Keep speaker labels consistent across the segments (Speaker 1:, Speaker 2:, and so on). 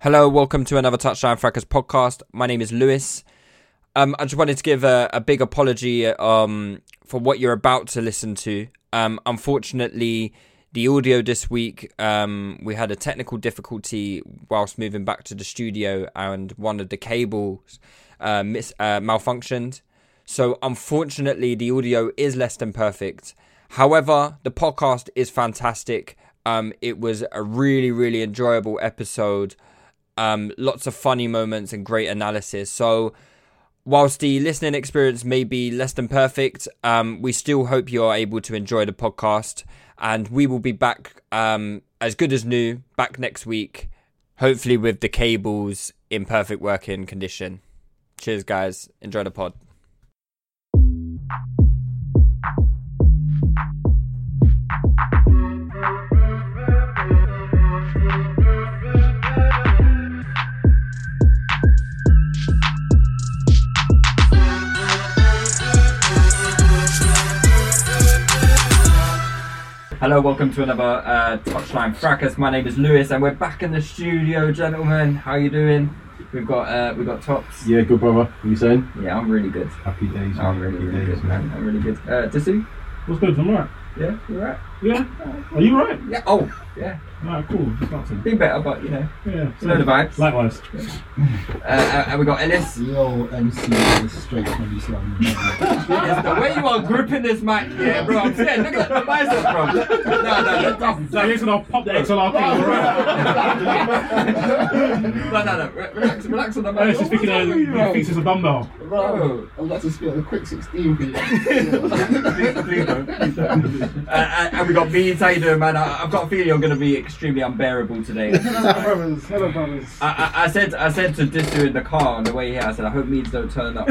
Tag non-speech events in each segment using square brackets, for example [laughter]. Speaker 1: Hello, welcome to another Touchdown Frackers podcast. My name is Lewis. Um, I just wanted to give a, a big apology um, for what you're about to listen to. Um, unfortunately, the audio this week, um, we had a technical difficulty whilst moving back to the studio, and one of the cables uh, mis- uh, malfunctioned. So, unfortunately, the audio is less than perfect. However, the podcast is fantastic. Um, it was a really, really enjoyable episode um, lots of funny moments and great analysis. So, whilst the listening experience may be less than perfect, um, we still hope you are able to enjoy the podcast. And we will be back um, as good as new, back next week, hopefully with the cables in perfect working condition. Cheers, guys. Enjoy the pod. Hello, welcome to another uh, Touchline Fracas. My name is Lewis, and we're back in the studio, gentlemen. How you doing? We've got uh, we got tops.
Speaker 2: Yeah, good brother. What are you saying?
Speaker 1: Yeah, I'm really good.
Speaker 2: Happy days.
Speaker 1: I'm really,
Speaker 2: happy
Speaker 1: really
Speaker 2: days,
Speaker 1: good, man. I'm really good. Uh, Dissu?
Speaker 3: What's good? I'm alright.
Speaker 1: Yeah, you alright?
Speaker 3: Yeah. Are you alright?
Speaker 1: Yeah. Oh, yeah.
Speaker 3: Alright, cool. Just bouncing.
Speaker 1: Be better, but you know,
Speaker 3: Yeah.
Speaker 1: you know the vibes. Uh,
Speaker 3: Likewise.
Speaker 1: uh, and we got Ellis.
Speaker 4: Yo, MC is straight from Islam.
Speaker 1: [laughs] Yes, the way you are gripping this mic, yeah, bro. I'm saying, look at the bicep, bro. No, no, no, tough.
Speaker 3: Like, yes, and I'll pop the X on our thing.
Speaker 1: [laughs] no, no, no. Re- Relax, relax on the
Speaker 3: I
Speaker 1: mic.
Speaker 3: was just
Speaker 1: What's
Speaker 3: thinking
Speaker 1: wrong
Speaker 3: uh,
Speaker 1: with
Speaker 3: he
Speaker 1: you, bro?
Speaker 3: thinks it's a dumbbell.
Speaker 1: Bro.
Speaker 4: I'm about to spit on a quick 16 beat.
Speaker 1: Uh, uh, and we got Beads. How you doing, man? I, I've got a feeling you're going to be extremely unbearable today.
Speaker 3: brothers. Hello, brothers.
Speaker 1: I, I, I said I said to Disu in the car on the way here. I said I hope Meads don't turn up.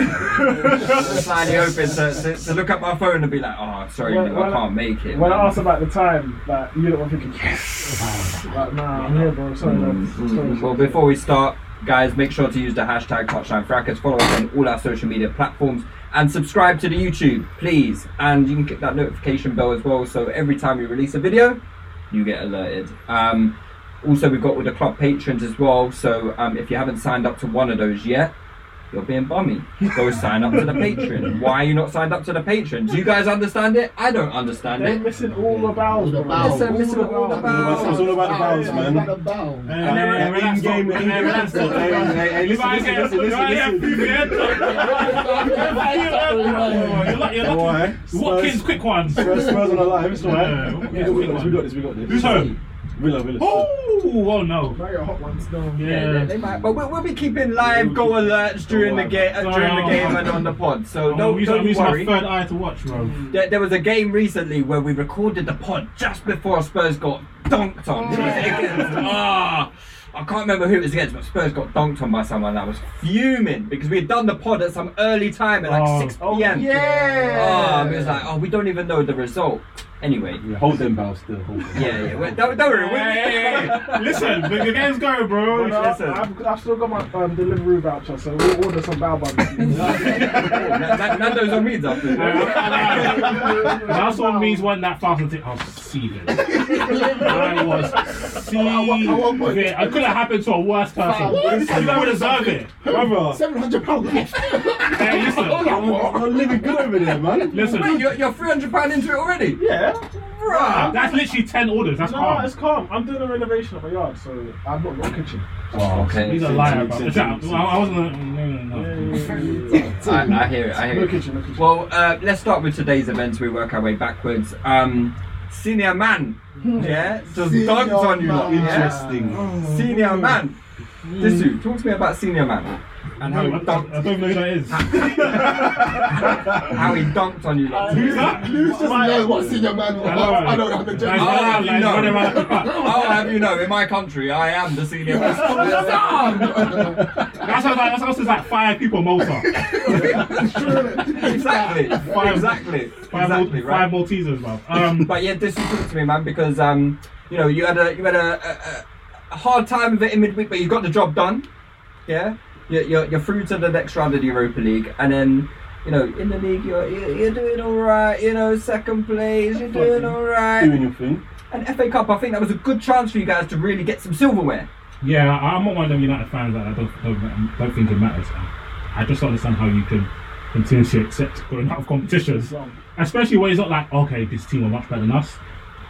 Speaker 1: Slightly open to, to, to look at my phone and be like, oh, sorry,
Speaker 5: Well,
Speaker 1: Mead, I
Speaker 5: well,
Speaker 1: can't make it.
Speaker 5: When I asked about the time, like you lot were thinking, yes. Like, nah, I'm here, bro. Sorry, man. Sorry.
Speaker 1: Well, before we start, guys, make sure to use the hashtag TouchlineFrackers. Follow us on all our social media platforms and subscribe to the YouTube, please. And you can click that notification bell as well, so every time we release a video, you get alerted. Um, also, we've got all the club patrons as well. So um, if you haven't signed up to one of those yet. You're being bummy. Go sign up to the patron. Why are you not signed up to the patron? Do you guys understand it? I don't understand
Speaker 5: They're
Speaker 1: it.
Speaker 5: missing all the bows, bro.
Speaker 4: All the
Speaker 1: missing
Speaker 5: All the
Speaker 1: all the
Speaker 5: bows.
Speaker 1: bows.
Speaker 2: It's all about the bounce,
Speaker 4: It's
Speaker 2: man.
Speaker 4: about the bounce.
Speaker 3: Hey, hey, relax,
Speaker 2: in-game,
Speaker 3: bro. Hey,
Speaker 2: in-game.
Speaker 3: relax, bro.
Speaker 2: Hey, hey, hey,
Speaker 3: You
Speaker 2: listen,
Speaker 3: might
Speaker 2: listen,
Speaker 3: get-
Speaker 2: listen,
Speaker 3: you might
Speaker 2: listen,
Speaker 3: get [laughs] PPN. You're lucky- you're lucky.
Speaker 2: Why?
Speaker 3: Watkins, quick one.
Speaker 2: Spurs Spurs on the line. It's alright.
Speaker 3: Yeah,
Speaker 2: We got this. We got this. We got this.
Speaker 3: Who's home?
Speaker 6: Villa, Villa.
Speaker 3: Oh, oh no.
Speaker 7: Now you're hot ones. No.
Speaker 3: Yeah.
Speaker 1: They might, but we'll, we'll be keeping live go alerts during the game, uh, during the game, and on the pod. So
Speaker 3: I'm
Speaker 1: don't,
Speaker 3: using, I'm
Speaker 1: don't
Speaker 3: using
Speaker 1: worry.
Speaker 3: my third eye to watch, bro.
Speaker 1: There, there was a game recently where we recorded the pod just before Spurs got donked on.
Speaker 7: Oh.
Speaker 1: [laughs] Ah, I can't remember who it was against, but Spurs got donked on by someone. I was fuming because we had done the pod at some early time at like
Speaker 3: Oh.
Speaker 1: 6 p.m.
Speaker 7: Oh, yeah.
Speaker 1: Oh, it was like, oh, we don't even know the result. Anyway,
Speaker 6: Yeah, hold them, pal, still. Hold them.
Speaker 1: yeah, yeah. well, Don't, don't worry.
Speaker 3: Hey, hey,
Speaker 1: we-
Speaker 3: hey. Listen, the, the game's going, bro.
Speaker 7: But, uh,
Speaker 1: [laughs] Listen.
Speaker 7: I've, I've still got my um, delivery voucher, so we'll order some bao buns.
Speaker 1: N- Nando's on reads after. [laughs]
Speaker 3: That's what means when that thousand tick. I was seething. oh, I was seething. I couldn't have happened to a worse person. You don't deserve it.
Speaker 6: Brother,
Speaker 4: Seven hundred pound left.
Speaker 3: Hey, listen.
Speaker 6: I'm living good over there, man.
Speaker 1: Wait,
Speaker 3: Listen.
Speaker 1: you're, you're 300 pound into it already?
Speaker 7: yeah.
Speaker 1: Bruh.
Speaker 3: Ah, That's literally 10 orders. That's
Speaker 7: No,
Speaker 3: hard.
Speaker 7: it's calm. I'm doing a renovation of my yard, so I've not got a kitchen.
Speaker 1: Oh, okay.
Speaker 3: He's a liar, bro. I wasn't. No, no, no.
Speaker 1: I, I hear it. I hear
Speaker 7: No
Speaker 1: it.
Speaker 7: kitchen, no kitchen.
Speaker 1: Well, uh, let's start with today's events. We work our way backwards. Um, senior man,
Speaker 3: Hmm.
Speaker 1: yeah, just
Speaker 4: Senior
Speaker 1: dunked on you.
Speaker 4: man.
Speaker 1: lot, yeah?
Speaker 6: Interesting.
Speaker 1: Senior
Speaker 3: Hmm.
Speaker 1: man. Disu, talk to me about senior man and how he
Speaker 3: I don't
Speaker 1: dunked,
Speaker 3: I don't even know who that
Speaker 7: [laughs]
Speaker 3: is.
Speaker 1: [laughs] how he dunked on you. Lot.
Speaker 3: Hmm. Who's that?
Speaker 4: Lewis doesn't know what senior man was. I don't have the
Speaker 3: Like,
Speaker 1: oh,
Speaker 4: gender.
Speaker 3: like, like,
Speaker 1: No.
Speaker 3: running around the
Speaker 1: [laughs]
Speaker 3: park.
Speaker 1: I'll Oh, have you know, in my country, I am the senior man.
Speaker 3: [laughs]
Speaker 1: Stop!
Speaker 3: That sounds like that sounds like five people Malta.
Speaker 1: exactly,
Speaker 3: Five-
Speaker 1: exactly,
Speaker 3: Five,
Speaker 1: exactly,
Speaker 3: Mal-
Speaker 1: right.
Speaker 3: five Maltesers, bro. Um,
Speaker 1: But yeah, this is good to me, man, because um, you know, you had a you had a, a, a hard time of it in midweek, but you got the job done. Yeah, you're, you're, you're through to the next round of the Europa League, and then you know, in the league, you're you're, you're doing all right. You know, second place, you're doing all
Speaker 6: Doing
Speaker 1: right.
Speaker 6: your thing.
Speaker 1: And FA Cup, I think that was a good chance for you guys to really get some silverware.
Speaker 3: yeah, I- I'm not one of them United fans that I don't don't, don't think it matters. I, I just don't understand how you can continuously accept going out of competitions, especially when it's not like okay, this team are much better than us.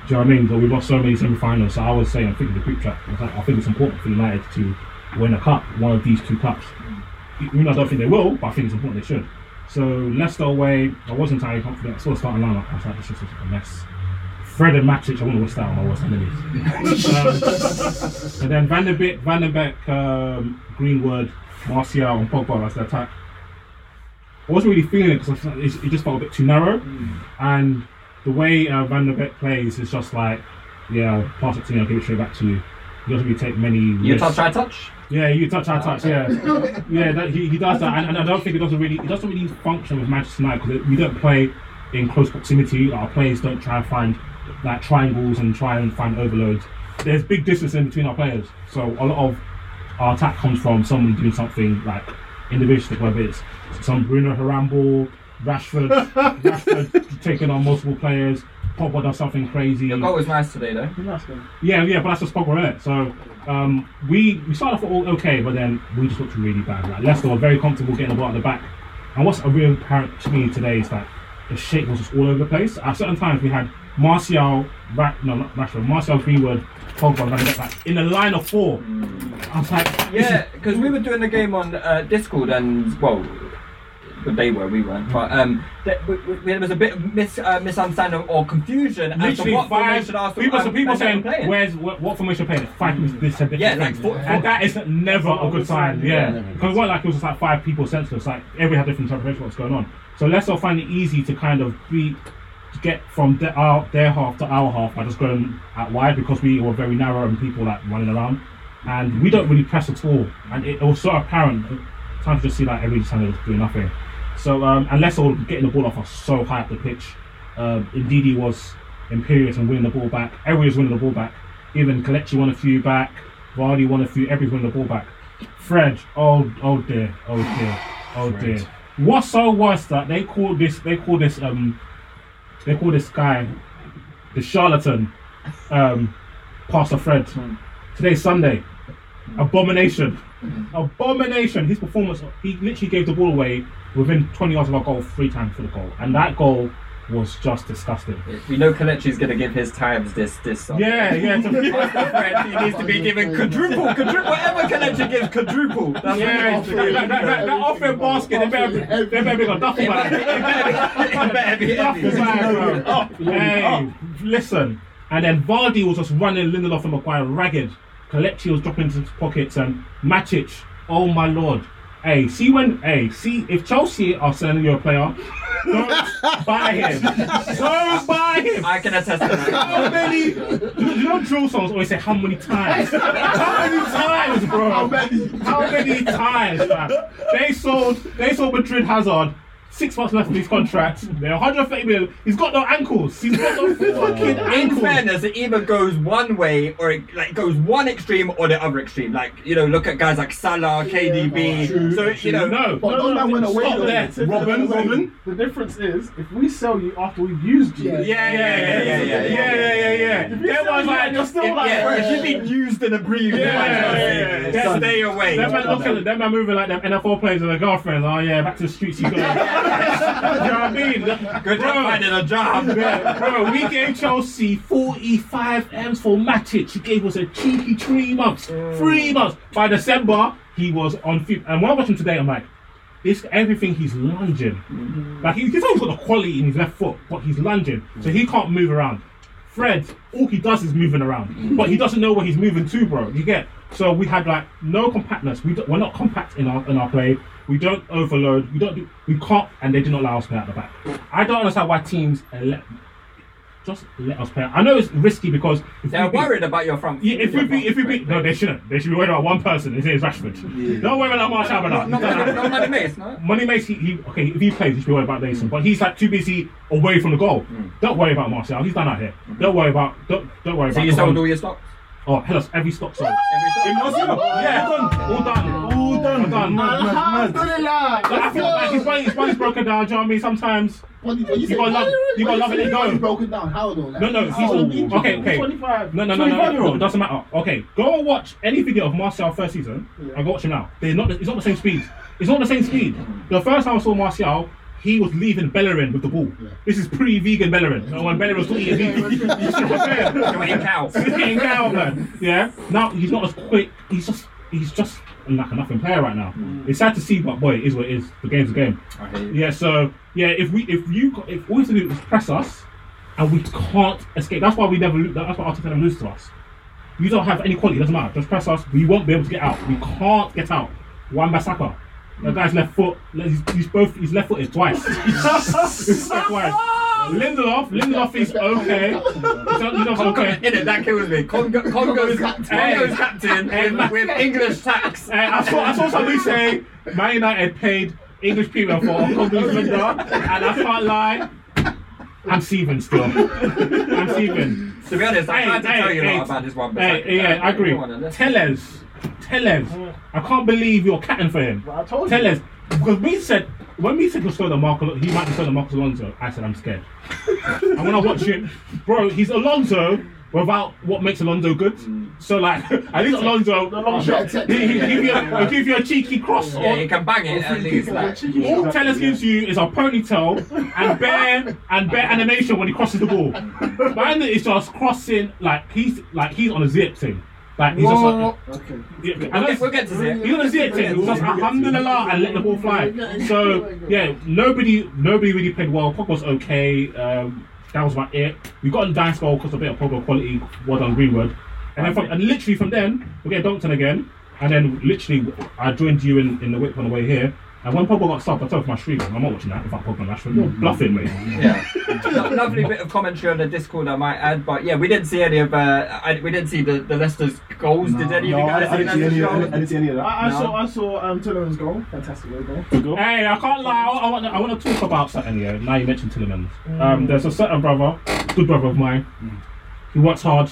Speaker 3: Do you know what I mean? But we've lost so many semi-finals. So I was saying, I think in the group chat, I, was like, I think it's important for United to win a cup, one of these two cups. Even though I don't think they will, but I think it's important they should. So Leicester away, I wasn't entirely confident. I saw the starting lineup. I was like, this is just a mess. Fred and Matic, I want to watch that on my worst enemies. um, and then Van der Beek, Van der Beek, um, Greenwood, Martial, and Pogba as the attack. I wasn't really feeling it because it, it just felt a bit too narrow. And the way uh, Van der Beek plays is just like, yeah, pass it to me, I'll give it straight back to you. He doesn't really take many.
Speaker 1: You
Speaker 3: risks.
Speaker 1: touch, I touch.
Speaker 3: Yeah, you touch, I touch. Yeah, yeah. That, he, he does that, and, and I don't think it doesn't really it doesn't really function with Manchester United because we don't play in close proximity. Our players don't try and find like triangles and try and find overloads. There's big distance in between our players, so a lot of our attack comes from someone doing something like individual, whether it's some Bruno Harambe, Rashford, Rashford taking on multiple players. Pogba does something crazy.
Speaker 1: Your goal was nice today, though.
Speaker 3: Yeah, yeah, but that's just Pogba, innit? So um, we we started off all okay, but then we just looked really bad. Like Leicester were very comfortable getting the ball at the back, and what's a real apparent to me today is that the shape was just all over the place. At certain times, we had Martial, Ra- no, not Rashford, Martial, Greenwood, Pogba, Van de Beek, like, in a line of four. I was like, this is-
Speaker 1: Yeah, because we were doing the game on uh, Discord, and well, but they were, we weren't. But um, th- we, we, there was a bit of mis- uh, misunderstanding or confusion as to
Speaker 3: Literally
Speaker 1: what
Speaker 3: five
Speaker 1: formation Arsenal
Speaker 3: people.
Speaker 1: um,
Speaker 3: Some people
Speaker 1: Manchester
Speaker 3: saying,
Speaker 1: were playing.
Speaker 3: "Where's what, what formation playing?" Five people they said
Speaker 1: Yeah,
Speaker 3: different
Speaker 1: like
Speaker 3: things,
Speaker 1: four-
Speaker 3: and that is never a good sign. Yeah,
Speaker 6: never a good
Speaker 3: because it wasn't like it was just like five people senseless. Like everyone had different interpretation of what's going on. So Leicester find it easy to kind of be to get from the, our, their half to our half by just going out wide because we were very narrow and people like running around, and we don't really press at all. And it, it was so apparent. uh, Time to just see like every time they just doing nothing. So um, and Leicester were getting the ball off us so high up the pitch. Um, Ndidi was imperious and winning the ball back. Everybody was winning the ball back. Even Kalechi won a few back. Vardy won a few. Everybody's winning the ball back. Fred, oh, oh dear, oh dear, oh dear. What's so worse that they call this? They call this um, they call this guy the charlatan, um, Pastor Fred. Today's Sunday. Abomination. Abomination. His performance, he literally gave the ball away within 20 yards of our goal three times for the goal. And that goal was just disgusting.
Speaker 1: We know Kalechi's going to give his times this this. Song.
Speaker 3: Yeah, yeah. to- [laughs]
Speaker 1: he needs to be given quadruple, quadruple. Whatever Kalechi gives, quadruple. That's
Speaker 3: Yeah,
Speaker 1: what he needs to
Speaker 3: that, that, that, that offering basket, they better, be- they better be a duffel bag. [laughs]
Speaker 1: do. It better be- it better be
Speaker 3: Duffel
Speaker 1: heavy.
Speaker 3: bag, bro. Hey, listen, And then Vardy was just running Lindelof and Maguire ragged. Kalechi was dropping into his pockets and Matic, oh my lord. Hey, see when hey, see if Chelsea are selling you a player, don't buy him. Don't buy him.
Speaker 8: I can attest to that.
Speaker 3: [laughs] How many? You know, you know drill songs always say how many times? How many times, bro? How
Speaker 4: many?
Speaker 3: How many times, man? They sold. They sold Madrid Hazard. Six months left of his contract. They're 130 million. He's got no ankles. He's got
Speaker 8: [laughs]
Speaker 3: no fucking
Speaker 8: In
Speaker 3: ankles.
Speaker 8: fairness, it either goes one way or it like goes one extreme or the other extreme. Like you know, look at guys like Salah, KDB.
Speaker 4: true,
Speaker 8: so you know,
Speaker 3: Oh, No,
Speaker 4: But
Speaker 3: no,
Speaker 4: no, that went away.
Speaker 3: stop
Speaker 4: though.
Speaker 3: there.
Speaker 4: It took that
Speaker 3: Robin,
Speaker 4: away.
Speaker 3: Robin.
Speaker 7: The difference is, if we sell you after we've used you,
Speaker 4: Yeah.
Speaker 8: Yeah, yeah, yeah, yeah, yeah,
Speaker 3: yeah, yeah, yeah, yeah.
Speaker 7: If you
Speaker 3: That
Speaker 7: sell
Speaker 3: was
Speaker 7: you
Speaker 3: like
Speaker 7: and you're still like,
Speaker 8: yeah,
Speaker 7: "Bruh,
Speaker 8: if you've been used and abused,
Speaker 3: Yeah,
Speaker 8: by
Speaker 3: yeah,
Speaker 8: Chelsea,
Speaker 3: yeah, yeah.
Speaker 8: then
Speaker 3: Done.
Speaker 8: stay away.
Speaker 3: Them man
Speaker 8: Done.
Speaker 3: looking at them man moving like them NFL players and their girlfriends. Oh yeah, back to the streets you go. [laughs] you know what I mean?
Speaker 8: Good luck finding a job.
Speaker 3: [laughs] Yeah, bro, we gave Chelsea 45 M's for Matic. He gave us a cheeky three months. Three months. By December, he was on. fu- And when I watch him today, I'm like, this everything he's lunging. Like he, he's always got the quality in his left foot, but he's lunging, so he can't move around. Fred, all he does is moving around, but he doesn't know where he's moving to, bro. You get so we had like no compactness. We do, we're not compact in our in our play. We don't overload. We don't. Do, we can't, and they did not allow us to play out the back. I don't understand why teams let, just let us play. out. I know it's risky because if
Speaker 8: They're
Speaker 3: we beat-
Speaker 8: worried about your front.
Speaker 3: yeah, if we
Speaker 8: your
Speaker 3: beat, if we
Speaker 8: front
Speaker 3: beat, no, they shouldn't. They should be worried about one person. His name is Rashford. Don't worry about Marsh
Speaker 8: No,
Speaker 3: [laughs] Abadar.
Speaker 8: no, no, no, no, no, miss, no.
Speaker 3: Money makes he, he okay if he plays he should be worried about
Speaker 8: Mm.
Speaker 3: Mason, but he's like too busy away from the goal. Don't worry about Martial, he's done out here. Don't worry about don't don't worry
Speaker 8: Mm-hmm. So
Speaker 3: about.
Speaker 8: you
Speaker 3: the
Speaker 8: sold
Speaker 3: one-
Speaker 8: all your stocks.
Speaker 3: oh hell, it's every stock sold.
Speaker 8: Every stock?
Speaker 3: yeah, done, all done, all done, all done.
Speaker 4: Alhamdulillah.
Speaker 3: Like, I feel like his body, his body's broken down. Do you know what I mean? Sometimes
Speaker 4: What do you- what do you
Speaker 3: You gotta love- you gotta love it, let it go.
Speaker 4: He's broken down. How though? Like,
Speaker 3: no, no, Oh. he's
Speaker 4: how old?
Speaker 3: okay, okay.
Speaker 7: 25.
Speaker 3: No, no, no, no, no,
Speaker 7: 25-year-old.
Speaker 3: It doesn't matter. Okay, go and watch any video of Martial first season and go watch him now. They're not. It's not the same speed. It's not the same speed. The first time I saw Martial, he was leaving Bellerin with the ball. This is pre-vegan Bellerin. So when Bellerin was still eating vegan, [laughs] you know what I'm saying?
Speaker 8: You're eating cow.
Speaker 3: [laughs] He's getting down, man. Yeah. Now he's not as quick. He's just he's just like a nothing player right now. It's sad to see, but boy, it is what it is. The game's a game. Yeah. So yeah, if we if you if all you have to do is press us, and we can't escape. That's why we never. lo- That's why Arteta never lose to us. You don't have any quality. Doesn't matter. Just press us. We won't be able to get out. We can't get out. Wan Bissaka. That guy's left foot. He's, he's both. His left foot is twice. It's twice. Lindelof. Lindelof is okay. Lindelof's okay.
Speaker 8: In it, that kills me. Congo, Congo's, Congo's captain with, with English tax.
Speaker 3: Hey, Uh, I saw I saw somebody say Man United paid English people for Congolese Linda, and I can't lie. I'm seething still. I'm seething.
Speaker 8: To be honest, I
Speaker 3: Hey,
Speaker 8: tried to
Speaker 3: hey,
Speaker 8: tell you
Speaker 3: hey,
Speaker 8: lot about this one. but
Speaker 3: Hey, yeah, I agree.
Speaker 8: Come on, let's-
Speaker 3: Teles, Teles, I can't believe you're catting for him.
Speaker 7: I told you.
Speaker 3: Teles, because we said when we said you'll slow the Marco, he might be slow the Marcus Alonso. I said I'm scared. and when I watch it, bro, he's Alonso without what makes Alonso good. So like, [laughs] at least Alonso,
Speaker 4: long shot.
Speaker 3: He, he, he'll give you a, he'll give you a cheeky cross
Speaker 8: Yeah,
Speaker 3: or
Speaker 8: you can bang it at least. Like,
Speaker 3: All Tellers gives you is a ponytail and bear and bear animation when he crosses the ball. Man is just crossing like he's like he's on a zip thing. Like he's
Speaker 4: Okay.
Speaker 3: just like yeah,
Speaker 8: we'll,
Speaker 3: and
Speaker 8: get, we'll
Speaker 3: that's-
Speaker 8: get to zip.
Speaker 3: he's on a zip thing. He's just alhamdulillah and let the ball fly. So yeah, nobody nobody really played well. Pogba was okay. Um, that was about it. We got a dance goal because a bit of Pogba quality. Well done Greenwood. And then from, and literally from then we get Donkton again. And then literally I joined you in, in the whip on the way here. And when Pogba got stopped, I told my stream, I'm not watching that if I Pogba and Rashford. You're bluffing me.
Speaker 8: Yeah. Lo- Lovely bit of commentary on the Discord, I might add. But yeah, we didn't see any of. Uh, I, we didn't see the, the Leicester's goals. Did any of you
Speaker 7: No,
Speaker 8: guys
Speaker 7: I
Speaker 8: see
Speaker 7: didn't see
Speaker 8: Leicester's
Speaker 7: any-
Speaker 8: goals?
Speaker 7: I didn't see any of that. I, I
Speaker 8: No.
Speaker 7: saw, I saw um, Tillerman's goal. Fantastic little goal.
Speaker 3: Hey, I can't lie. I, I want, to, I want to talk about something here. Now you mentioned Tillemans. Um, there's a certain brother, good brother of mine. He works hard,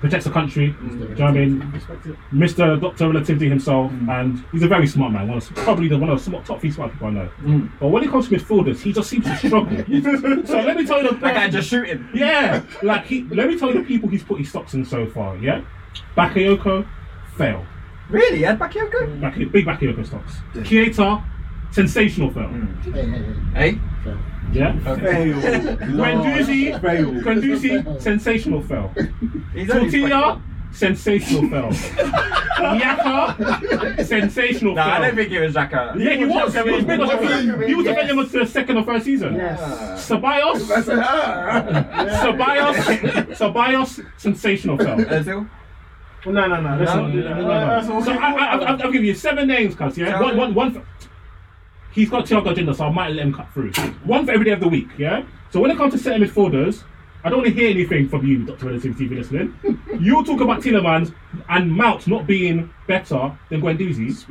Speaker 3: protects the country. Do you know what I mean?
Speaker 7: Respect it.
Speaker 3: Mr. Doctor Relativity himself, and he's a very smart man. One of, probably the one of the smart, top three smart people I know. But when it comes to midfielders, he just seems to struggle. Mm. [laughs] so let me tell you the
Speaker 8: That guy just shooting.
Speaker 3: Yeah, like he. Let me tell you the people he's put his stocks in so far. Yeah, Bakayoko, fail.
Speaker 8: Really? Ed Bakayoko?
Speaker 3: Back, big Bakayoko stocks. Kieta, sensational fail.
Speaker 4: Hey, hey, hey.
Speaker 8: Hey?
Speaker 3: Yeah.
Speaker 2: Fail.
Speaker 3: Guendouzi,
Speaker 2: Fail.
Speaker 1: [laughs]
Speaker 3: Guendouzi, sensational fail.
Speaker 8: [laughs] He's only
Speaker 3: Tortilla, sensational fell. Yaka, sensational
Speaker 1: No,
Speaker 3: fell.
Speaker 1: I don't think it was Zaka.
Speaker 3: yeah, he was. He was, made us- he was
Speaker 4: Yes.
Speaker 3: defending us to the second or third season.
Speaker 4: Yes.
Speaker 3: Ceballos, Ceballos, Ceballos, sensational fell.
Speaker 1: Ozil?
Speaker 7: No, no, no. Let's
Speaker 1: No,
Speaker 7: not do that.
Speaker 1: no,
Speaker 7: Let's not-
Speaker 3: So I, I, I'll, I'll give you seven names, cuz yeah. One, one, one. For, he's got Thiago Agenda, so I might let him cut through. One for every day of the week, yeah. So when it comes to centre midfielders, I don't want to hear anything from you, Doctor Relativity, if you're listening. You'll talk about Tielemans and Mount not being better than Gwendouzi's.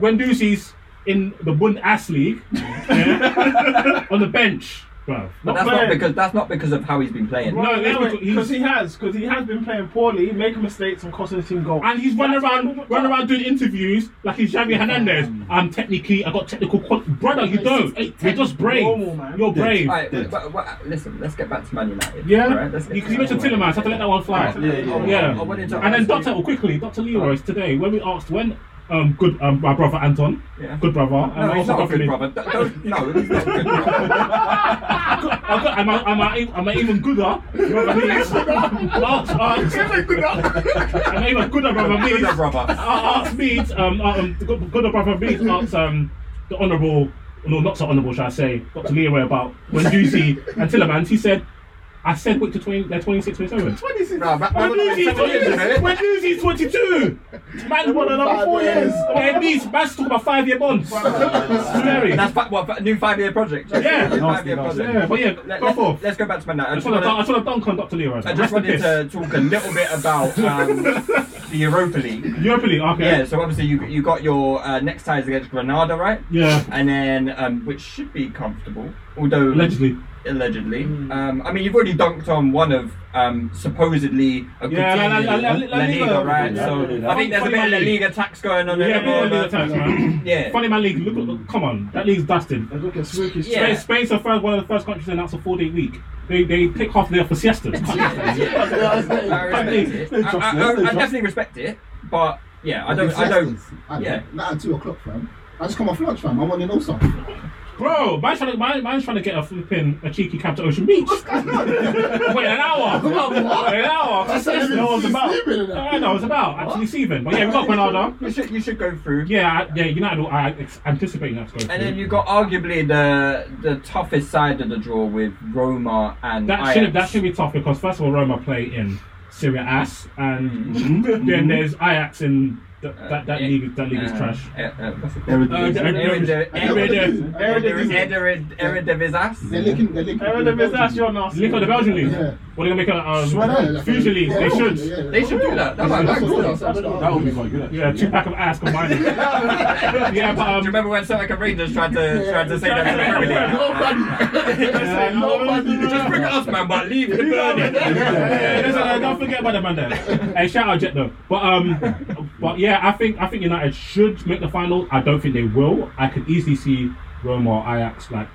Speaker 3: Gwendouzi's in the Bund Ass League yeah, on the bench, bruv.
Speaker 1: But that's
Speaker 7: playing.
Speaker 1: not because that's not because of how he's been playing.
Speaker 3: No, it's because he's-
Speaker 7: because he has, because he has been playing poorly, making mistakes and costing the team goals.
Speaker 3: And he's running around, running around doing interviews like he's Javier Hernandez. I'm technically, I got technical qual- brother. You don't. You're just brave.
Speaker 7: normal, man.
Speaker 3: You're brave.
Speaker 1: Alright, but, but, but, listen, let's get back to Man United.
Speaker 3: Yeah,
Speaker 1: alright? Let's get
Speaker 3: you,
Speaker 1: to Man
Speaker 3: you mentioned
Speaker 1: United.
Speaker 3: Tillemans. I had to let that one fly.
Speaker 9: Yeah, yeah,
Speaker 1: I wanted to
Speaker 3: And
Speaker 1: ask
Speaker 3: then
Speaker 1: you-
Speaker 3: Doctor, well, quickly, Doctor Leroy's today. When we asked when, um, good, um, my brother Anton,
Speaker 1: Yeah.
Speaker 3: good brother, and
Speaker 1: No,
Speaker 3: I
Speaker 1: he's not a
Speaker 3: got
Speaker 1: good
Speaker 3: him-
Speaker 1: brother. Don't- don't- No, he's not a good brother.
Speaker 3: [laughs] I got, am I, am I, am I even gooder? Brother Mees.
Speaker 1: [laughs]
Speaker 3: Ask, ask. Am I even gooder, brother Mees?
Speaker 1: Good
Speaker 3: [laughs]
Speaker 1: brother.
Speaker 3: Uh, Arts Meads, um, uh, um, the good, good brother Meads asked um, the honourable, no, not so honourable, shall I say, Dr. Leroy about when Doozy and Tillemans, he said, I said wait to 20, they're 26, 27.
Speaker 1: No, but-
Speaker 3: When Doozy's 22,
Speaker 1: Wait,
Speaker 3: when Doozy's 22, man won another four years. Man, Meads, man's talking about five year bonds. Scary.
Speaker 1: That's fi- what, a new five-year project.
Speaker 3: Yeah.
Speaker 1: New five-year
Speaker 9: Nasty,
Speaker 1: project.
Speaker 3: Yeah, but yeah,
Speaker 1: Let,
Speaker 3: go forth.
Speaker 1: us go back to Man United. I
Speaker 3: I just
Speaker 1: just
Speaker 3: want to dunk, I
Speaker 1: wanna-
Speaker 3: just wanna dunk on Dr. Leroy.
Speaker 1: I just wanted to talk a little bit about
Speaker 3: [laughs]
Speaker 1: um, the Europa League.
Speaker 3: Europa League, okay.
Speaker 1: Yeah, so obviously you you got your uh, next ties against Granada, right?
Speaker 3: Yeah.
Speaker 1: And then, um, which should be comfortable, although
Speaker 3: Allegedly.
Speaker 1: allegedly. Um, I mean, you've already dunked on one of um, supposedly a good
Speaker 3: Yeah,
Speaker 1: team
Speaker 3: La- La-
Speaker 1: in
Speaker 3: La- La- La
Speaker 1: La Liga,
Speaker 3: Liga.
Speaker 1: right?
Speaker 3: Yeah,
Speaker 9: La
Speaker 1: so
Speaker 9: Liga.
Speaker 1: I think there's a bit of La Liga tax going on
Speaker 3: Yeah,
Speaker 1: there.
Speaker 3: yeah, yeah,
Speaker 1: but- Yeah.
Speaker 3: Funny man league, look, look, come on, that league's dusted.
Speaker 7: Let's look at Spooky's
Speaker 1: Yeah.
Speaker 3: Spain, Spain's the first one of the first countries to announce a four day week. They they take half day off for siestas. [laughs]
Speaker 1: I respect it. I, I- I- I definitely respect it, but yeah, I don't. I don't. Yeah.
Speaker 4: Not at two o'clock, fam. I just come off lunch, fam. I want to know something.
Speaker 3: Bro, man's trying to man, man's trying to get a flipping a cheeky cab to Ocean Beach. Wait an hour. Wait an hour. That's
Speaker 4: said
Speaker 3: no one's
Speaker 4: he's
Speaker 3: about.
Speaker 4: sleeping in that.
Speaker 3: I know it's about actually seething. But yeah, we got Granada.
Speaker 1: You should you should go through.
Speaker 3: Yeah, I- yeah, United. will- I ex- anticipating that's going.
Speaker 1: And
Speaker 3: through.
Speaker 1: then you got arguably the the toughest side of the draw with Roma and
Speaker 3: That
Speaker 1: Ajax.
Speaker 3: should that should be tough because first of all Roma play in Syria ass and then there's Ajax in th- that that
Speaker 1: yeah.
Speaker 3: league that league is
Speaker 1: Mm-hmm. Uh,
Speaker 3: trash.
Speaker 1: uh, uh, what's it called?
Speaker 3: Uh,
Speaker 9: Eredivisie.
Speaker 1: Eredivisie.
Speaker 3: Eredivisie.
Speaker 1: Eredivisie. Eredivisie.
Speaker 4: They're licking. They're licking.
Speaker 7: Aaron, if it's that's your
Speaker 3: Link
Speaker 7: nasty.
Speaker 3: of the Belgian league.
Speaker 4: Yeah.
Speaker 3: What are they gonna make
Speaker 4: Swear
Speaker 3: a
Speaker 4: down,
Speaker 3: um,
Speaker 4: like,
Speaker 3: fusion league?
Speaker 4: yeah,
Speaker 3: They
Speaker 4: yeah,
Speaker 3: should.
Speaker 4: yeah, yeah.
Speaker 1: They should do that. That's
Speaker 4: That's
Speaker 1: like-
Speaker 4: what-
Speaker 1: Do
Speaker 4: that's what-
Speaker 9: That would be quite good. actually.
Speaker 3: Yeah, two pack of
Speaker 9: [laughs]
Speaker 3: ass combined. yeah, but
Speaker 1: you
Speaker 3: um,
Speaker 1: remember when Celtic and Rangers tried to tried to say that to the Premier
Speaker 3: [laughs]
Speaker 1: League?
Speaker 3: yeah, Oh, no,
Speaker 1: Just bring us, man, but leave the burning.
Speaker 3: yeah, listen, uh, don't forget about the man there. Hey, shout out Jet though. But um, but yeah, I think I think United should make the final. I don't think they will. I could easily see Roma or Ajax like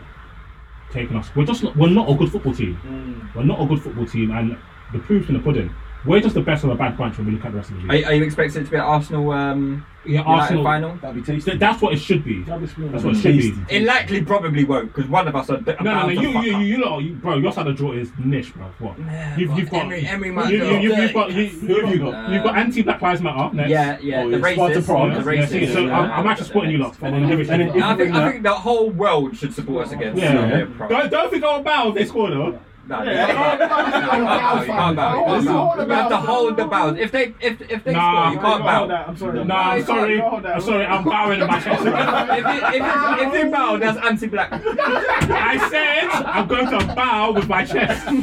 Speaker 3: taking us. We're just not, we're not a good football team.
Speaker 9: Mm.
Speaker 3: We're not a good football team, and the proof's in the pudding. We're just the best of a bad bunch when we look at the rest of the
Speaker 1: Are,
Speaker 3: league.
Speaker 1: are you expecting it to be an Arsenal um,
Speaker 3: Yeah,
Speaker 1: United
Speaker 3: Arsenal.
Speaker 1: final?
Speaker 9: That'd be tasty.
Speaker 3: Th- That's what it should be.
Speaker 7: That'd be smooth.
Speaker 3: That's what it should be.
Speaker 9: Tasty.
Speaker 1: It likely probably won't because one of us are.
Speaker 3: No, no, no, you, you, you, you, lot, you, bro, your side of the draw is niche, bro. What? you've, you've got,
Speaker 1: Emery- Emery
Speaker 3: you,
Speaker 1: might
Speaker 3: you,
Speaker 1: go
Speaker 3: you,
Speaker 1: dirty.
Speaker 3: you've got, you,
Speaker 9: Who have you
Speaker 3: you've got,
Speaker 9: got?
Speaker 3: you've got anti-Black Lives Matter next.
Speaker 1: Yeah, yeah,
Speaker 9: Oh,
Speaker 1: the
Speaker 9: yeah,
Speaker 1: racist.
Speaker 9: Sparta
Speaker 1: The
Speaker 9: Prague.
Speaker 3: Yeah,
Speaker 1: racist.
Speaker 3: see, so I'm, I'm actually supporting you lot. I'm gonna give it to you.
Speaker 9: And
Speaker 1: I
Speaker 9: if-
Speaker 1: think, I think the whole world should support us against.
Speaker 3: Yeah.
Speaker 1: Serbia,
Speaker 9: Yeah.
Speaker 1: probably.
Speaker 3: Don't, don't think I'll bow if they score though.
Speaker 1: No, you can't bow. You can't bow. You can't bow. You have to hold the bow. If they if if they
Speaker 3: Nah.
Speaker 1: score, you can't
Speaker 7: No, you hold
Speaker 1: bow.
Speaker 7: that, I'm sorry.
Speaker 3: No, I'm
Speaker 1: you can't.
Speaker 3: sorry.
Speaker 7: You hold that.
Speaker 3: I'm sorry. I'm bowing in my chest.
Speaker 1: If you, if, you, if you bow, that's anti-black. Uh,
Speaker 3: I said I'm going to bow with my chest.
Speaker 1: [laughs]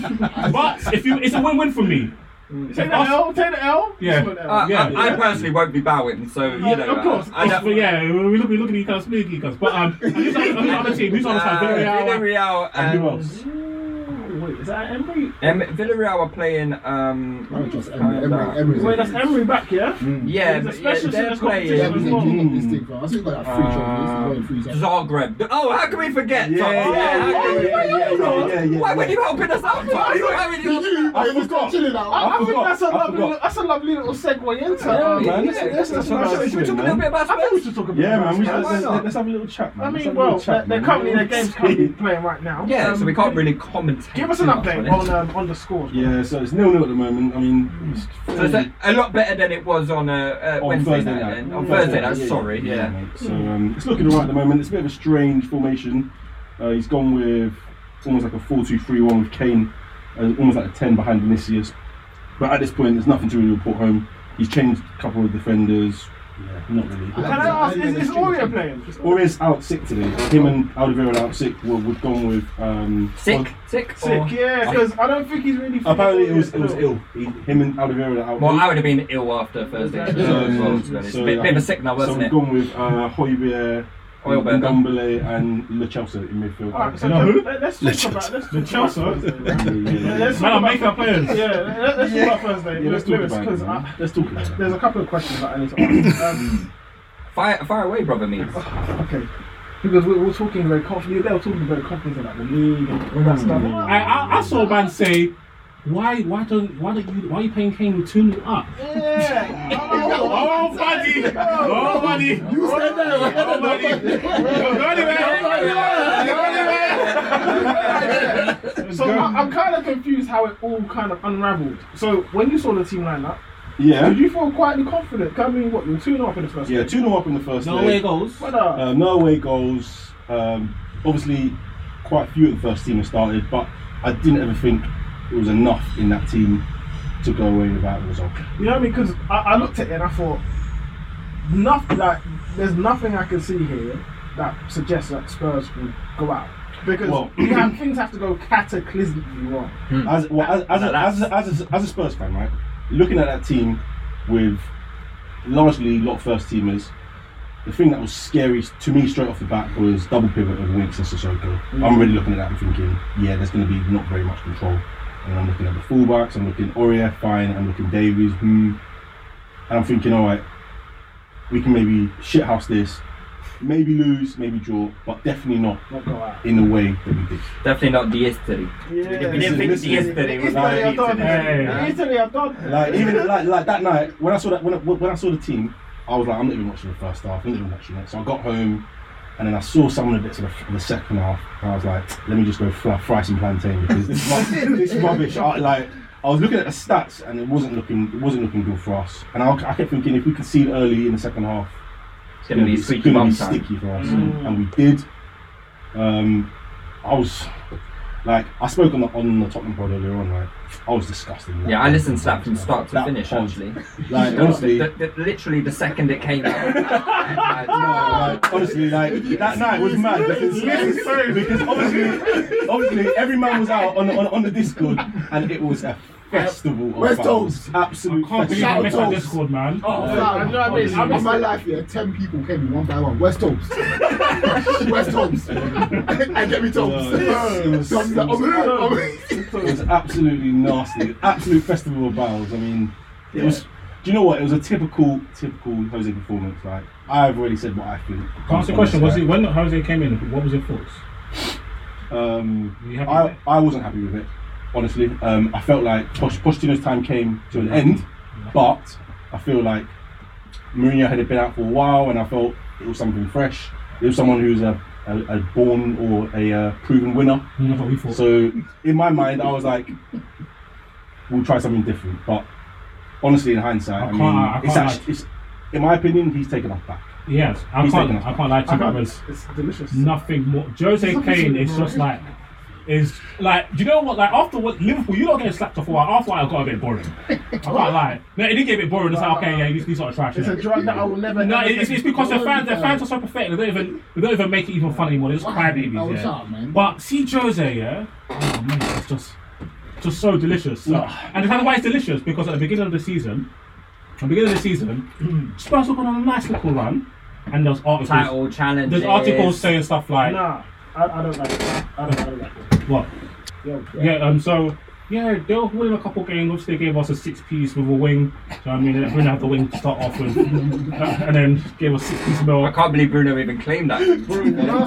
Speaker 3: But if you, it's a win-win for me.
Speaker 1: Mm.
Speaker 7: Take the L, take the L.
Speaker 3: Yeah.
Speaker 7: Just put that
Speaker 1: I,
Speaker 7: out.
Speaker 3: Yeah.
Speaker 1: I, I personally won't be bowing, so you
Speaker 3: Yeah,
Speaker 1: know.
Speaker 3: of course.
Speaker 1: I, I don't,
Speaker 3: but yeah, we look, we look at each other, speak each other. But um, who's on who's on the other team? Who's on the
Speaker 1: [laughs] Uh,
Speaker 3: side?
Speaker 1: Villarreal
Speaker 3: Villarreal.
Speaker 9: And who
Speaker 1: and
Speaker 9: else?
Speaker 7: Ooh, Wait, is that Emery?
Speaker 1: um, Villarreal are playing. Um,
Speaker 4: No, just
Speaker 1: kind
Speaker 4: Emery, Emery,
Speaker 1: of-
Speaker 4: Emery.
Speaker 7: Wait, that's Emery back, yeah?
Speaker 1: yeah,
Speaker 7: He's a
Speaker 1: but yeah,
Speaker 7: specialist in
Speaker 1: they're
Speaker 7: this
Speaker 1: playing.
Speaker 7: competition as well.
Speaker 1: Zagreb. Oh, how can we forget? Tom?
Speaker 9: Yeah,
Speaker 1: how
Speaker 9: yeah,
Speaker 1: can we-
Speaker 9: yeah, yeah, yeah, yeah, yeah,
Speaker 1: Why
Speaker 9: yeah.
Speaker 1: were you helping us out? Tom? Why were you?
Speaker 7: I, I think
Speaker 9: forgot,
Speaker 7: that's a
Speaker 9: I
Speaker 7: lovely,
Speaker 9: forgot.
Speaker 7: that's a lovely little segue into.
Speaker 9: Yeah,
Speaker 4: Oh,
Speaker 1: Oh,
Speaker 7: um,
Speaker 9: man.
Speaker 7: yeah,
Speaker 9: Let's-
Speaker 7: that's
Speaker 9: let's-
Speaker 7: a nice-
Speaker 9: let's-
Speaker 1: Should we talk a little bit about
Speaker 7: I think we
Speaker 1: Spurs?
Speaker 7: should talk about
Speaker 9: Yeah, man. We,
Speaker 7: Spurs.
Speaker 9: let's,
Speaker 7: Why
Speaker 9: let's,
Speaker 7: not?
Speaker 9: let's have a little chat, man.
Speaker 7: I
Speaker 9: Let's
Speaker 7: mean,
Speaker 9: have a
Speaker 7: well,
Speaker 9: little
Speaker 7: they're
Speaker 9: chat,
Speaker 4: [laughs]
Speaker 7: they're
Speaker 9: man.
Speaker 7: currently their games currently playing right now.
Speaker 1: Yeah, so
Speaker 7: Um,
Speaker 1: we can't really comment.
Speaker 7: Give us a an
Speaker 4: up
Speaker 7: update
Speaker 4: on it.
Speaker 7: on, um, on the scores. bro.
Speaker 4: Yeah, so it's nil nil at the moment. I mean, it's
Speaker 3: uh,
Speaker 1: So it's a, a lot better than it was on uh, uh,
Speaker 4: on
Speaker 1: Wednesday
Speaker 4: Thursday
Speaker 1: night.
Speaker 4: night.
Speaker 1: then. On Thursday night,
Speaker 4: yeah,
Speaker 1: sorry. Yeah.
Speaker 4: mate. So um, it's looking alright at the moment. It's a bit of a strange formation. Uh, he's gone with almost like a 4-2-3-1 with Kane, uh, almost like a 10 behind Vinicius. But at this point, there's nothing to really report home. He's changed a couple of defenders. Yeah, not really.
Speaker 7: Can I ask, is, is Aurea playing?
Speaker 4: Ori's out sick today. Him and Alderweireld out sick. Well, we've gone with um,
Speaker 1: Sick, sick,
Speaker 7: Sick,
Speaker 1: Or,
Speaker 7: yeah, because I don't think he's really. fit.
Speaker 4: Apparently, it was it was ill. He, him and Alderweireld are out.
Speaker 1: Oh. well,
Speaker 4: ill.
Speaker 1: I would have been ill after Thursday.
Speaker 7: Yeah.
Speaker 1: as well, to be honest.
Speaker 4: so,
Speaker 1: bit, bit of
Speaker 4: yeah.
Speaker 1: a sick now,
Speaker 4: so
Speaker 1: wasn't
Speaker 4: we've
Speaker 1: it?
Speaker 4: gone with uh, Hoybier,
Speaker 1: Hoiberg.
Speaker 4: Ndombele, and Lo Celso in midfield.
Speaker 7: Alright, so
Speaker 3: No, who? [laughs]
Speaker 7: let- let's talk about let's
Speaker 3: The
Speaker 7: talk
Speaker 3: Chelsea?
Speaker 7: about Thursday.
Speaker 4: [laughs]
Speaker 7: Yeah,
Speaker 4: Yeah,
Speaker 3: Man,
Speaker 7: let's talk
Speaker 3: I'm
Speaker 7: about-
Speaker 3: making up players.
Speaker 7: Yeah, let- let's talk about Thursday.
Speaker 4: yeah, let's talk
Speaker 7: Lewis,
Speaker 4: about it.
Speaker 7: 'cause I-
Speaker 4: man. Let's talk about it.
Speaker 7: There's a couple of questions that I need to ask. Um,
Speaker 1: Fire, fire away, brother. Means.
Speaker 7: okay. Because we we were talking very confidently, they were talking very confidently about the league and all that stuff.
Speaker 3: I, I, I saw a man say, why why don't why don't you why are you paying Kane with two up? Ah. Oh buddy, oh buddy, you said that, oh [laughs] buddy, go anywhere, go anywhere.
Speaker 7: So I, I'm kind of confused how it all kind of unraveled. So when you saw the team lineup, did
Speaker 4: Yeah,
Speaker 7: you feel quietly confident? 'Cause I mean, what you were two 0 up in the first.
Speaker 4: yeah,
Speaker 7: leg.
Speaker 4: two 0 up in the first.
Speaker 3: No
Speaker 4: leg.
Speaker 3: way goals.
Speaker 7: But, uh,
Speaker 4: Uh, no away goals. Um, obviously, quite a few of the first team have started, but I didn't ever think it was enough in that team to go away without a result.
Speaker 7: You know what I mean? Because I, I looked at it and I thought, nothing. Like, there's nothing I can see here that suggests that Spurs will go out because [clears throat]
Speaker 4: Well-
Speaker 3: [clears throat]
Speaker 7: you have, things have to go cataclysmically wrong.
Speaker 4: As well, as as, a, as, a, as, a, as a Spurs fan, right? Looking at that team with largely lot of first teamers, the thing that was scary to me straight off the bat was double pivot of Winks and Sissoko.
Speaker 7: Hmm.
Speaker 4: I'm really looking at that and thinking, yeah, there's going to be not very much control. And I'm looking at the fullbacks. I'm looking Oria, fine. I'm looking Davies, hmm. And I'm thinking, all right, we can maybe shithouse this, maybe lose, maybe draw, but definitely not
Speaker 7: Not go out.
Speaker 4: in the way that we did.
Speaker 1: Definitely not the yesterday.
Speaker 7: Yeah.
Speaker 1: We didn't
Speaker 4: Listen,
Speaker 1: think
Speaker 4: listen.
Speaker 1: yesterday was
Speaker 4: Like,
Speaker 1: like
Speaker 7: Italy are done.
Speaker 3: Hey.
Speaker 1: today.
Speaker 7: Italy are done.
Speaker 4: Like even like like that night when I saw that when I, when I saw the team, I was like, I'm not even watching the first half. I'm not even watching it. So I got home, and then I saw some of the bits of the, the second half, and I was like, let me just go fry, fry some plantain because this, ru- this rubbish. I, like I was looking at the stats, and it wasn't looking it wasn't looking good for us. And I, I kept thinking if we could see early in the second half,
Speaker 1: It's going to be
Speaker 4: it's
Speaker 1: squeaky
Speaker 4: gonna
Speaker 1: bum
Speaker 4: be
Speaker 1: time.
Speaker 4: sticky for us, and, and we did. Um, I was like, I spoke on the on the Tottenham pod earlier on, right? I was disgusted. with
Speaker 1: Yeah, I listened to that
Speaker 4: pod,
Speaker 1: from
Speaker 4: man.
Speaker 1: start to
Speaker 4: That
Speaker 1: finish.
Speaker 4: pod,
Speaker 1: Actually,
Speaker 4: like honestly,
Speaker 1: The- the- literally the second it came [laughs] out. I-
Speaker 4: no, like, honestly, like that night was mad because, because obviously, obviously every man was out on, on on the Discord, and it was a festival. of
Speaker 10: Where's
Speaker 4: fouls. Absolute
Speaker 3: Can't believe I
Speaker 4: festival.
Speaker 3: missed
Speaker 4: of
Speaker 3: that
Speaker 4: fouls.
Speaker 3: Discord, man.
Speaker 10: Nah,
Speaker 7: you know what I mean?
Speaker 10: I
Speaker 7: I
Speaker 10: missed
Speaker 7: missed
Speaker 10: my life here. Ten people came in one by one. West Holmes. West Holmes. [laughs] and Debbie Tomes.
Speaker 4: No, it was- it was-
Speaker 10: Dom- Dom- Dom-
Speaker 4: It was absolutely nasty. Absolute festival of bowels. I mean, it was. Do you know what? It was a typical, typical Jose performance. Like I've already said what I think.
Speaker 3: Answer the question: Was it when Jose came in? What was your thoughts?
Speaker 4: Um,
Speaker 3: Were you happy with
Speaker 4: I
Speaker 3: it?
Speaker 4: I wasn't happy with it. Honestly, um, I felt like Poch- Pochettino's time came to an end, but I feel like Mourinho had been out for a while, and I felt it was something fresh. It was someone who's a, a, a born or a uh, proven winner.
Speaker 3: You know what we thought.
Speaker 4: So in my mind, I was like, we'll try something different. But honestly, in hindsight,
Speaker 3: I
Speaker 4: I,
Speaker 3: can't-
Speaker 4: mean,
Speaker 3: I
Speaker 4: it's
Speaker 3: can't
Speaker 4: actually, it's, in my opinion, he's taken us back.
Speaker 3: Yes, I
Speaker 4: He's
Speaker 3: can't.
Speaker 4: taken us.
Speaker 3: I can't lie to you.
Speaker 7: I
Speaker 3: That
Speaker 7: can't-
Speaker 3: was
Speaker 7: It's delicious.
Speaker 3: nothing more. Jose Kane is just like is like. Do you know what? Like after what Liverpool, you don't get slapped off a while. After a while, it got a bit boring. I
Speaker 7: [laughs]
Speaker 3: can't lie. No, it did get a bit boring. It's like okay, yeah, these, these are trash.
Speaker 7: It's
Speaker 3: innit?
Speaker 7: a drug that I will never.
Speaker 3: No,
Speaker 7: ever
Speaker 3: it's,
Speaker 7: take.
Speaker 3: it's because the fans, the fans are so pathetic. They don't even, they don't even make it even fun anymore. They're just
Speaker 10: Oh,
Speaker 3: crybabies.
Speaker 10: shut up,
Speaker 3: Yeah.
Speaker 10: man.
Speaker 3: But see Jose, yeah. Oh man, it's just, just so delicious. So, and kind of why it's delicious because at the beginning of the season, at the beginning of the season, Spurs were going on a nice little run, and there's articles,
Speaker 1: Title challenge.
Speaker 3: there's articles saying stuff like,
Speaker 7: Nah, I, I don't like it. I don't, I don't like it.
Speaker 3: what?
Speaker 7: Yo,
Speaker 3: Yeah. Um. So. Yeah, they'll win a couple games. Obviously, they gave us a six piece with a wing. So, I mean, we didn't have the wing to start off with. Uh, and then gave us six piece
Speaker 1: I
Speaker 3: milk.
Speaker 1: can't believe [laughs] Bruno even claimed that.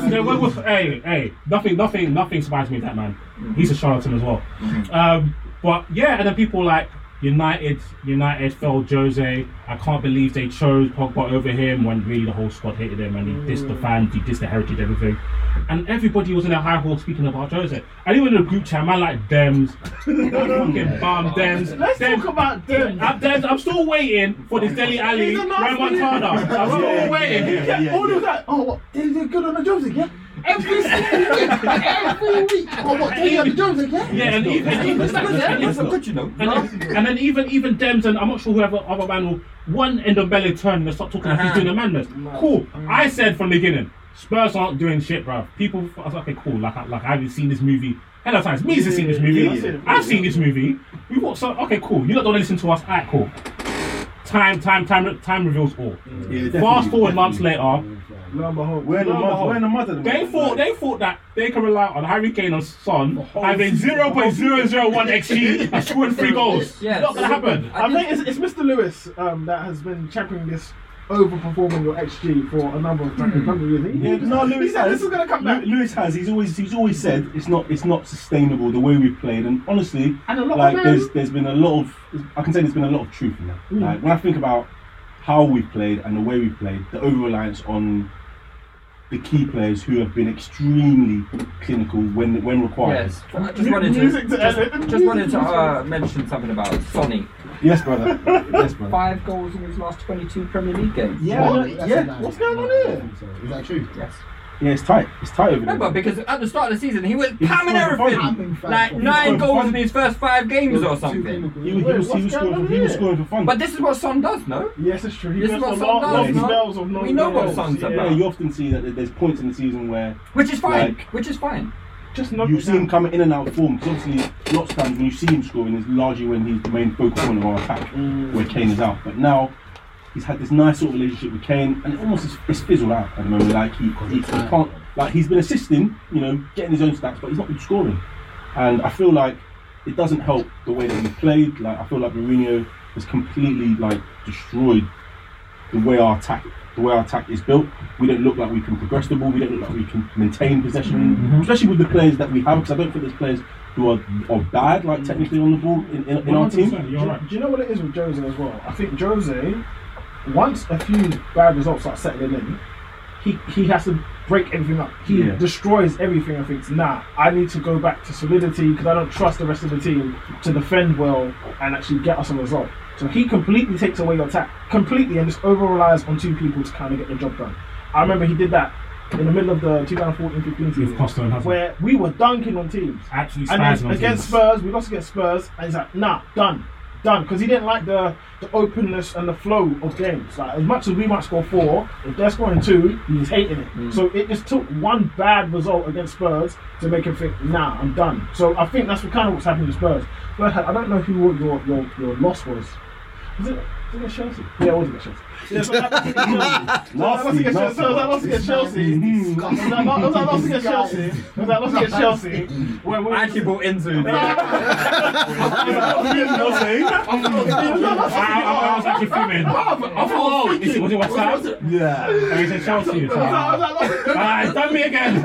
Speaker 3: Yeah, well, well, hey, hey, nothing, nothing, nothing surprised me with that man. He's a charlatan as well. Um, but yeah, and then people like United, United fell Jose.
Speaker 11: I can't believe they chose Pogba over him when really the whole squad hated him and he dissed the fans, he dissed the heritage, everything. And everybody was in a high hall speaking about Jose. And even in the group chat, man, like Dems,
Speaker 7: [laughs]
Speaker 11: fucking bomb Dems.
Speaker 7: Let's
Speaker 11: Dems-
Speaker 7: talk about them.
Speaker 11: I'm, Dems, I'm still waiting for this Deli Ali
Speaker 7: He's a nice
Speaker 11: Ramatana. I'm still
Speaker 3: Yeah,
Speaker 11: waiting
Speaker 3: yeah,
Speaker 11: here.
Speaker 3: yeah.
Speaker 7: Yeah, all of that. Oh, what? They did good on the jobs again. Every single week. [laughs] Every week.
Speaker 4: Oh, what? They had the Jones again?
Speaker 11: Yeah, and even, and even, and
Speaker 1: That's
Speaker 11: even-
Speaker 1: not good, you know.
Speaker 11: And, then- and then even even Dems and I'm not sure whoever other man will one end of belly turn and start talking like
Speaker 3: Uh-huh.
Speaker 11: he's doing a madness.
Speaker 3: Mm.
Speaker 11: Cool. I said from the beginning, Spurs aren't doing shit, bro. People, I was like, okay, cool. Like, I- like I haven't seen this movie. Hell of times. Me's has seen this movie.
Speaker 3: yeah, yeah.
Speaker 11: I've seen this movie. We watched. So, okay, cool. You lot don't listen to us. Alright, cool. Time, time, time, time reveals all. Fast forward months later,
Speaker 7: Lo and behold,
Speaker 3: We're in the
Speaker 11: No,
Speaker 3: mud.
Speaker 11: no.
Speaker 3: We're in the mud. at the
Speaker 11: they
Speaker 3: moment.
Speaker 11: thought they thought that they can rely on Harry Kane and Son having 0.001 xG and scoring three goals.
Speaker 1: Yes.
Speaker 11: Not gonna happen.
Speaker 7: I think it's, it's Mr. Lewis um, that has been championing this overperforming your XG for a number of, a number of years. He-
Speaker 3: Yeah, no,
Speaker 7: he
Speaker 3: Lewis
Speaker 7: said
Speaker 3: has.
Speaker 7: this is going to come back.
Speaker 3: Lew- Lewis has. He's always he's always said it's not it's not sustainable the way we played. And honestly,
Speaker 7: And a lot of
Speaker 3: like
Speaker 7: men- Mm.
Speaker 3: there's there's been a lot of I can say there's been a lot of truth in that. Like when I think about how we played and the way we played, the over reliance on the key players who have been extremely clinical when when required.
Speaker 1: Yes, I just wanted
Speaker 7: Music
Speaker 1: to,
Speaker 7: to
Speaker 1: just,
Speaker 7: end it.
Speaker 1: just wanted to uh, mention something about Sonny.
Speaker 3: Yes, brother. yes,
Speaker 7: [laughs]
Speaker 3: brother.
Speaker 1: Five goals in his last 22 Premier League games.
Speaker 3: Yeah,
Speaker 4: What?
Speaker 3: no,
Speaker 4: That's a
Speaker 3: yeah.
Speaker 4: lie.
Speaker 3: What's going on
Speaker 4: I
Speaker 3: here?
Speaker 4: think so. Is that true?
Speaker 1: Yes.
Speaker 3: Yeah, it's tight. It's tight over there.
Speaker 1: Remember, because at the start of the season, he was
Speaker 3: He's
Speaker 1: pamming
Speaker 3: scoring
Speaker 1: everything.
Speaker 4: volume.
Speaker 1: Like
Speaker 4: He's
Speaker 1: nine
Speaker 3: scoring
Speaker 1: goals in
Speaker 3: volume.
Speaker 1: his first five games or
Speaker 4: Two
Speaker 1: something.
Speaker 3: he was, he was, he was,
Speaker 7: What's going
Speaker 3: scoring,
Speaker 7: on
Speaker 3: for, he was
Speaker 7: here?
Speaker 3: scoring for fun.
Speaker 1: But this is what Son does, no?
Speaker 7: Yes, it's true. He
Speaker 1: This
Speaker 7: missed
Speaker 1: is what
Speaker 7: a lot,
Speaker 1: Son
Speaker 7: lot
Speaker 1: does,
Speaker 7: of
Speaker 3: no?
Speaker 7: spells of no
Speaker 1: We know what
Speaker 7: goals.
Speaker 1: Son's
Speaker 7: Yeah.
Speaker 3: yeah, you often see that there's points in the season where
Speaker 1: Which is fine.
Speaker 3: Like-
Speaker 1: Which is fine.
Speaker 7: Just knock
Speaker 3: You
Speaker 7: it
Speaker 3: see him
Speaker 7: down.
Speaker 3: coming in and out of form because obviously lots of times when you see him scoring is largely when he's the main focal point of our attack
Speaker 1: Mm.
Speaker 3: where Kane is out. But now he's had this nice sort of relationship with Kane and it almost is, it's fizzled out at the moment. Like he, he, he can't like he's been assisting, you know, getting his own stats, but he's not been scoring. And I feel like it doesn't help the way that we played. Like I feel like Mourinho has completely like destroyed the way our attack the way our attack is built. We don't look like we can progress the ball. We don't look like we can maintain possession, especially with the players that we have. Because I don't think there's players who are, are bad, like technically on the ball in, in, in our team.
Speaker 11: 100%,
Speaker 7: Do
Speaker 11: You're
Speaker 7: you,
Speaker 11: right.
Speaker 7: do you know what it is with Jose as well? I think Jose, once a few bad results start settling in, he, he has to break everything up. He
Speaker 3: Yeah.
Speaker 7: destroys everything and thinks, nah, I need to go back to solidity because I don't trust the rest of the team to defend well and actually get us a result. So he completely takes away your attack, completely, and just over relies on two people to kind of get the job done. I remember he did that in the middle of the 2014 15
Speaker 11: With Costa
Speaker 7: season
Speaker 11: and Hazard.
Speaker 7: where we were dunking on teams.
Speaker 11: Actually,
Speaker 7: And
Speaker 11: spies
Speaker 7: then
Speaker 11: on
Speaker 7: against
Speaker 11: teams.
Speaker 7: Spurs, we lost against Spurs, and he's like, nah, done, done, because he didn't like the, the openness and the flow of games. Like as much as we might score four, if they're scoring two, he's hating it.
Speaker 11: Mm.
Speaker 7: So it just took one bad result against Spurs to make him think, nah, I'm done. So I think that's what kind of what's happening to Spurs. But I don't know who your your, your loss was. Was it? was it Against Chelsea? Yeah, it was against Chelsea. [laughs] Yeah, so that- that was against
Speaker 11: [laughs]
Speaker 7: Chelsea. So that was against Chelsea.
Speaker 11: Mm-hmm.
Speaker 7: So that- that [laughs] was that loss against Chelsea. So that loss against Chelsea. Where we-
Speaker 1: I actually bought Enzo.
Speaker 11: I, I was actually fuming. I
Speaker 7: [laughs]
Speaker 11: thought, oh, is it, was it West Ham?
Speaker 3: Yeah.
Speaker 11: Or is it Chelsea? Ah, it's done me [laughs] again.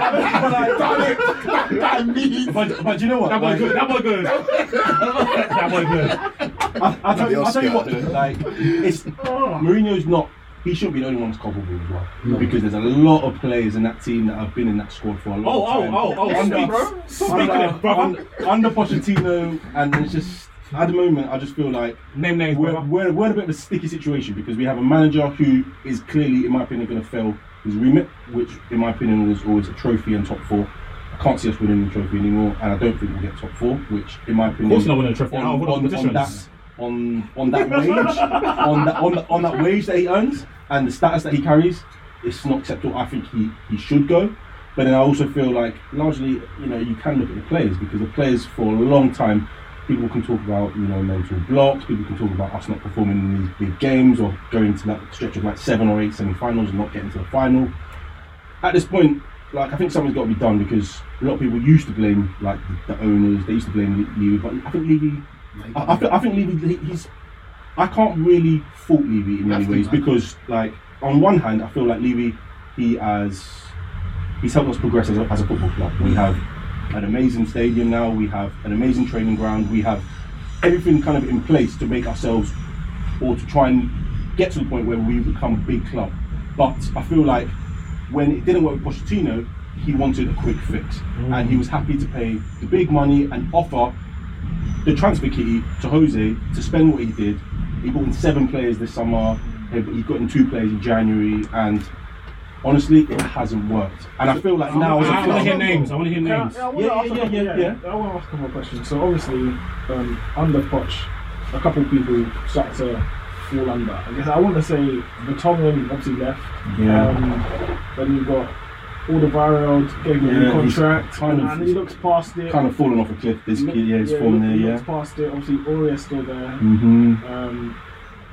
Speaker 3: But, but you know what?
Speaker 11: That boy
Speaker 3: Like,
Speaker 11: good. That boy good. That boy good.
Speaker 3: I, I tell, you, I tell you what, though, like it's Mourinho's not. He shouldn't be the only one that's culpable as well, because there's a lot of players in that team that have been in that squad for a long
Speaker 11: Oh, oh,
Speaker 3: time.
Speaker 11: oh, oh.
Speaker 3: Under-
Speaker 11: Speak, speaking
Speaker 3: under,
Speaker 11: of, brother.
Speaker 3: under, under Pochettino, and it's just at the moment I just feel like
Speaker 11: Name names,
Speaker 3: we're,
Speaker 11: brother.
Speaker 3: we're, we're in a bit of a sticky situation because we have a manager who is clearly, in my opinion, going to fail his remit, which, in my opinion, was always a trophy and top four. I can't see us winning the trophy anymore, and I don't think we'll get top four, which, in my
Speaker 11: Of
Speaker 3: opinion,
Speaker 11: course, not winning a trophy.
Speaker 3: on,
Speaker 11: Oh, what
Speaker 3: on,
Speaker 11: are the
Speaker 3: on
Speaker 11: positions?
Speaker 3: that on on that wage on that on, on that wage that he earns and the status that he carries, it's not acceptable. I think he, he should go. But then I also feel like largely, you know, you can look at the players because the players for a long time, people can talk about, you know, mental blocks, people can talk about us not performing in these big games or going to that stretch of like seven or eight semi finals and not getting to the final at this point, like I think something's got to be done because a lot of people used to blame like the, the owners. They used to blame Levy, but I think Levy, I, I, think, I think Levy, he- he's. I can't really fault Levy in many ways because, like, on one hand, I feel like Levy, he has, he's helped us progress as a, as a football club. We have an amazing stadium now. We have an amazing training ground. We have everything kind of in place to make ourselves or to try and get to the point where we become a big club. But I feel like when it didn't work with Pochettino, he wanted a quick fix,
Speaker 7: Mm.
Speaker 3: and he was happy to pay the big money and offer the transfer kitty to Jose to spend what he did. He bought in seven players this summer. He he got in two players in January, and honestly, it hasn't worked. And I feel like now as
Speaker 7: I want to
Speaker 3: a
Speaker 7: hear
Speaker 3: club,
Speaker 7: names. I want to hear
Speaker 4: Can I-
Speaker 7: names.
Speaker 4: I wanna
Speaker 3: Yeah,
Speaker 4: ask
Speaker 3: yeah,
Speaker 4: a couple-
Speaker 3: yeah, yeah, yeah.
Speaker 4: I want to ask a couple of questions. So obviously, um, under Poch, a couple of people start to fall under. I guess I want to say Vertonghen obviously left.
Speaker 3: Yeah.
Speaker 4: Um, then you've got Alderweireld getting a new
Speaker 3: Yeah, he's
Speaker 4: contract,
Speaker 3: kind of-
Speaker 4: and he looks past it.
Speaker 3: kind of fallen off a cliff. This
Speaker 4: He look-
Speaker 3: kid, yeah, he's
Speaker 4: he
Speaker 3: fallen
Speaker 4: look-
Speaker 3: there,
Speaker 4: he
Speaker 3: yeah.
Speaker 4: looks past it. Obviously, Aurea's still there.
Speaker 3: Mm-hmm.
Speaker 4: Um,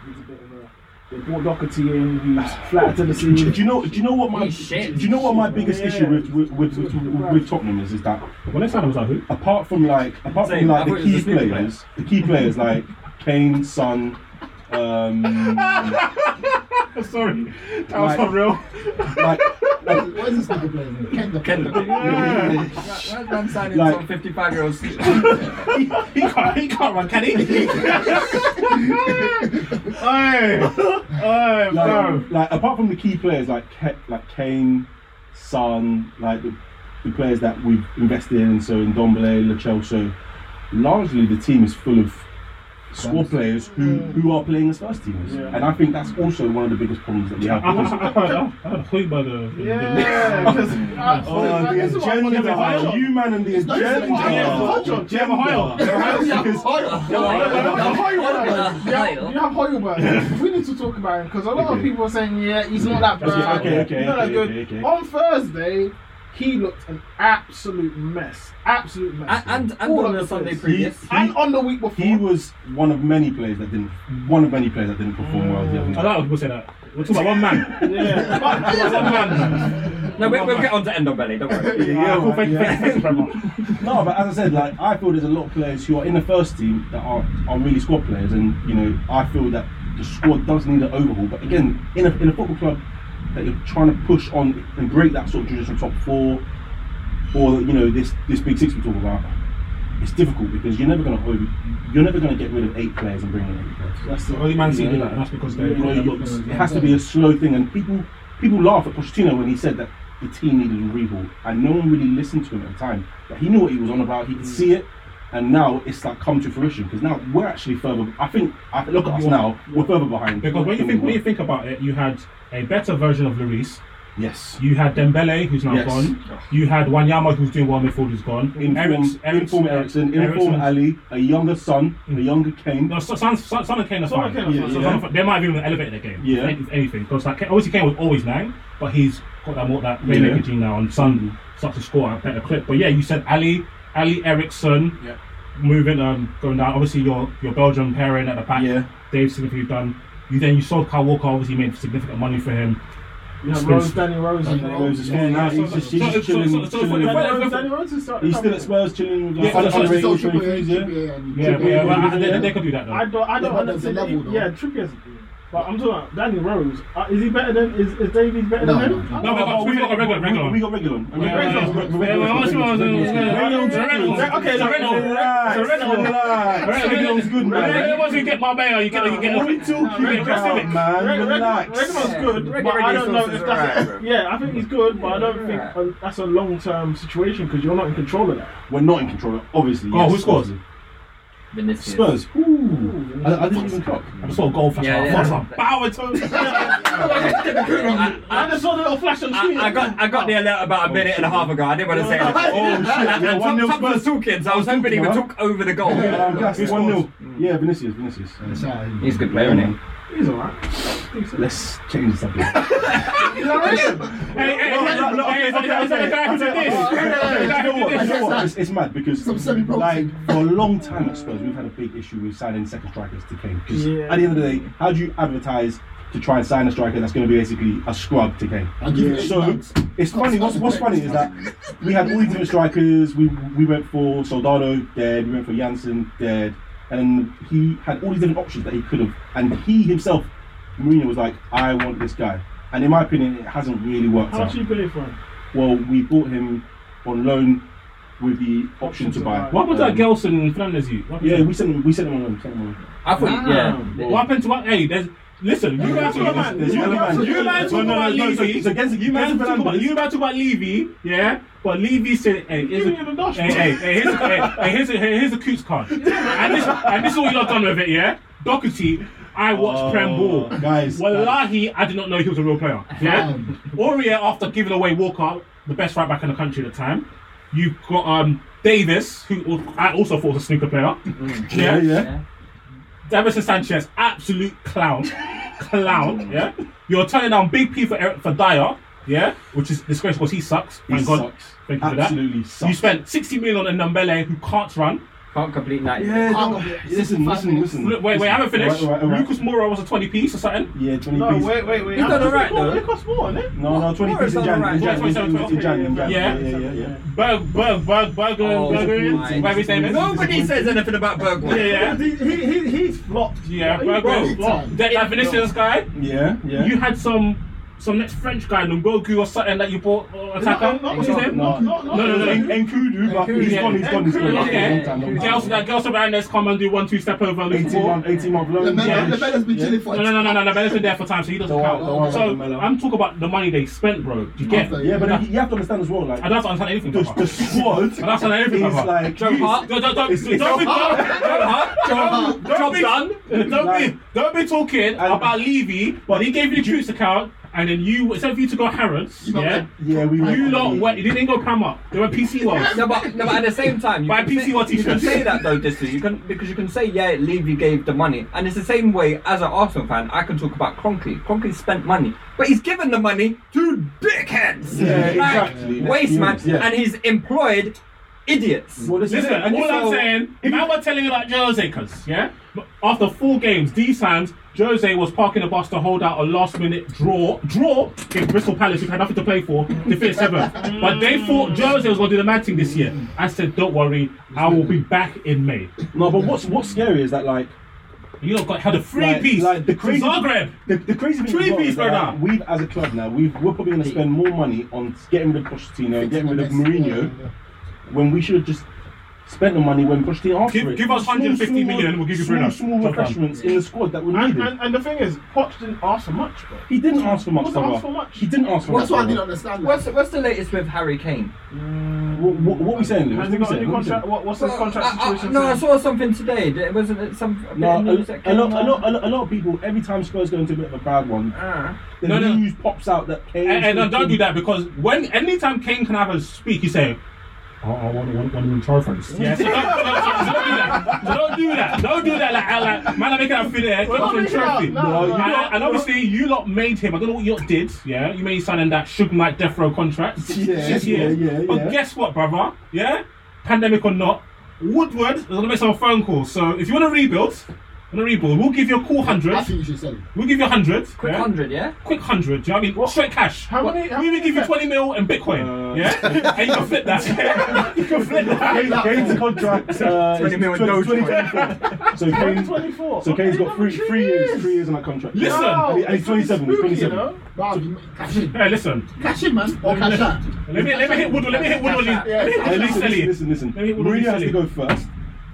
Speaker 4: he's a bit of a. They brought Doherty in. He's
Speaker 3: [laughs]
Speaker 4: flat to the
Speaker 3: Do, do
Speaker 4: sea.
Speaker 3: you know? Do you know what my?
Speaker 1: He's shit.
Speaker 3: Do you know what my biggest
Speaker 4: Yeah.
Speaker 3: issue with with, with, with, with Tottenham is? Is that
Speaker 7: Well, next time I was
Speaker 4: [laughs]
Speaker 7: like, who?
Speaker 3: apart from like apart
Speaker 1: Same.
Speaker 3: from
Speaker 1: I
Speaker 3: like
Speaker 1: thought
Speaker 3: the
Speaker 1: it was
Speaker 3: key
Speaker 1: a sneaker player.
Speaker 3: players, the key players like Kane, Son, [laughs] um,
Speaker 7: Sorry, that
Speaker 3: was Right.
Speaker 4: [laughs]
Speaker 7: real.
Speaker 3: like
Speaker 12: What is this nigga playing? Kendall.
Speaker 1: Where's man signing
Speaker 3: Like-
Speaker 1: some 55 year old?
Speaker 3: he, [laughs] he can't he can't run, can he? [laughs]
Speaker 7: Oh,
Speaker 3: [laughs]
Speaker 7: bro.
Speaker 3: like, like apart from the key players like Ke- like Kane, Son, like the, the players that we've invested in, so in Dombele, Lachelle, so largely the team is full of squad players who, who are playing as first teamers,
Speaker 4: Yeah.
Speaker 3: and I think that's also one of the biggest problems that we have.
Speaker 7: I
Speaker 3: [laughs] Because
Speaker 7: heard, I heard, I heard a clue by the.
Speaker 4: [laughs] [laughs] Yeah, uh, because
Speaker 3: Oh, the agenda. You man and the
Speaker 12: not even
Speaker 3: agenda.
Speaker 12: Hoyle.
Speaker 3: Agenda.
Speaker 7: Gemma
Speaker 3: [laughs]
Speaker 7: Hoyle.
Speaker 4: You have Hoiberg. we need to talk about him because a lot of people are saying, yeah, he's not that bad.
Speaker 3: Okay, okay,
Speaker 4: he's not that
Speaker 3: okay,
Speaker 4: good.
Speaker 3: okay, okay.
Speaker 4: On Thursday, he looked an absolute mess. Absolute mess.
Speaker 1: And and
Speaker 4: All
Speaker 1: on
Speaker 4: over
Speaker 1: the Sunday
Speaker 4: place.
Speaker 1: previous.
Speaker 4: And on the week before.
Speaker 3: He was one of many players that didn't. One of many players that didn't perform well the other
Speaker 7: I
Speaker 3: night.
Speaker 7: don't know how people say that. We're talking about one man.
Speaker 4: [laughs] Yeah. But here's the-
Speaker 7: one man.
Speaker 1: No, we, we'll get on to Endobelly, don't worry.
Speaker 7: Yeah, cool.
Speaker 3: right,
Speaker 7: Thank you,
Speaker 3: yeah.
Speaker 7: thank you, thank you, brother.
Speaker 3: [laughs] No, but as I said, like I feel there's a lot of players who are in the first team that are, are really squad players, and you know I feel that the squad does need an overhaul. But again, in a, in a football club that you're trying to push on and break that sort of traditional top four, or you know this this big six we talk about, it's difficult because you're never going to over, you're never going to get rid of eight players and bring in eight players.
Speaker 4: That's the
Speaker 7: Only Man City
Speaker 3: Yeah.
Speaker 7: do that, and that's because they.
Speaker 3: You know, you- it has to be a slow thing, and people people laugh at Pochettino when he said that the team needed a rebuild, and no one really listened to him at the time. But he knew what he was on about. He could
Speaker 7: Mm.
Speaker 3: see it, and now it's like come to fruition because now we're actually further. I think I look at us now, we're further behind.
Speaker 7: Because when you
Speaker 3: than
Speaker 7: think
Speaker 3: we
Speaker 7: when you
Speaker 3: were.
Speaker 7: think about it, you had a better version of Lloris.
Speaker 3: yes,
Speaker 7: You had Dembele, who's now
Speaker 3: Yes.
Speaker 7: gone. You had Wanyama, who's doing well midfield, who's gone.
Speaker 3: inform inform Ericsson, inform
Speaker 7: Eriksen.
Speaker 3: Ali, a younger son,
Speaker 7: Mm.
Speaker 3: a younger Kane.
Speaker 7: No, so- Son, Son, Son and Kane are fine.
Speaker 4: Kane are
Speaker 3: Yeah, fine.
Speaker 7: So
Speaker 3: yeah.
Speaker 7: Son and- they might have even elevated the game.
Speaker 3: Yeah.
Speaker 7: If anything. Because like, Kane- obviously Kane was always nine, but he's got that more that playmaker
Speaker 3: Yeah.
Speaker 7: gene now, and Son starts to score at a better clip. But yeah, you said Ali, Ali Ericsson, moving, um, going down. Obviously, your your Belgian pairing at the back,
Speaker 3: Yeah.
Speaker 7: they've significantly done. You then you sold Kyle Walker. Obviously, made significant money for him.
Speaker 4: You have Rose, Danny Rose.
Speaker 3: Danny Rose is fine now. He's just he's just chilling. chilling.
Speaker 4: Danny Rose is starting
Speaker 3: He's still
Speaker 4: to come
Speaker 3: at
Speaker 4: in.
Speaker 3: Spurs chilling with
Speaker 7: Yeah,
Speaker 3: like under-
Speaker 7: so-
Speaker 3: underrated
Speaker 12: So Triple A,
Speaker 3: 23s, yeah?
Speaker 12: Triple A, and
Speaker 7: Yeah,
Speaker 12: Triple A.
Speaker 7: yeah, well, I- they, they could do that though.
Speaker 4: I don't, I
Speaker 12: but
Speaker 4: don't understand.
Speaker 12: there's a level, though.
Speaker 4: yeah, Trippier's. But I'm talking about Danny Rose. Uh, is he better than is, is Davies better
Speaker 12: No,
Speaker 4: than
Speaker 12: no,
Speaker 4: him?
Speaker 12: no.
Speaker 7: no, but, but we got a regular, regular. one.
Speaker 3: We got regular one.
Speaker 7: Yeah, yeah, yeah.
Speaker 3: Regular one.
Speaker 7: Yeah, well, what's yours? It's a Reynolds, a Reynolds.
Speaker 4: Okay,
Speaker 7: It's a
Speaker 4: look,
Speaker 7: Reynolds.
Speaker 3: relax,
Speaker 7: It's a Reynolds.
Speaker 3: relax.
Speaker 7: A Reynolds.
Speaker 3: Reynolds is good, man.
Speaker 7: Reynolds, Once you get Marbella, you get you get
Speaker 3: What are we talking
Speaker 7: Reg-
Speaker 3: about,
Speaker 7: Reginald.
Speaker 3: man?
Speaker 4: Reg- Reg-
Speaker 3: Relax.
Speaker 4: Reginald's good,
Speaker 1: Reg-
Speaker 4: but I don't know
Speaker 1: Reginald's
Speaker 4: if that's.
Speaker 1: alright, bro.
Speaker 4: yeah, I think he's good, but I don't think
Speaker 1: Yeah.
Speaker 4: uh, that's a long term situation because you're not in control of that.
Speaker 3: We're not in control, obviously.
Speaker 7: Oh,
Speaker 3: yes,
Speaker 7: who scores?
Speaker 3: obviously.
Speaker 1: Vinicius.
Speaker 3: Spurs. Ooh. I, I didn't even clock.
Speaker 7: I just saw a goal flash.
Speaker 1: Yeah,
Speaker 7: I
Speaker 1: yeah.
Speaker 7: was like, Bauer
Speaker 1: [laughs]
Speaker 3: [laughs]
Speaker 7: to.
Speaker 1: I, I-
Speaker 4: I just saw the little flash on
Speaker 1: I,
Speaker 4: screen.
Speaker 1: I got I got the alert about a minute and a half ago. I didn't want to say anything.
Speaker 3: Oh, shit.
Speaker 1: And,
Speaker 3: Yeah,
Speaker 1: and
Speaker 3: one nil
Speaker 1: Tom, Tom
Speaker 3: Spurs.
Speaker 1: was talking, so I was hoping he would
Speaker 3: Huh?
Speaker 1: talk over the goal.
Speaker 3: Um, that's
Speaker 7: Who
Speaker 3: 1 0. Yeah, Vinicius, Vinicius.
Speaker 12: That's how he-
Speaker 1: He's a good player, isn't
Speaker 4: He's alright.
Speaker 3: Let's change the subject.
Speaker 7: Hey, hey, hey,
Speaker 3: No, no, no, okay,
Speaker 7: hey, is that
Speaker 3: okay,
Speaker 7: the- is that the guy who did
Speaker 3: okay, okay, okay,
Speaker 7: this?
Speaker 3: okay, okay, you know what, you know what, It's, it's mad because
Speaker 12: Some semi-pro
Speaker 3: like
Speaker 12: team.
Speaker 3: for a long time at Spurs, we've had a big issue with signing second strikers to Kane. Because
Speaker 4: Yeah.
Speaker 3: at the end of the day, how do you advertise to try and sign a striker that's going to be basically a scrub to Kane?
Speaker 12: I'll give you eight
Speaker 3: So
Speaker 12: pounds.
Speaker 3: it's funny. What's, what's funny is that we had all these different strikers. We we went for Soldado dead. We went for Janssen dead, and he had all these different options that he could have. And he himself, Mourinho, was like, "I want this guy." And in my opinion, it hasn't really worked
Speaker 4: How
Speaker 3: out.
Speaker 4: much you pay for him?
Speaker 3: Well, we bought him on loan with the option to buy.
Speaker 7: What happened to that
Speaker 3: Um,
Speaker 7: Gelson Fernandez? You? What happened
Speaker 3: Yeah,
Speaker 7: to-
Speaker 3: we sent him. We sent him on loan. Sent him on loan.
Speaker 1: I thought, yeah.
Speaker 7: What happened to what? Hey, there's Listen, you guys talk about
Speaker 3: There's
Speaker 7: you guys-
Speaker 3: elements.
Speaker 7: you guys talk
Speaker 3: No, no,
Speaker 7: about
Speaker 3: no, no, so-
Speaker 7: Levy.
Speaker 3: so against-
Speaker 7: You guys
Speaker 3: against
Speaker 7: talk about
Speaker 3: Fernandes-
Speaker 7: you guys talk about Levy, yeah. But Levy said, "Hey, here's a,
Speaker 13: Give me the dust,
Speaker 7: hey,
Speaker 13: bro.
Speaker 7: hey, hey, here's, hey, hey, here's a hey, here's a coots card." And this and this is what you lot done with it, yeah. Doherty, I watched
Speaker 3: Oh,
Speaker 7: Prem ball,
Speaker 3: guys,
Speaker 7: Wallahi, I did not know he was a real player. Yeah.
Speaker 4: Damn.
Speaker 7: Aurier, after giving away Walker, the best right back in the country at the time, you've got um Davis, who I also thought was a snooker player.
Speaker 3: Mm. Yeah, yeah.
Speaker 7: Emerson Sanchez, absolute clown, clown. Yeah, you're turning down big P for Eric, for Dyer. Yeah, which is disgraceful because he sucks.
Speaker 3: He
Speaker 7: Thank God.
Speaker 3: sucks.
Speaker 7: Thank you for that.
Speaker 3: Absolutely
Speaker 7: You
Speaker 3: sucks.
Speaker 7: spent 60 million on Nambele, who can't run.
Speaker 1: Can't complete 90.
Speaker 3: Yeah,
Speaker 4: I'll
Speaker 3: no,
Speaker 4: go there.
Speaker 3: listen, listen, listen.
Speaker 7: Look, wait, wait, I haven't finished.
Speaker 3: All right, all right, all right.
Speaker 7: Lucas Moura was a 20 piece or something.
Speaker 3: Yeah, 20
Speaker 13: No,
Speaker 3: piece.
Speaker 13: wait, wait, wait.
Speaker 1: He's done
Speaker 13: How much
Speaker 1: alright,
Speaker 13: it cost-
Speaker 1: though.
Speaker 13: It costs more, innit?
Speaker 3: No, no, 20
Speaker 1: What
Speaker 3: piece
Speaker 1: is
Speaker 3: in
Speaker 1: on
Speaker 3: Jan.
Speaker 1: the right?
Speaker 3: in Jan,
Speaker 7: Yeah, 27,
Speaker 3: it was in Jan, in Jan.
Speaker 7: Yeah.
Speaker 3: yeah, yeah, yeah.
Speaker 7: Berg, Berg, Berg, Berg,
Speaker 1: Oh,
Speaker 7: Berger,
Speaker 1: my.
Speaker 7: whatever his name is.
Speaker 1: Nobody says anything about Bergwijn.
Speaker 7: Yeah, yeah.
Speaker 13: He, he, he, he's flopped.
Speaker 7: Yeah,
Speaker 13: He really
Speaker 7: Berger.
Speaker 13: flopped.
Speaker 7: That, that Vinicius guy,
Speaker 3: Yeah, yeah.
Speaker 7: you had some some next French guy, Ngoku or something that you bought, uh, attacker.
Speaker 13: No, no,
Speaker 7: What's his
Speaker 13: no,
Speaker 7: name?
Speaker 3: no,
Speaker 13: no,
Speaker 7: no, no, no.
Speaker 3: En- Nkudu, but
Speaker 4: Nkudu,
Speaker 3: he's
Speaker 4: yeah.
Speaker 3: gone, he's gone, he's gone.
Speaker 7: Nkudu,
Speaker 3: Long
Speaker 7: okay.
Speaker 3: time, long
Speaker 7: Girls,
Speaker 3: time.
Speaker 7: that girls of Hernandez come and do one two step over Luke
Speaker 3: 18
Speaker 7: Moore.
Speaker 3: month, 18 month loan.
Speaker 4: Lamella,
Speaker 3: Yeah.
Speaker 4: Lamella's been chilling for
Speaker 7: No, no, no, no, no, no, Bella's been there for time, so he doesn't
Speaker 3: Don't worry,
Speaker 7: count.
Speaker 3: don't worry
Speaker 7: so
Speaker 3: about Lamella.
Speaker 7: I'm talking about the money they spent, bro. Do you get?
Speaker 4: After,
Speaker 3: Yeah, but you have to understand as well,
Speaker 7: I
Speaker 3: like,
Speaker 7: don't have to understand anything.
Speaker 3: the, the
Speaker 7: Joe Hart.
Speaker 3: squad
Speaker 7: I don't understand everything.
Speaker 3: is
Speaker 7: Joe Hart.
Speaker 3: like...
Speaker 1: Joe Hart.
Speaker 7: Don't, don't, don't,
Speaker 3: It's- it's-
Speaker 7: don't, be, don't,
Speaker 1: Joe Hart.
Speaker 7: don't, don't, be,
Speaker 1: done.
Speaker 7: don't be, don't be talking about Levy, but he gave you the Truce account, and then you, instead of you to go Harrods,
Speaker 4: got
Speaker 7: yeah,
Speaker 3: Yeah, we went-
Speaker 7: you lot went, you didn't go Pam up, they went PC
Speaker 1: No,
Speaker 7: ones.
Speaker 1: but, no, but at the same time, you,
Speaker 7: Buy
Speaker 1: can say,
Speaker 7: PC what
Speaker 1: you can
Speaker 7: t-shirts.
Speaker 1: say that though, this you can because you can say yeah, Levy gave the money, and it's the same way as an Arsenal fan. I can talk about Cronky. Cronky spent money, but he's given the money to dickheads,
Speaker 3: Yeah,
Speaker 1: like
Speaker 3: exactly. Let's
Speaker 1: waste
Speaker 3: be
Speaker 1: man,
Speaker 3: honest, yeah.
Speaker 1: and he's employed idiots.
Speaker 3: Well, this is
Speaker 7: Listen,
Speaker 3: it, and
Speaker 7: all
Speaker 3: this-
Speaker 7: I'm saying, now we're telling you about Jose, because, yeah, but after four games, these times, Jose was parking the bus to hold out a last minute draw, draw in Bristol Palace, who had nothing to play for, to finish seventh. but they thought Jose was going to do the mad thing this year. I said, don't worry, I will be back in May.
Speaker 3: No, but what's what's scary is that like
Speaker 7: You know, got had a free
Speaker 3: like,
Speaker 7: piece.
Speaker 3: like the crazy
Speaker 7: Zagreb.
Speaker 3: The, the crazy thing
Speaker 7: Three
Speaker 3: as well
Speaker 7: piece,
Speaker 3: is that,
Speaker 7: brother.
Speaker 3: like, We've as a club now, we've we're probably going to spend more money on getting rid of Pochettino, getting rid of Mourinho, when we should have just spent the money when Pochettino asked
Speaker 7: Give-
Speaker 3: for it.
Speaker 7: give us 150 million and we'll give you
Speaker 3: small,
Speaker 7: Bruno.
Speaker 3: Small
Speaker 7: Top
Speaker 3: refreshments in the squad that we
Speaker 13: And,
Speaker 3: needed.
Speaker 13: and, and the thing is, Poch didn't ask for much, bro.
Speaker 3: he didn't ask for much.
Speaker 13: Wasn't
Speaker 3: brother.
Speaker 13: asked for much.
Speaker 3: He didn't ask for
Speaker 4: That's what I
Speaker 3: much.
Speaker 4: didn't
Speaker 3: brother.
Speaker 4: understand.
Speaker 1: What's, what's the latest with Harry Kane?
Speaker 3: What, what, what we saying, Lewis?
Speaker 13: Has he
Speaker 3: What
Speaker 13: got a
Speaker 3: we saying?
Speaker 13: new
Speaker 3: What we saying?
Speaker 13: contract? What, what's his contract
Speaker 1: I- I-
Speaker 13: situation?
Speaker 1: no, I
Speaker 13: saying?
Speaker 1: saw something today. There- Wasn't it some a bit
Speaker 3: No,
Speaker 1: of
Speaker 3: a,
Speaker 1: news that
Speaker 3: a,
Speaker 1: came
Speaker 3: lot, a,
Speaker 1: out?
Speaker 3: lot, a lot, a lot of people. Every time Spurs go into a bit of a bad one,
Speaker 1: Ah.
Speaker 3: the
Speaker 7: No, no.
Speaker 3: news pops out that Kane.
Speaker 7: And, and no, don't do that because when anytime Kane can have a speak, you say, "Oh, I want one of them trophies." Yeah, so don't, no, so- so [laughs] don't do that. So don't do that. Don't do that. Like, I, like man, I'm making a fit there. Get
Speaker 13: not
Speaker 7: off the
Speaker 13: making
Speaker 7: trophy.
Speaker 13: out, no,
Speaker 7: and,
Speaker 13: no, no.
Speaker 7: and obviously, you lot made him. I don't know what you lot did. Yeah, you made him sign in that Suge Knight death row contract.
Speaker 3: Yeah,
Speaker 7: Six
Speaker 3: yeah,
Speaker 7: years.
Speaker 3: yeah,
Speaker 7: But
Speaker 3: yeah.
Speaker 7: guess what, brother? Yeah, pandemic or not, Woodward is gonna make some phone calls. So if you want to rebuild, want to rebuild, we'll give you a cool hundred.
Speaker 4: I think you should sell him.
Speaker 7: We'll give you a hundred.
Speaker 1: quick
Speaker 7: yeah?
Speaker 1: hundred, yeah.
Speaker 7: quick hundred. Do you know what I mean? Straight cash.
Speaker 13: How many- how
Speaker 7: we
Speaker 13: many
Speaker 7: will give you
Speaker 13: is that?
Speaker 7: twenty mil in Bitcoin. yeah, and you can flip that. you can flip that.
Speaker 3: Kane's contract uh,
Speaker 1: 20
Speaker 3: is
Speaker 1: million
Speaker 3: 20
Speaker 1: Dogecoin.
Speaker 3: 24. So Kane,
Speaker 13: 24.
Speaker 3: so Kane's got three,
Speaker 13: Three
Speaker 3: three years,
Speaker 13: years.
Speaker 3: three years on that contract.
Speaker 7: Listen.
Speaker 3: and he- and he's
Speaker 13: it's really
Speaker 3: 27, he's
Speaker 13: spooky,
Speaker 3: 27.
Speaker 13: You know?
Speaker 4: Bruh, you- cash in.
Speaker 7: Hey, listen.
Speaker 4: Cash in, man.
Speaker 3: Oh,
Speaker 4: Or cash out.
Speaker 7: Let me let me hit Woodward. Let me hit Woodward. Let
Speaker 4: Yeah,
Speaker 7: me hit
Speaker 3: Hey,
Speaker 7: Woodward.
Speaker 3: listen,
Speaker 7: Sell
Speaker 3: listen,
Speaker 7: it.
Speaker 3: listen, listen.
Speaker 7: Let me- what do we
Speaker 3: Mourinho has
Speaker 7: say?
Speaker 3: to go first.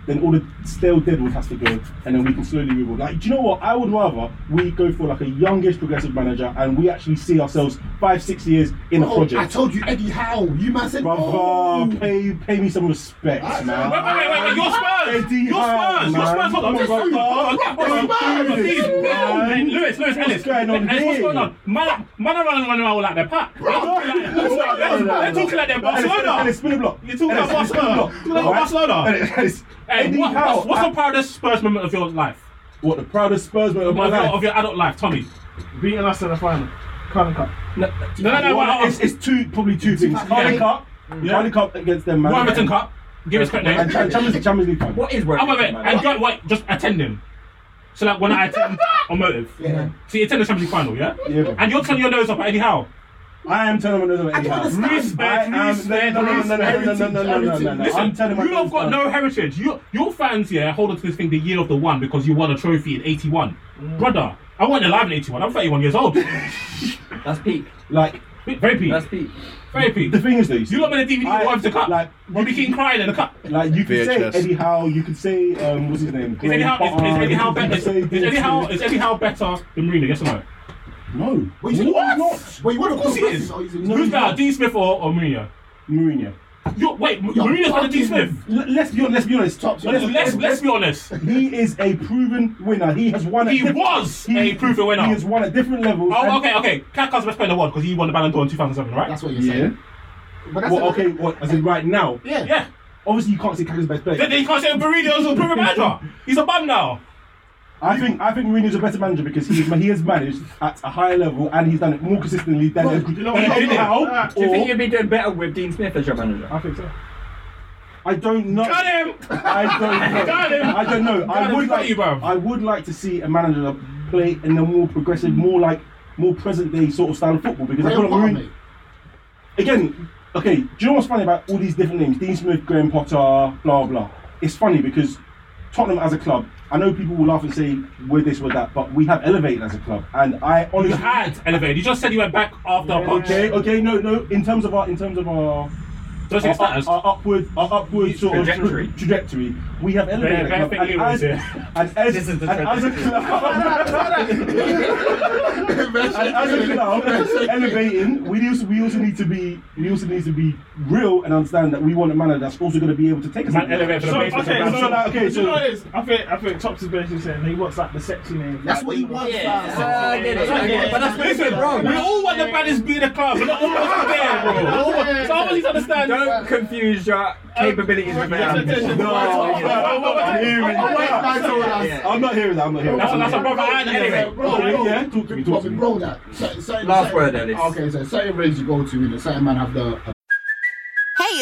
Speaker 3: Then all the stale deadwood has to go, and then we can slowly rebuild. Like, do you know what? I would rather we go for like a youngish progressive manager, and we actually see ourselves five, six years in a
Speaker 4: Oh, I
Speaker 3: project.
Speaker 4: told you, Eddie Howe. You man said,
Speaker 3: Brother,
Speaker 4: oh.
Speaker 3: pay pay me some respect, man.
Speaker 7: Wait, wait, wait, wait, your Spurs!
Speaker 3: Eddie
Speaker 7: Your
Speaker 3: Howe,
Speaker 7: Spurs! Your
Speaker 3: man.
Speaker 7: Spurs! Hold on,
Speaker 3: Come on,
Speaker 7: hold
Speaker 3: brother.
Speaker 7: on, hold on, hold on.
Speaker 3: Come on,
Speaker 7: These
Speaker 3: Spurs, man.
Speaker 7: men- Lewis, Lewis, Ellis.
Speaker 3: going on
Speaker 7: Ellis, What's
Speaker 3: here?
Speaker 7: going on? Man, man are running around like they're packed. They're talking like-
Speaker 3: No, no, no, no,
Speaker 7: They're
Speaker 3: no.
Speaker 7: talking like they're
Speaker 3: No, Ellis,
Speaker 7: Barcelona.
Speaker 3: Ellis, spin the block.
Speaker 7: You're talking about
Speaker 3: Ellis, spin the
Speaker 7: Barcelona.
Speaker 3: block.
Speaker 7: You're talking about
Speaker 3: Alright?
Speaker 7: Barcelona.
Speaker 3: Ellis, Ellis.
Speaker 7: Hey,
Speaker 3: Eddie
Speaker 7: what-
Speaker 3: Howe,
Speaker 7: what's what's
Speaker 3: I-
Speaker 7: the proudest Spurs moment of your life?
Speaker 3: What the proudest Spurs moment of my
Speaker 7: Of your- Of
Speaker 3: life?
Speaker 7: your adult life, Tommy.
Speaker 13: Beating us in the final. Can't cut.
Speaker 1: No,
Speaker 7: No, no, no.
Speaker 3: Well,
Speaker 7: Well,
Speaker 3: it's, it's two, probably two things. Carling Cup, Carling Cup against them, man.
Speaker 7: Warrington Cup. Give us credit.
Speaker 3: and Cha- Champions, Champions League final.
Speaker 1: what is working?
Speaker 7: I'm of it. And go, Oh, wait, just attend him. So like when I
Speaker 3: [laughs]
Speaker 7: attend on motive.
Speaker 4: Yeah.
Speaker 7: So you attend the Champions League final, yeah?
Speaker 3: Yeah, bro.
Speaker 7: And you're turning your nose up at Eddie Howe.
Speaker 3: I am telling them another way. I
Speaker 4: understand.
Speaker 7: Respect, respect,
Speaker 3: no, no, no, no, no, no, no, no, no, no, no.
Speaker 7: Listen,
Speaker 3: I'm telling them
Speaker 7: you have got no heritage. You, your fans here hold on to this thing the year of the one because you won a trophy in
Speaker 3: Mm. [laughs]
Speaker 7: 81. Brother, I wasn't alive in 81. I'm 31 years old.
Speaker 1: That's peak.
Speaker 3: Like,
Speaker 7: Very peak.
Speaker 1: That's Pete.
Speaker 7: Very peak.
Speaker 3: The thing is, this.
Speaker 7: You lot made a DVD
Speaker 3: I-
Speaker 7: what if the cup.
Speaker 3: like-
Speaker 7: Like, Robbie King crying in the cup.
Speaker 3: Like you could say
Speaker 14: VHS.
Speaker 3: Eddie Howe, you could say um, what's his name?
Speaker 7: Is
Speaker 3: Graham
Speaker 7: anyhow is, is
Speaker 3: Potter,
Speaker 7: anyhow
Speaker 3: you could
Speaker 7: better is,
Speaker 3: say
Speaker 7: is anyhow is anyhow better than Marina? Yes or no?
Speaker 3: No.
Speaker 4: Wait, you
Speaker 3: What?
Speaker 4: Not. Wait, you want to
Speaker 7: Of course he is.
Speaker 4: No, Oh, he's a-
Speaker 7: Who's better, Dean Smith or, or Mourinho?
Speaker 3: Mourinho.
Speaker 7: Yo, wait, M- Mourinho's better than Dean Smith.
Speaker 3: L- let's be let's be honest. Top.
Speaker 7: Let's, let's let's be honest.
Speaker 3: He is a proven winner. He has won. at
Speaker 7: He
Speaker 3: diff-
Speaker 7: was a proven winner.
Speaker 3: He has won at different levels.
Speaker 7: Oh,
Speaker 3: and-
Speaker 7: okay, okay. Kaká's the best player in the world because he won the Ballon d'Or in 2007, right?
Speaker 4: That's what you're
Speaker 3: Yeah.
Speaker 4: saying. But that's
Speaker 3: Well, okay. What? As in right now.
Speaker 4: Yeah.
Speaker 7: yeah.
Speaker 3: Obviously, you can't say Kaká's best player.
Speaker 7: Then, then you can't say Mourinho's a proven manager. He's a bum now.
Speaker 3: I think I think Mourinho's a better manager because he he has managed at a higher level and he's done it more consistently than
Speaker 4: Well,
Speaker 3: than
Speaker 4: you know
Speaker 3: than
Speaker 7: what?
Speaker 3: Eddie Howe.
Speaker 1: Do you think
Speaker 3: Or
Speaker 1: you'd be doing better with Dean Smith as your manager?
Speaker 15: I think so.
Speaker 3: I don't know.
Speaker 7: Got him.
Speaker 3: I don't know.
Speaker 7: [laughs] Got him.
Speaker 3: I don't know.
Speaker 7: Got
Speaker 3: I
Speaker 7: him. We
Speaker 3: would
Speaker 7: got
Speaker 3: like.
Speaker 7: you, bruv.
Speaker 3: I would like to see a manager play in a more progressive, more like more present day sort of style of football because I feel like
Speaker 4: Graham
Speaker 3: Mourinho.
Speaker 4: Potter,
Speaker 3: Again, okay. Do you know what's funny about all these different names? Dean Smith, Graham Potter, blah blah. It's funny because Tottenham as a club. I know people will laugh and say we're this, we're that, but we have elevated as a club, and I honestly.
Speaker 7: You had elevated. You just said you went back after a punch.
Speaker 3: Okay, okay, no, no. In terms of our, in terms of our,
Speaker 7: Don't
Speaker 3: our,
Speaker 7: say status.
Speaker 3: our upward, our upward sort
Speaker 1: Trajectory.
Speaker 3: of tra- trajectory, we have elevated.
Speaker 7: Yeah,
Speaker 3: our
Speaker 7: better
Speaker 3: club,
Speaker 7: you
Speaker 3: and, as,
Speaker 7: with
Speaker 3: and,
Speaker 7: it.
Speaker 3: as,
Speaker 1: This is the
Speaker 3: and as a club, [laughs] and as a club, elevating. We also, we also need to be, we also need to be real and understand that we want a manager that's also going to be able to take us.
Speaker 7: Man, elevate for the
Speaker 15: So, okay,
Speaker 7: basement
Speaker 15: so,
Speaker 7: of Bradford.
Speaker 3: so, like, okay,
Speaker 15: okay, so, you know
Speaker 3: so-
Speaker 15: what it is? I think, I think Tops is basically saying he wants like the sexy name.
Speaker 4: That's
Speaker 15: like,
Speaker 4: what he wants.
Speaker 1: Yeah,
Speaker 4: man.
Speaker 1: I get it, I get it. But that's what you
Speaker 7: Listen,
Speaker 1: said wrong.
Speaker 7: We all want the baddest be in the club, but not all of us there, bro. So I want you to understand.
Speaker 1: Don't confuse
Speaker 3: Um,
Speaker 1: your capabilities with your ambition.
Speaker 3: No, I'm not I'm not hearing that.
Speaker 4: That's all that's-
Speaker 1: Yeah.
Speaker 3: I'm not hearing that. I'm not hearing
Speaker 7: That's a, that's a
Speaker 3: that.
Speaker 7: brother and anyway.
Speaker 4: Bro,
Speaker 3: Yeah,
Speaker 4: bro,
Speaker 3: yeah, talk to me, talk to me.
Speaker 4: bro, that. Certain, certain,
Speaker 1: Last
Speaker 4: certain-
Speaker 1: word, Ellis.
Speaker 4: Okay, so certain range you go to, and a certain man have the uh,
Speaker 16: Hey,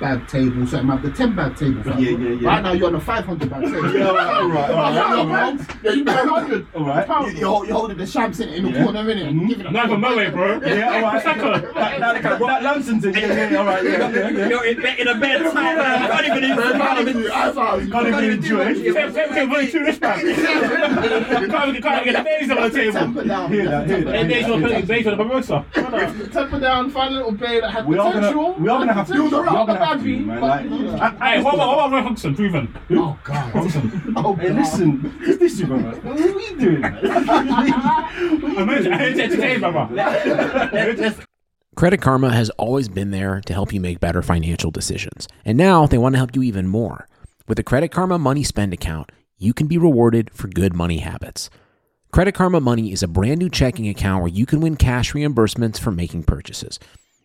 Speaker 4: bag table, certain man have the ten bag table. fam.
Speaker 3: Yeah, yeah, yeah.
Speaker 4: Right now you're on the five hundred bag table.
Speaker 3: Yeah, all right, all right, all right, all right.
Speaker 4: Yeah, you better hundred.
Speaker 3: All right.
Speaker 4: You're, you're holding the champs in it in the
Speaker 3: Yeah.
Speaker 4: corner, innit?
Speaker 3: Mhm.
Speaker 4: Giving it-
Speaker 7: Neither Moe, bro.
Speaker 3: Yeah, all right.
Speaker 7: Saka.
Speaker 3: That, that, that, that Lampson's in. Yeah, yeah, yeah, all right. Yeah, yeah, yeah.
Speaker 1: You're in, in a bed. I can't even
Speaker 4: Man, I
Speaker 1: use
Speaker 4: value you, I value you.
Speaker 3: Can't even
Speaker 1: even do
Speaker 3: enjoy
Speaker 1: much.
Speaker 3: it.
Speaker 7: Take- take- take one or two wristbands. Can't even can't even get the names on the
Speaker 4: Temper
Speaker 7: table.
Speaker 4: down.
Speaker 3: Hear that, hear that.
Speaker 7: And names on the names on the Barbosa.
Speaker 15: Temper down, find a little bay that had
Speaker 3: We are
Speaker 15: potential.
Speaker 3: gonna, we are gonna have to, we are
Speaker 4: Potential.
Speaker 3: gonna have
Speaker 4: Baggy,
Speaker 3: to, man.
Speaker 4: but-
Speaker 3: Like, I,
Speaker 7: Hey, what about what about Roy Hodgson? Proven.
Speaker 4: Oh god. Oh
Speaker 3: hey,
Speaker 4: god.
Speaker 3: listen, it's this you, brother. What are we doing?
Speaker 7: Amazing. I hate to entertain, brother.
Speaker 17: Credit Karma has always been there to help you make better financial decisions. And now they want to help you even more. With the Credit Karma Money Spend account, you can be rewarded for good money habits. Credit Karma Money is a brand new checking account where you can win cash reimbursements for making purchases.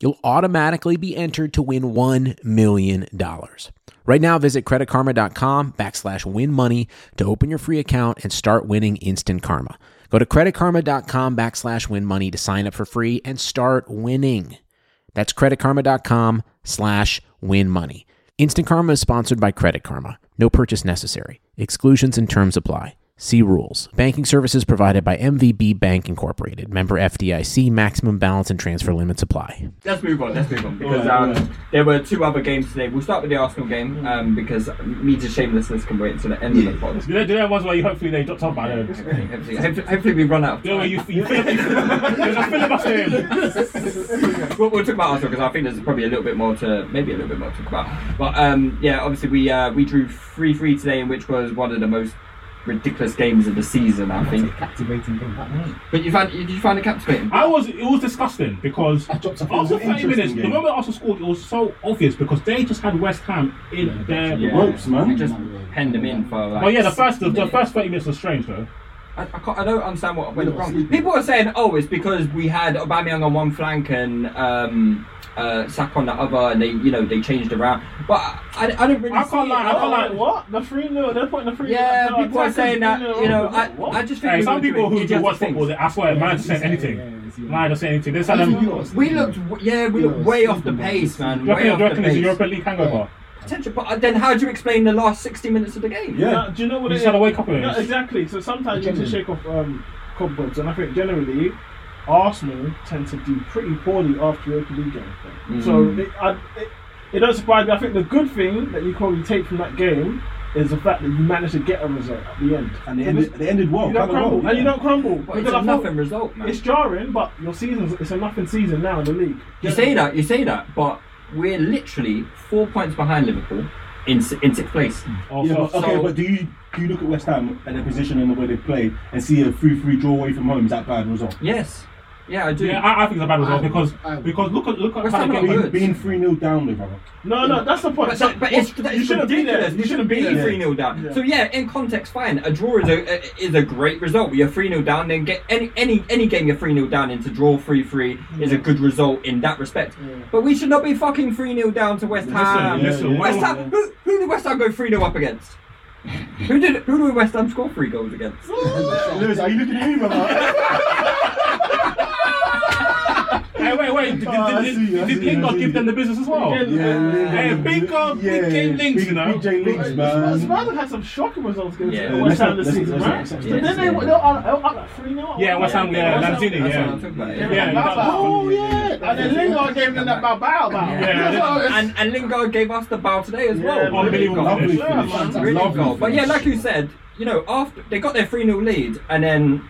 Speaker 17: you'll automatically be entered to win $1 million. Right now, visit creditkarma.com backslash win money to open your free account and start winning instant karma. Go to creditkarma.com backslash win money to sign up for free and start winning. That's creditkarma.com slash win money. Instant Karma is sponsored by Credit Karma. No purchase necessary. Exclusions and terms apply. See rules. Banking services provided by MVB Bank Incorporated. Member FDIC. Maximum balance and transfer limits apply.
Speaker 1: Let's move on. Let's move on because um, there were two other games today. We'll start with the Arsenal game um, because Meta's shamelessness can wait until the end of the pod.
Speaker 7: Do they do that ones where you hopefully they don't talk about them?
Speaker 1: Hopefully, hopefully- hopefully we run out. Of
Speaker 7: You know where
Speaker 1: time.
Speaker 7: you you feel there's a filibuster in.
Speaker 1: We'll, we'll talk about Arsenal because I think there's probably a little bit more to maybe a little bit more to talk about. But um, yeah, obviously we uh, we drew three three today, which was one of the most ridiculous games of the season. I think.
Speaker 4: Captivating game.
Speaker 1: But you found did you find it captivating?
Speaker 7: I was it was disgusting because
Speaker 4: I dropped a
Speaker 7: after
Speaker 4: few
Speaker 7: 30 minutes,
Speaker 3: interesting
Speaker 7: the
Speaker 3: game.
Speaker 7: moment Arsenal scored, it was so obvious because they just had West Ham in their
Speaker 3: ropes, man.
Speaker 1: We just penned them in for. Like,
Speaker 3: Oh,
Speaker 7: Well, yeah, the first the, the first thirty minutes was strange though.
Speaker 1: I, I, can't, I don't understand what went wrong. People are saying, oh, it's because we had Aubameyang on one flank and um, uh, Sack on the other, and they, you know, they changed around. But I, I, I don't really.
Speaker 3: I
Speaker 1: see it.
Speaker 3: can't lie. I can't lie.
Speaker 1: don't-
Speaker 3: What the three 0 They're putting the three.
Speaker 1: Yeah,
Speaker 3: no,
Speaker 1: people are
Speaker 3: exactly,
Speaker 1: saying that.
Speaker 3: 3-0.
Speaker 1: You know, I,
Speaker 3: What?
Speaker 1: I just think
Speaker 7: Hey,
Speaker 1: we
Speaker 7: some
Speaker 1: were
Speaker 7: people
Speaker 1: doing
Speaker 7: who do
Speaker 1: idiotic
Speaker 7: watch football,
Speaker 1: things.
Speaker 7: they- I swear, man, just saying
Speaker 4: yeah,
Speaker 7: anything.
Speaker 4: yeah, yeah.
Speaker 7: Man, just saying anything. They said um,
Speaker 4: That's
Speaker 7: them.
Speaker 4: what we
Speaker 7: Do
Speaker 4: lost.
Speaker 1: We looked, yeah, we
Speaker 4: Yeah,
Speaker 1: looked way off the
Speaker 4: stupid, man.
Speaker 1: pace, man.
Speaker 7: you
Speaker 1: Way off
Speaker 7: reckon, do you
Speaker 1: the
Speaker 7: reckon it's a
Speaker 1: pace.
Speaker 7: Europa League hangover?
Speaker 1: Potential, but uh, then how do you explain the last 60 minutes of the game?
Speaker 18: Yeah.
Speaker 3: Now, do you know what
Speaker 7: You
Speaker 3: it
Speaker 7: just had
Speaker 3: is?
Speaker 7: to wake up with
Speaker 3: No,
Speaker 7: it.
Speaker 3: exactly. So sometimes you need to
Speaker 4: Generally.
Speaker 3: shake off um, cobwebs, and I think generally Arsenal tend to do pretty poorly after Europa League games. though. So it, I, it, it doesn't surprise me. I think the good thing that you probably take from that game is the fact that you managed to get a result at the end.
Speaker 18: And they ended, they ended well.
Speaker 3: you don't
Speaker 18: quite well,
Speaker 3: crumble, and
Speaker 18: yeah.
Speaker 3: you don't crumble.
Speaker 1: But it's
Speaker 3: because I
Speaker 1: a
Speaker 3: thought-
Speaker 1: nothing result, man.
Speaker 3: It's jarring, but your season's it's a nothing season now in the league.
Speaker 1: You say that, you say that, but we're literally four points behind Liverpool in s- in sixth place.
Speaker 7: Oh,
Speaker 18: Yeah,
Speaker 7: so-
Speaker 18: but, okay,
Speaker 1: so-
Speaker 18: but do you do you look at West Ham and their position and the way they played and see a 3-3 draw away from home is that bad result?
Speaker 1: Yes. Yeah, I do.
Speaker 7: Yeah, I, I think it's a bad result
Speaker 4: I-
Speaker 7: because
Speaker 4: I-
Speaker 7: because look at look at
Speaker 1: West
Speaker 7: how
Speaker 1: Ham
Speaker 7: the
Speaker 1: are
Speaker 7: game
Speaker 1: good.
Speaker 18: Being, being 3-0 down with brother.
Speaker 3: No, no, that's the point.
Speaker 1: But, so- but it's, it's
Speaker 3: you shouldn't be there.
Speaker 1: ridiculous. You shouldn't be
Speaker 3: there.
Speaker 1: 3 0 down. So, yeah, in context, fine. A draw is a, a- is a great result. You're 3 0 down, then get any any any game you're 3 0 down into draw 3 3 is a good result in that respect. But we should not be fucking 3 0 down to West Ham.
Speaker 7: listen, yeah.
Speaker 1: West Ham who, who did West Ham go 3 0 up [laughs] against? who did who did West Ham score three goals against?
Speaker 18: Lewis, are you looking at me, [laughs] brother?
Speaker 7: Hey, wait, wait. Did,
Speaker 1: Oh,
Speaker 7: did,
Speaker 18: I
Speaker 7: did,
Speaker 18: see, I
Speaker 7: did
Speaker 18: see, I
Speaker 7: Lingard
Speaker 18: see.
Speaker 7: give them the business as well?
Speaker 3: Yeah.
Speaker 7: Hey, big, uh, big game links,
Speaker 18: Oh, big,
Speaker 7: you know.
Speaker 18: Big J links, man.
Speaker 3: Smiler had some shocking results against
Speaker 1: Yeah.
Speaker 3: yeah.
Speaker 1: Yeah,
Speaker 3: West
Speaker 18: let's
Speaker 3: Ham
Speaker 18: not-
Speaker 3: this
Speaker 18: let's-
Speaker 3: season,
Speaker 18: let's not-
Speaker 3: right?
Speaker 18: let's
Speaker 3: But
Speaker 18: not-
Speaker 3: then
Speaker 1: let's
Speaker 3: they
Speaker 1: not-
Speaker 3: were up 3 0.
Speaker 7: Yeah, West Ham, yeah,
Speaker 1: West Ham-
Speaker 7: Lanzini,
Speaker 1: that's what
Speaker 7: yeah.
Speaker 1: I'm talking about,
Speaker 3: Yeah,
Speaker 7: Yeah,
Speaker 3: that's
Speaker 7: that-
Speaker 3: like, oh yeah, and then Lingard gave them that bow bow bow.
Speaker 7: Yeah.
Speaker 1: and, and Lingard gave us the bow today as
Speaker 3: Yeah,
Speaker 1: well.
Speaker 7: unbelievable.
Speaker 1: Really
Speaker 18: Lovely
Speaker 3: Yeah, man.
Speaker 18: finish.
Speaker 1: good
Speaker 18: Lovely
Speaker 1: goal. But yeah,
Speaker 18: finish.
Speaker 1: like you said, you know, after they got their 3 0 lead, and then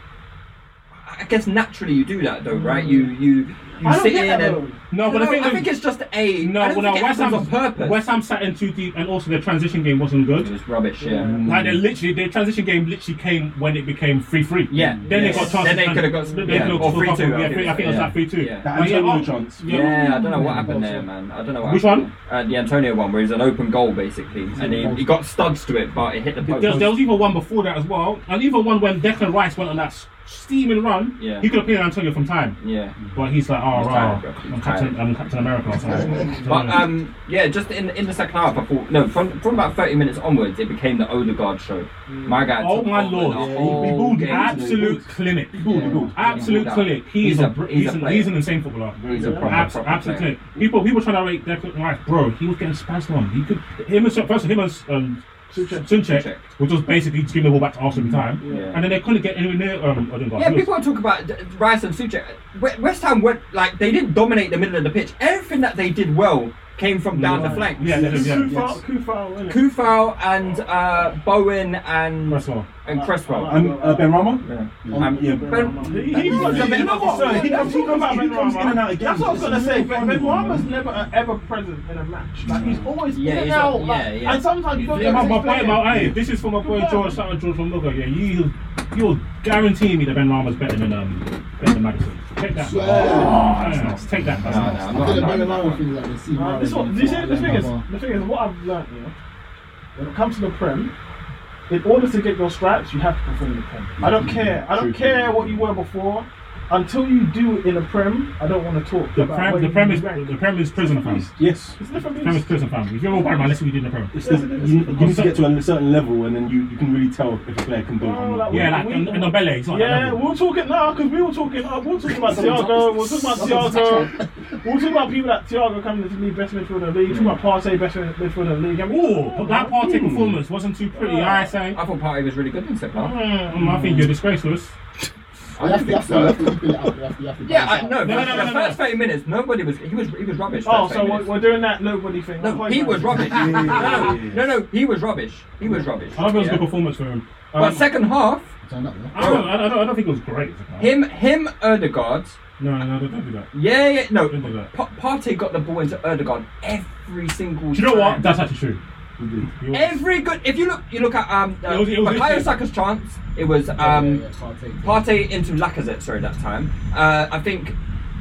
Speaker 1: I guess naturally you do that though, right? You you you
Speaker 3: I don't
Speaker 1: sit
Speaker 3: get
Speaker 1: in
Speaker 3: that
Speaker 1: and.
Speaker 3: though.
Speaker 7: No, but
Speaker 1: I,
Speaker 7: the thing
Speaker 1: I
Speaker 7: is-
Speaker 1: think it's just a.
Speaker 7: No,
Speaker 1: I don't
Speaker 7: well, no,
Speaker 1: think it
Speaker 7: West
Speaker 1: happens
Speaker 7: Ham
Speaker 1: on purpose.
Speaker 7: West Ham sat in too deep, and also their transition game wasn't
Speaker 1: It
Speaker 7: good.
Speaker 1: was rubbish, yeah.
Speaker 7: Mm.
Speaker 1: Mm.
Speaker 7: Like they literally, their transition game literally came when it became three three.
Speaker 1: Yeah.
Speaker 7: Then
Speaker 1: Yes.
Speaker 7: they got chances.
Speaker 1: Then they
Speaker 7: and-
Speaker 1: could've got-
Speaker 7: then
Speaker 1: yeah. Or
Speaker 7: could've got
Speaker 1: 3-2,
Speaker 7: Yeah,
Speaker 1: I
Speaker 7: three, I think it was
Speaker 1: think.
Speaker 7: like oh, three two.
Speaker 1: Yeah.
Speaker 18: That Antonio chance.
Speaker 1: Yeah, I don't know what happened there, man. I don't know what
Speaker 7: Which
Speaker 1: happened.
Speaker 7: one?
Speaker 1: Uh, the Antonio one, where it was an open goal, basically. And he, he got studs to it, but it hit the post.
Speaker 7: There, there was even one before that as well, and even one when Declan Rice went on that s- steaming run.
Speaker 1: Yeah.
Speaker 7: He could have played Antonio from time,
Speaker 1: yeah.
Speaker 7: but he's like, oh,
Speaker 1: He's
Speaker 7: right,
Speaker 1: tired, bro. He's
Speaker 7: I'm Captain,
Speaker 1: tired.
Speaker 7: I'm Captain America. Or something.
Speaker 1: But um, yeah, just in in the second half, I thought no. From, from about thirty minutes onwards, it became the Odegaard show. My guy.
Speaker 7: Oh
Speaker 1: took
Speaker 7: my
Speaker 1: over the
Speaker 7: lord.
Speaker 1: whole
Speaker 18: He balled
Speaker 1: game.
Speaker 7: absolute clinic,
Speaker 18: Good, good.
Speaker 7: absolute
Speaker 1: Yeah.
Speaker 7: clinic. He
Speaker 1: He's
Speaker 7: is a,
Speaker 1: a-
Speaker 7: br-
Speaker 1: he's a
Speaker 7: he's, an,
Speaker 1: player.
Speaker 7: he's an insane footballer.
Speaker 1: He's a proper,
Speaker 7: Abs-
Speaker 1: proper
Speaker 7: absolutely.
Speaker 1: player.
Speaker 7: People people trying to rate Declan Rice, bro. He was getting spazzed on. He could him and first of all, him and um,
Speaker 3: Suchet.
Speaker 7: Sunchek,
Speaker 1: Suchet.
Speaker 7: which was basically just giving the ball back to Arsenal every time,
Speaker 1: Yeah.
Speaker 7: and then they couldn't get anywhere near um, Odegaard.
Speaker 1: Yeah,
Speaker 7: He was-
Speaker 1: people talk about D- Rice and Suchet. We- West Ham went like they didn't dominate the middle of the pitch. Everything that they did well came from down the flanks.
Speaker 7: Yeah, yeah, yeah. yeah.
Speaker 3: Kufal, Kufal, innit?
Speaker 1: Kufal and uh, Bowen and
Speaker 7: Cresswell.
Speaker 1: and Cresswell.
Speaker 18: And uh, Ben Rama?
Speaker 1: Yeah.
Speaker 18: Um, yeah, Ben
Speaker 1: Ben-
Speaker 3: He- he was a bit
Speaker 18: You
Speaker 3: of
Speaker 18: know
Speaker 3: a
Speaker 18: what?
Speaker 3: concern.
Speaker 18: He comes- he
Speaker 3: Let's talk
Speaker 18: comes-
Speaker 3: about
Speaker 18: he
Speaker 3: Ben
Speaker 18: comes in
Speaker 3: Rama.
Speaker 18: and out of
Speaker 3: That's what I was
Speaker 18: games.
Speaker 3: gonna
Speaker 18: It's
Speaker 3: say.
Speaker 18: really
Speaker 3: Ben
Speaker 18: funny,
Speaker 3: Ben Rama's
Speaker 18: man.
Speaker 3: never uh, ever present in a match. Like he's always
Speaker 1: Yeah,
Speaker 3: in and
Speaker 1: he's
Speaker 3: out.
Speaker 1: a-
Speaker 3: like-
Speaker 1: yeah, yeah.
Speaker 3: And sometimes you don't
Speaker 7: Yeah,
Speaker 3: know
Speaker 7: my,
Speaker 3: if
Speaker 7: my
Speaker 3: he's
Speaker 7: boy,
Speaker 3: playing.
Speaker 7: my, hey, this is for my boy George, shout out George from Lugo. Yeah, you, you're guaranteeing me that Ben Rama's better than um, better than Madison. Take that. Yeah, Take that.
Speaker 1: No, no, I'm
Speaker 4: I
Speaker 1: not-
Speaker 4: think the
Speaker 1: I'm
Speaker 4: Ben
Speaker 1: not-
Speaker 4: Lama thing, like, they see
Speaker 3: Uh,
Speaker 4: Lama
Speaker 3: this
Speaker 4: as
Speaker 3: one,
Speaker 4: a
Speaker 3: this is, the
Speaker 4: footballer,
Speaker 3: thing is,
Speaker 4: Lama.
Speaker 3: the thing is, what I've learned here, when it comes to the Prem, in order to get your stripes, you have to perform in the Prem. I don't care. I don't care what you were before. Until you do in the Prem, I don't want to talk.
Speaker 7: The
Speaker 3: about
Speaker 7: prem,
Speaker 3: where
Speaker 7: the
Speaker 3: you
Speaker 7: prem is
Speaker 3: rank.
Speaker 7: the prem is prison fam.
Speaker 18: Yes.
Speaker 3: It's a different
Speaker 7: Prem is
Speaker 3: beast.
Speaker 7: prison fam. If you're all worried about, let's see what we did in the prem.
Speaker 18: It's the, you, you need to get to a certain level and then you, you can really tell if a player can do it
Speaker 3: Oh,
Speaker 18: or
Speaker 3: like
Speaker 18: not.
Speaker 7: Yeah, like and, and Obele, he's not that
Speaker 3: Yeah,
Speaker 7: level.
Speaker 3: we'll talk it now because we were talking. Uh, we'll talk about Thiago. We'll talk about Thiago. We'll talk about people like Thiago coming to be best midfielder in the league. We'll talk about Partey best midfielder in the league. I mean,
Speaker 7: Ooh, but that party performance wasn't too pretty. I say,
Speaker 1: I thought Party was really good in second
Speaker 18: Ah.
Speaker 1: half.
Speaker 7: Mm, I think you're disgraceless.
Speaker 4: You have to- you have to- you have to level it out, you have to- you have to
Speaker 1: Yeah,
Speaker 4: balance
Speaker 1: I,
Speaker 4: it
Speaker 1: no,
Speaker 4: out.
Speaker 1: no,
Speaker 7: no, no,
Speaker 1: the
Speaker 7: no,
Speaker 1: first 30 minutes, nobody was. He was he was rubbish.
Speaker 3: Oh,
Speaker 1: first 30
Speaker 3: so we're,
Speaker 1: minutes.
Speaker 3: we're doing that nobody thing.
Speaker 1: No, he was rubbish. no, no, no, no, he was rubbish. He was rubbish.
Speaker 7: I don't think it was a
Speaker 1: Yeah.
Speaker 7: good performance for him. Um,
Speaker 1: But second half,
Speaker 4: Turn up, no?
Speaker 7: I don't, I don't, I don't think it was great.
Speaker 1: him, him, Erdegaard.
Speaker 7: No, no, no, don't do that.
Speaker 1: Yeah, yeah, no.
Speaker 7: Don't do that.
Speaker 1: Pa- Partey got the ball into Erdegaard every single.
Speaker 7: Do you know what?
Speaker 1: time.
Speaker 7: That's actually true. He was-
Speaker 1: Every good. If you look, you look at um, uh,
Speaker 7: It was- it was
Speaker 1: Bukayo
Speaker 7: literally-
Speaker 1: Saka's chance. It was um,
Speaker 4: Yeah, yeah, yeah, can't take it.
Speaker 1: Partey into Lacazette. Sorry, that time. Uh, I think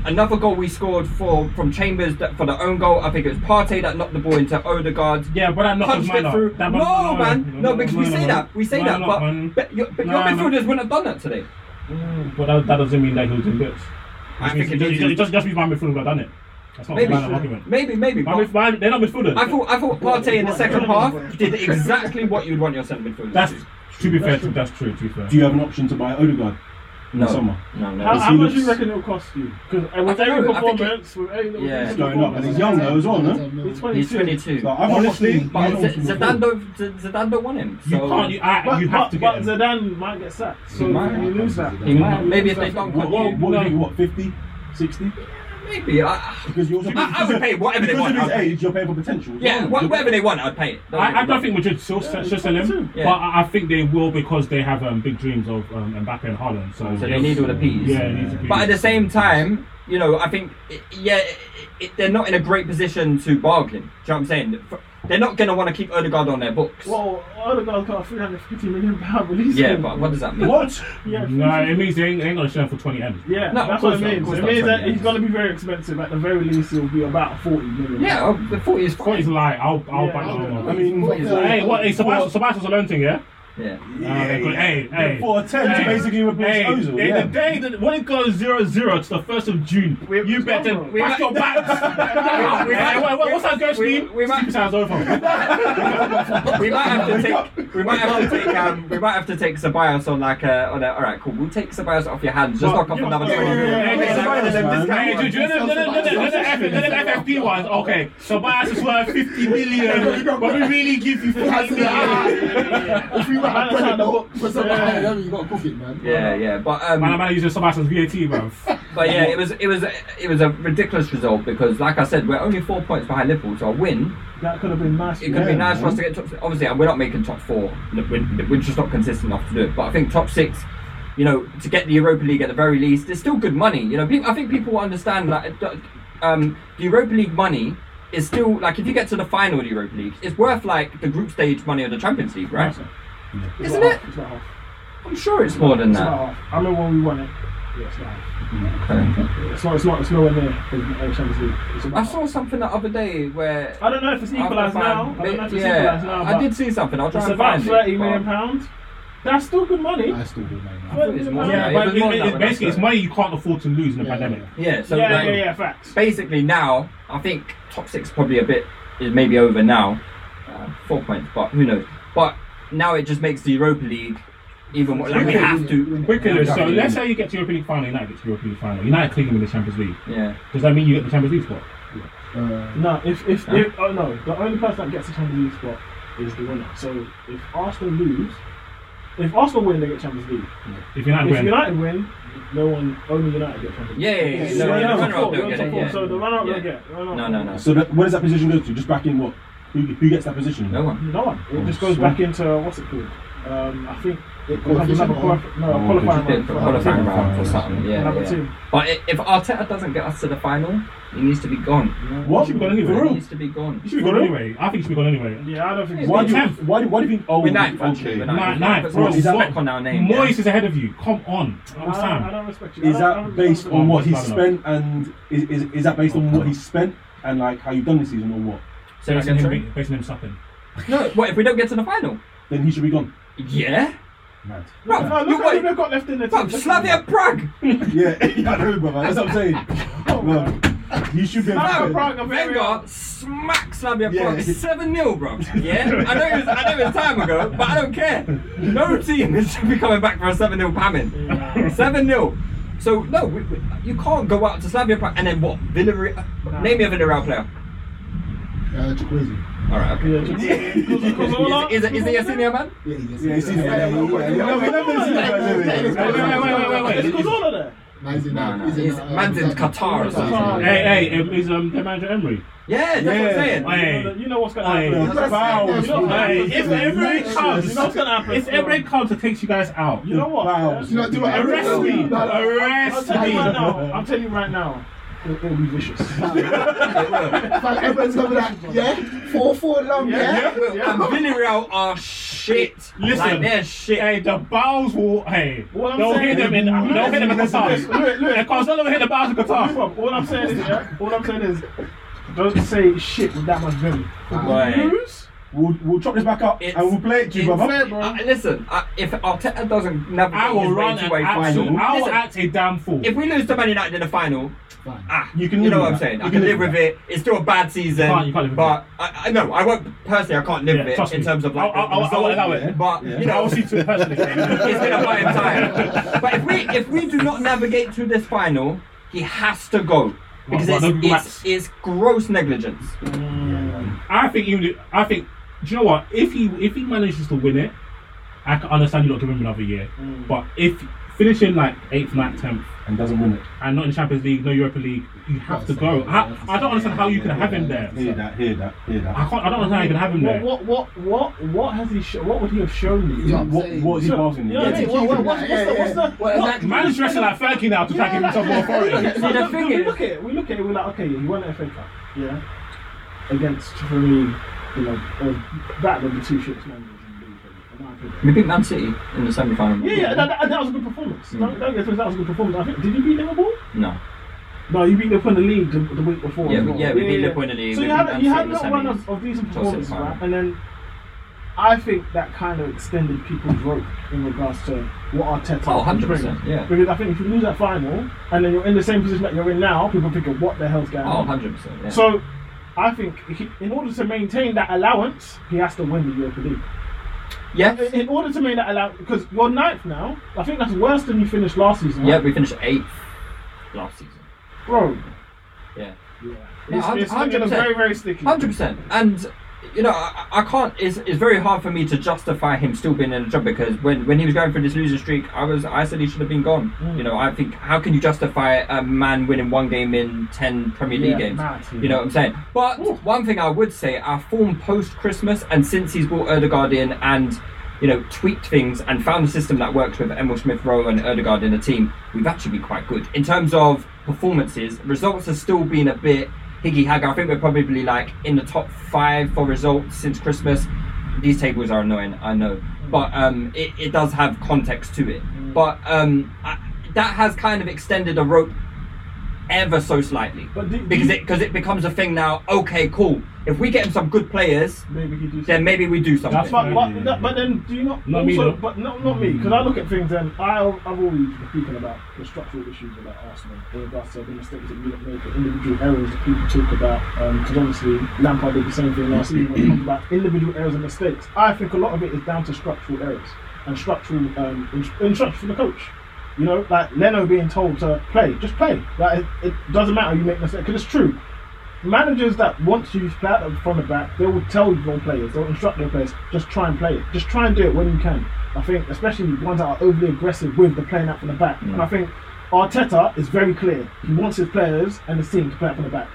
Speaker 1: Another goal we scored for from Chambers that, for the own goal. I think it was Partey that knocked the ball into Odegaard.
Speaker 7: Yeah, but that knocked
Speaker 1: punched
Speaker 7: mine
Speaker 1: it
Speaker 7: up.
Speaker 1: through.
Speaker 7: That must-
Speaker 1: no,
Speaker 7: no,
Speaker 1: man,
Speaker 7: no,
Speaker 1: no, because we
Speaker 7: mine
Speaker 1: say
Speaker 7: up,
Speaker 1: that, we say
Speaker 7: mine
Speaker 1: that,
Speaker 7: up, man.
Speaker 1: but, but your, but your
Speaker 7: Nah, man.
Speaker 1: midfielders wouldn't have done that today.
Speaker 7: But that, that doesn't mean that he was in bits.
Speaker 1: I
Speaker 7: It
Speaker 1: think it does.
Speaker 7: just, just, just means my midfielder would have done it. That's not
Speaker 1: Maybe,
Speaker 7: a valid argument.
Speaker 1: maybe, maybe.
Speaker 7: My
Speaker 1: but-
Speaker 7: midf- my- they're not midfielders.
Speaker 1: I thought I thought Partey in the second half did exactly what you'd want your centre midfielder
Speaker 7: that's
Speaker 1: to do.
Speaker 7: to be fair. To, that's true. To be fair.
Speaker 19: Do you have an option to buy Odegaard?
Speaker 1: No,
Speaker 19: Summer.
Speaker 1: no,
Speaker 3: How,
Speaker 1: no.
Speaker 19: Because
Speaker 3: how
Speaker 19: he
Speaker 3: much do you
Speaker 19: looks-
Speaker 3: reckon it'll cost you? Because
Speaker 1: I
Speaker 3: with
Speaker 1: don't
Speaker 3: every
Speaker 1: know, I think
Speaker 3: performance, with every little
Speaker 1: Yeah.
Speaker 19: He's going up, and he's young though as well, no?
Speaker 3: He's
Speaker 1: He's
Speaker 3: 22.
Speaker 1: 22.
Speaker 19: Like, I've honestly,
Speaker 1: But
Speaker 19: I
Speaker 1: Z-
Speaker 19: don't think
Speaker 1: Zidane don't Z- Zidane don't want him.
Speaker 7: You
Speaker 1: so-
Speaker 7: can't. You, I,
Speaker 3: But,
Speaker 7: you have
Speaker 3: but,
Speaker 7: to
Speaker 3: but
Speaker 7: get him.
Speaker 3: Zidane might get sacked, so
Speaker 1: might.
Speaker 3: you lose that.
Speaker 1: He might. Maybe if they don't
Speaker 19: What, what,
Speaker 1: continue.
Speaker 19: what, do you think, what, 50, 60?
Speaker 1: Maybe. I, I,
Speaker 19: Because you also
Speaker 1: I would pay
Speaker 7: [laughs]
Speaker 1: whatever they
Speaker 19: because
Speaker 1: want.
Speaker 19: of his
Speaker 1: I'd-
Speaker 19: age, you're paying for potential.
Speaker 1: Yeah, wha- whatever they want, I'd pay it.
Speaker 7: I, I
Speaker 1: get me
Speaker 7: don't
Speaker 1: wrong.
Speaker 7: think we should still sell still sell him,
Speaker 1: Yeah.
Speaker 7: but I I think they will because they have um, big dreams of um, Mbappe and Haaland. So,
Speaker 1: So they need all the Ps.
Speaker 7: Yeah, it needs to be.
Speaker 1: But at the same time, you know, I think, i- yeah, i i they're not in a great position to bargain. Do you know what I'm saying? F- They're not going to want to keep Odegaard on their books.
Speaker 3: Well, Oh, Odegaard got a 350 million pound release.
Speaker 1: yeah,
Speaker 3: clause.
Speaker 1: but [laughs] what does that mean?
Speaker 19: What?
Speaker 3: Yeah,
Speaker 7: no, it means they ain't, they ain't gonna share him for twenty m's.
Speaker 3: Yeah,
Speaker 1: No, of course
Speaker 3: that's what it
Speaker 1: not, of
Speaker 3: means.
Speaker 1: course
Speaker 3: It
Speaker 1: not,
Speaker 3: means that
Speaker 1: yeah.
Speaker 3: he's going to be very expensive. At the very least, he'll be about 40 million.
Speaker 1: Yeah, oh, the 40 is
Speaker 7: What is
Speaker 1: fine.
Speaker 7: like? I'll I'll
Speaker 3: Yeah,
Speaker 7: back
Speaker 3: I
Speaker 7: him
Speaker 3: don't
Speaker 7: up.
Speaker 3: know.
Speaker 19: I mean,
Speaker 4: What is
Speaker 19: uh,
Speaker 4: that?
Speaker 7: Hey, what? Hey, Sebas- Sebastian's alone thing, yeah.
Speaker 1: Yeah.
Speaker 7: Yeah,
Speaker 19: yeah, yeah.
Speaker 7: Hey, hey.
Speaker 19: For a 10 to
Speaker 7: Hey,
Speaker 19: basically replace
Speaker 7: hey,
Speaker 19: Ozil.
Speaker 7: hey,
Speaker 19: yeah.
Speaker 7: The day that when it goes 0 0 to the 1st of June,
Speaker 3: We-
Speaker 7: you better
Speaker 3: we-
Speaker 1: [laughs]
Speaker 7: back your backs.
Speaker 1: we-
Speaker 7: Hey, what- what- What's that girl's
Speaker 1: we-
Speaker 7: name?
Speaker 1: we might-
Speaker 7: Sleep
Speaker 1: [laughs]
Speaker 7: sounds over.
Speaker 1: we might have to take. We might have to take. Um, we might have to take Ceballos on like a. On a all right, cool. We'll take Ceballos off your hands. Just knock off another
Speaker 19: yeah,
Speaker 1: twenty.
Speaker 19: yeah, yeah,
Speaker 1: Maybe
Speaker 19: yeah,
Speaker 1: it's like one of them
Speaker 19: Ceballos,
Speaker 1: discount
Speaker 7: Hey,
Speaker 1: ones.
Speaker 7: dude, you know the- the- the- the- the F- the- the FFP ones? Okay, so bias is worth 50 million, but we really give you 40
Speaker 4: If
Speaker 7: million.
Speaker 4: you wrap a
Speaker 3: That's
Speaker 4: bread
Speaker 3: how
Speaker 4: in
Speaker 3: the
Speaker 4: the
Speaker 3: book-
Speaker 4: hook for something, then you got to cook it, man.
Speaker 1: Yeah, yeah, but
Speaker 7: Man, I'm
Speaker 1: um,
Speaker 7: not using Sebastian's VAT, bro.
Speaker 1: but yeah, it was it was it was a ridiculous result because, like I said, we're only four points behind Liverpool, so a win
Speaker 3: That could have been nice.
Speaker 1: it could be
Speaker 19: Yeah,
Speaker 1: nice for us to
Speaker 19: man.
Speaker 1: get top. Six. Obviously, and we're not making top four. Look, We're, we're just not consistent enough to do it. But I think top six, you know, to get the Europa League at the very least, it's still good money. You know, people, I think people understand that uh, um, the Europa League money is still like if you get to the final of the Europa League, it's worth like the group stage money of the Champions League, right? Isn't it?
Speaker 3: It's about half.
Speaker 1: I'm sure it's more than
Speaker 3: It's
Speaker 1: that.
Speaker 3: about half. I remember when we won it. Yeah, it's about half.
Speaker 1: Okay.
Speaker 3: It's not. It's not. It's nowhere near the Champions League. It's about
Speaker 1: I
Speaker 3: half.
Speaker 1: saw something the other day where.
Speaker 3: I don't know if it's equalised now. I don't know if it's equalised now.
Speaker 1: I
Speaker 3: but
Speaker 1: did see something. I'll try
Speaker 3: It's
Speaker 1: and
Speaker 3: about
Speaker 1: find
Speaker 3: thirty
Speaker 1: it,
Speaker 3: million
Speaker 1: but-
Speaker 3: pounds. That's still good money.
Speaker 4: I still do, man.
Speaker 1: thought it was more than
Speaker 3: Yeah,
Speaker 7: Yeah,
Speaker 1: that.
Speaker 7: but
Speaker 1: was more than
Speaker 7: it-
Speaker 1: that
Speaker 7: it-
Speaker 1: when I
Speaker 7: basically,
Speaker 1: saw
Speaker 7: it's
Speaker 1: it.
Speaker 7: money you can't afford to lose in a pandemic.
Speaker 1: Yeah, so
Speaker 3: yeah,
Speaker 1: like,
Speaker 3: yeah, yeah. Facts.
Speaker 1: basically now I think top six is probably a bit is maybe over now, uh, four points, but who knows? But now it just makes the Europa League even more. Like we have to.
Speaker 7: Quicker,
Speaker 1: Yeah,
Speaker 7: so
Speaker 1: yeah.
Speaker 7: let's say you get to European League final, United gets to European League final, United clean them in the Champions League.
Speaker 1: Yeah.
Speaker 7: Does that mean you get the Champions League spot?
Speaker 4: Uh,
Speaker 3: No, if if, if oh no, the only person that gets a Champions League spot is the winner. So if Arsenal lose, if Arsenal win, they get Champions League.
Speaker 7: If United
Speaker 3: If
Speaker 7: win,
Speaker 3: United win, no one, only United get Champions League.
Speaker 1: Yeah, yeah, yeah.
Speaker 19: Yeah,
Speaker 1: No,
Speaker 19: yeah,
Speaker 1: no,
Speaker 19: yeah.
Speaker 1: no, no, don't get it, yeah.
Speaker 3: So the runner-up
Speaker 1: Yeah.
Speaker 3: will get the runner-up
Speaker 1: No,
Speaker 3: will
Speaker 1: no,
Speaker 3: get-
Speaker 1: no.
Speaker 19: So that, where does that position go to? Just back in what? Who, who gets that position?
Speaker 1: No one.
Speaker 3: No one. It just goes back into what's it called? Um, I think it
Speaker 4: Qualification
Speaker 3: becomes another
Speaker 4: round.
Speaker 3: qualif- no,
Speaker 19: Oh,
Speaker 3: Uh, qualifying
Speaker 1: Yeah,
Speaker 3: round.
Speaker 1: for
Speaker 3: for
Speaker 1: qualifying
Speaker 3: another team.
Speaker 1: round or something. Yeah,
Speaker 3: Another
Speaker 1: yeah.
Speaker 3: team.
Speaker 1: But i- if Arteta doesn't get us to the final, he needs to be gone.
Speaker 19: What?
Speaker 7: Should we go anyway?
Speaker 19: For
Speaker 1: He
Speaker 19: real?
Speaker 1: needs to be gone.
Speaker 19: You
Speaker 7: should
Speaker 19: should
Speaker 7: be
Speaker 19: be
Speaker 7: gone
Speaker 19: going anyway.
Speaker 7: anyway. I think it should be gone anyway.
Speaker 3: Yeah, I don't think.
Speaker 19: Why do you?
Speaker 7: Tenth.
Speaker 19: Why do? Why do you think? Oh,
Speaker 1: We're ninth, actually.
Speaker 19: okay.
Speaker 1: We're
Speaker 7: Nah,
Speaker 1: ninth.
Speaker 7: nah,
Speaker 1: Put
Speaker 7: bro.
Speaker 1: some
Speaker 19: is that-
Speaker 1: respect on our name. yeah.
Speaker 7: Moyes is ahead of you. Come
Speaker 3: I
Speaker 7: on,
Speaker 3: don't, Uh, I
Speaker 7: understand?
Speaker 3: don't respect you. I
Speaker 19: Is
Speaker 3: don't- I
Speaker 19: that
Speaker 3: don't
Speaker 19: based
Speaker 3: respect
Speaker 19: on
Speaker 3: you.
Speaker 19: what he
Speaker 7: Bad enough.
Speaker 19: spent and is, is is that based on what he spent and like how you've done this season or what?
Speaker 1: Say that
Speaker 7: Based
Speaker 1: again,
Speaker 7: on him,
Speaker 1: sorry?
Speaker 7: being- based on him sucking.
Speaker 1: No, what if we don't get to the final?
Speaker 19: Then he should be gone.
Speaker 1: Yeah.
Speaker 19: Mad.
Speaker 1: Bro,
Speaker 3: No,
Speaker 1: you
Speaker 3: look what
Speaker 1: what?
Speaker 3: they've got left in the
Speaker 1: Bro,
Speaker 3: team.
Speaker 1: Slavia Prague.
Speaker 19: yeah, I know, brother. That's what I'm saying. Bro, he should be.
Speaker 3: Slavia
Speaker 19: fired.
Speaker 3: Prague are very
Speaker 1: Wenger smacks Slavia
Speaker 19: Yeah.
Speaker 1: Prague 7 0, bro. Yeah? I know, it was, I know it was time ago, but I don't care. No team is [laughs] should be coming back for a 7 0 pamming. 7 0. So, no, we, we, you can't go out to Slavia Prague and then what? Villarreal. uh, Name me a Villarreal player.
Speaker 4: uh, Chukwueze.
Speaker 1: Alright, okay.
Speaker 3: Cazorla?
Speaker 1: Is, is, is he a senior man?
Speaker 4: Yeah, he's
Speaker 19: Yeah, he's seen it. Yeah, yeah, yeah. yeah. No, we never seen it,
Speaker 7: Wait,
Speaker 19: man,
Speaker 7: wait,
Speaker 19: have we?
Speaker 7: wait, wait, wait, wait.
Speaker 3: Is Cazorla there?
Speaker 4: Man's in,
Speaker 1: No, no.
Speaker 4: he's in,
Speaker 1: He's,
Speaker 4: uh,
Speaker 1: man's in
Speaker 4: Abu Dhabi.
Speaker 1: Qatar or something.
Speaker 7: Hey, hey, um, is um, their manager Emery?
Speaker 1: Yeah, that's what I'm saying.
Speaker 7: Yeah. Hey.
Speaker 3: You know- You know what's going
Speaker 7: Hey.
Speaker 3: to happen.
Speaker 4: That's-
Speaker 19: Fouls,
Speaker 4: that's-
Speaker 3: You know-
Speaker 4: that's-
Speaker 3: Hey,
Speaker 7: if Emery
Speaker 4: that's-
Speaker 7: comes,
Speaker 3: You know what's going to happen.
Speaker 7: It's Emery comes that takes you guys out.
Speaker 3: You know what?
Speaker 19: Fouls.
Speaker 4: You know, do what Emery
Speaker 7: Arrest me!
Speaker 4: does? No, no.
Speaker 3: I'm
Speaker 7: Arrest
Speaker 3: telling you right
Speaker 7: me!
Speaker 3: now. I'm telling you right now. It'll, it'll be vicious.
Speaker 4: Like, everyone's gonna be like, yeah, four four long, yeah.
Speaker 1: And Villarreal are shit. shit.
Speaker 3: Listen,
Speaker 1: like, they're shit.
Speaker 3: Hey, the bowels will. Hey,
Speaker 7: What I'm
Speaker 3: don't hit
Speaker 7: saying
Speaker 3: them in.
Speaker 7: is-
Speaker 3: Don't hit them in
Speaker 7: Listen,
Speaker 3: Qatar.
Speaker 7: listen, look, look.
Speaker 3: And Carcelo hit the bowels in
Speaker 7: Move
Speaker 3: Qatar.
Speaker 7: on. All I'm saying is, yeah, all I'm saying is, don't say shit with that much venom.
Speaker 1: Like,
Speaker 7: Lose?
Speaker 2: We'll, we'll chop this back up
Speaker 1: It's-
Speaker 2: and we'll play it to you,
Speaker 1: it's-
Speaker 2: brother.
Speaker 1: uh, listen, uh, if Arteta doesn't navigate
Speaker 3: I will
Speaker 1: his way
Speaker 3: run
Speaker 1: to
Speaker 3: an
Speaker 1: a final,
Speaker 3: absolute. I will
Speaker 1: Listen,
Speaker 3: act a damn fool.
Speaker 1: if we lose to Man United in the final,
Speaker 4: Fine.
Speaker 1: ah,
Speaker 2: You can
Speaker 1: you
Speaker 2: live with
Speaker 1: know what I'm
Speaker 2: that. You
Speaker 1: saying. I
Speaker 2: can
Speaker 1: can
Speaker 2: live
Speaker 1: live
Speaker 2: with
Speaker 1: with it. It's still a bad season,
Speaker 3: You can't- you can't live with
Speaker 1: but I, I no, I won't personally. I can't live
Speaker 3: Yeah,
Speaker 1: with
Speaker 3: trust
Speaker 1: it in
Speaker 3: me.
Speaker 1: terms of like
Speaker 3: I'll- I'll-
Speaker 1: the
Speaker 3: I'll
Speaker 1: result,
Speaker 3: allow it.
Speaker 1: But you know,
Speaker 3: I will
Speaker 1: [laughs]
Speaker 3: see to
Speaker 2: [laughs]
Speaker 3: it personally.
Speaker 1: He's gonna buy him time. But if we if we do not navigate to this final, he has to go because
Speaker 3: What- what,
Speaker 1: it's,
Speaker 3: no
Speaker 1: it's,
Speaker 3: match?
Speaker 1: it's gross negligence.
Speaker 3: I think even. if- I think. Do you know what? If he if he manages to win it, I can understand you not giving him another year.
Speaker 7: Mm.
Speaker 3: But if finishing like eighth, ninth, tenth,
Speaker 2: And doesn't win it.
Speaker 3: and not in Champions League, no Europa League, you have to go. I, I don't understand how you can have him there.
Speaker 2: Hear that, hear that, hear
Speaker 3: I
Speaker 2: that.
Speaker 3: can't. I don't understand how you can have him
Speaker 7: What,
Speaker 3: there.
Speaker 7: what, what, what, what has he? Sho- what would he have shown me?
Speaker 4: Yeah, I'm
Speaker 2: What,
Speaker 4: saying-
Speaker 2: what is he
Speaker 7: So-
Speaker 2: passing?
Speaker 7: you know what I mean? What- what- what's- what's the- what's the-
Speaker 4: Well,
Speaker 7: what-
Speaker 4: exactly.
Speaker 3: Man's dressing like Fergie now to try and give himself more authority.
Speaker 7: No,
Speaker 1: See, the
Speaker 7: no,
Speaker 1: thing
Speaker 7: we
Speaker 1: is-
Speaker 7: look at it, we look at it, we're like, okay, he won the FA Cup, yeah, against for me, you know, uh, that were the two ships managers in the league, in my opinion.
Speaker 1: We beat Man City in the semi final.
Speaker 7: Yeah, yeah, that, that, that was a good performance. Don't, don't get me wrong, that was a good performance. I think, did you beat Liverpool?
Speaker 1: No.
Speaker 7: No, you [laughs] beat Liverpool in the league the, the week before.
Speaker 1: Yeah,
Speaker 7: as
Speaker 1: we-
Speaker 7: well.
Speaker 1: yeah, we beat Liverpool in the league,
Speaker 7: So
Speaker 1: we
Speaker 7: you
Speaker 1: beat
Speaker 7: had,
Speaker 1: Man
Speaker 7: a- you
Speaker 1: City
Speaker 7: had
Speaker 1: in
Speaker 7: a little
Speaker 1: the
Speaker 7: run
Speaker 1: semis.
Speaker 7: of, of decent
Speaker 1: Chelsea
Speaker 7: performances,
Speaker 1: final.
Speaker 7: right? And then I think that kind of extended people's rope in regards to what Arteta
Speaker 1: Oh,
Speaker 7: can
Speaker 1: 100%,
Speaker 7: bring.
Speaker 1: yeah.
Speaker 7: Because I think if you lose that final and then you're in the same position that you're in now, people are thinking, what the hell's going
Speaker 1: Oh,
Speaker 7: on?
Speaker 1: 100 percent. Yeah.
Speaker 7: So I think he, in order to maintain that allowance, he has to win the Europa League.
Speaker 1: yeah,
Speaker 7: In- In order to make that allowance, because you're ninth now, I think that's worse than you finished last season.
Speaker 1: yeah,
Speaker 7: right?
Speaker 1: we finished eighth last season.
Speaker 7: bro.
Speaker 1: Yeah.
Speaker 7: Yeah.
Speaker 1: No,
Speaker 7: It's,
Speaker 1: hun-
Speaker 7: it's looking
Speaker 1: 100%.
Speaker 7: very, very sticky.
Speaker 1: Hundred percent. And you know, I, I can't. It's, it's very hard for me to justify him still being in a job because when, when he was going through this losing streak, I was I said he should have been gone. You know, I think how can you justify a man winning one game in ten Premier League
Speaker 7: Yeah,
Speaker 1: games?
Speaker 7: mad.
Speaker 1: You know what I'm saying? But one thing I would say, our form post Christmas and since he's brought Erdegaard in and you know tweaked things and found a system that works with Emil Smith Rowe and Erdegaard in the team, we've actually been quite good in terms of performances. Results have still been a bit higgy haggy. I think we're probably like in the top five for results since Christmas. These tables are annoying, I know, but um, it, it does have context to it. But um, I, that has kind of extended a rope ever so slightly
Speaker 7: But do-
Speaker 1: because
Speaker 7: do-
Speaker 1: it because it becomes a thing now. Okay, cool. If we get him some good players,
Speaker 7: Maybe he do
Speaker 1: then
Speaker 7: something.
Speaker 1: maybe we do something.
Speaker 3: That's
Speaker 7: But,
Speaker 3: fine.
Speaker 7: but, that- but then, do you not?
Speaker 3: Not
Speaker 7: also,
Speaker 3: me, though.
Speaker 7: But not, not me, because I look at things and I, I've always been speaking about the structural issues about Arsenal in regards to the mistakes that Europe make, the individual errors that people talk about. Because obviously, Lampard did the same thing last season when it comes about individual errors and mistakes. I think a lot of it is down to structural errors and structural um, inst- instructions from the coach. You know, like Leno being told to play, just play. Like it, it doesn't matter you make mistakes because it's true managers that want to use play out from the back, they will tell your players, they'll instruct their players, just try and play it. Just try and do it when you can. I think, especially ones that are overly aggressive with the playing out from the back. And I think Arteta is very clear. He wants his players and his team to play out from the back.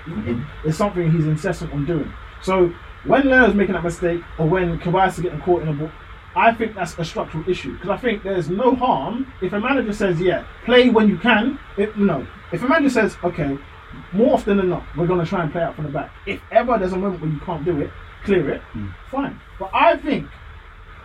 Speaker 7: It's something he's incessant on doing. So when Leno's making that mistake or when Kawhi's getting caught in a ball, I think that's a structural issue because I think there's no harm if a manager says, "Yeah, play when you can." It, no, if a manager says, "Okay, more often than not, we're going to try and play out from the back." If ever there's a moment where you can't do it, clear it, fine. But I think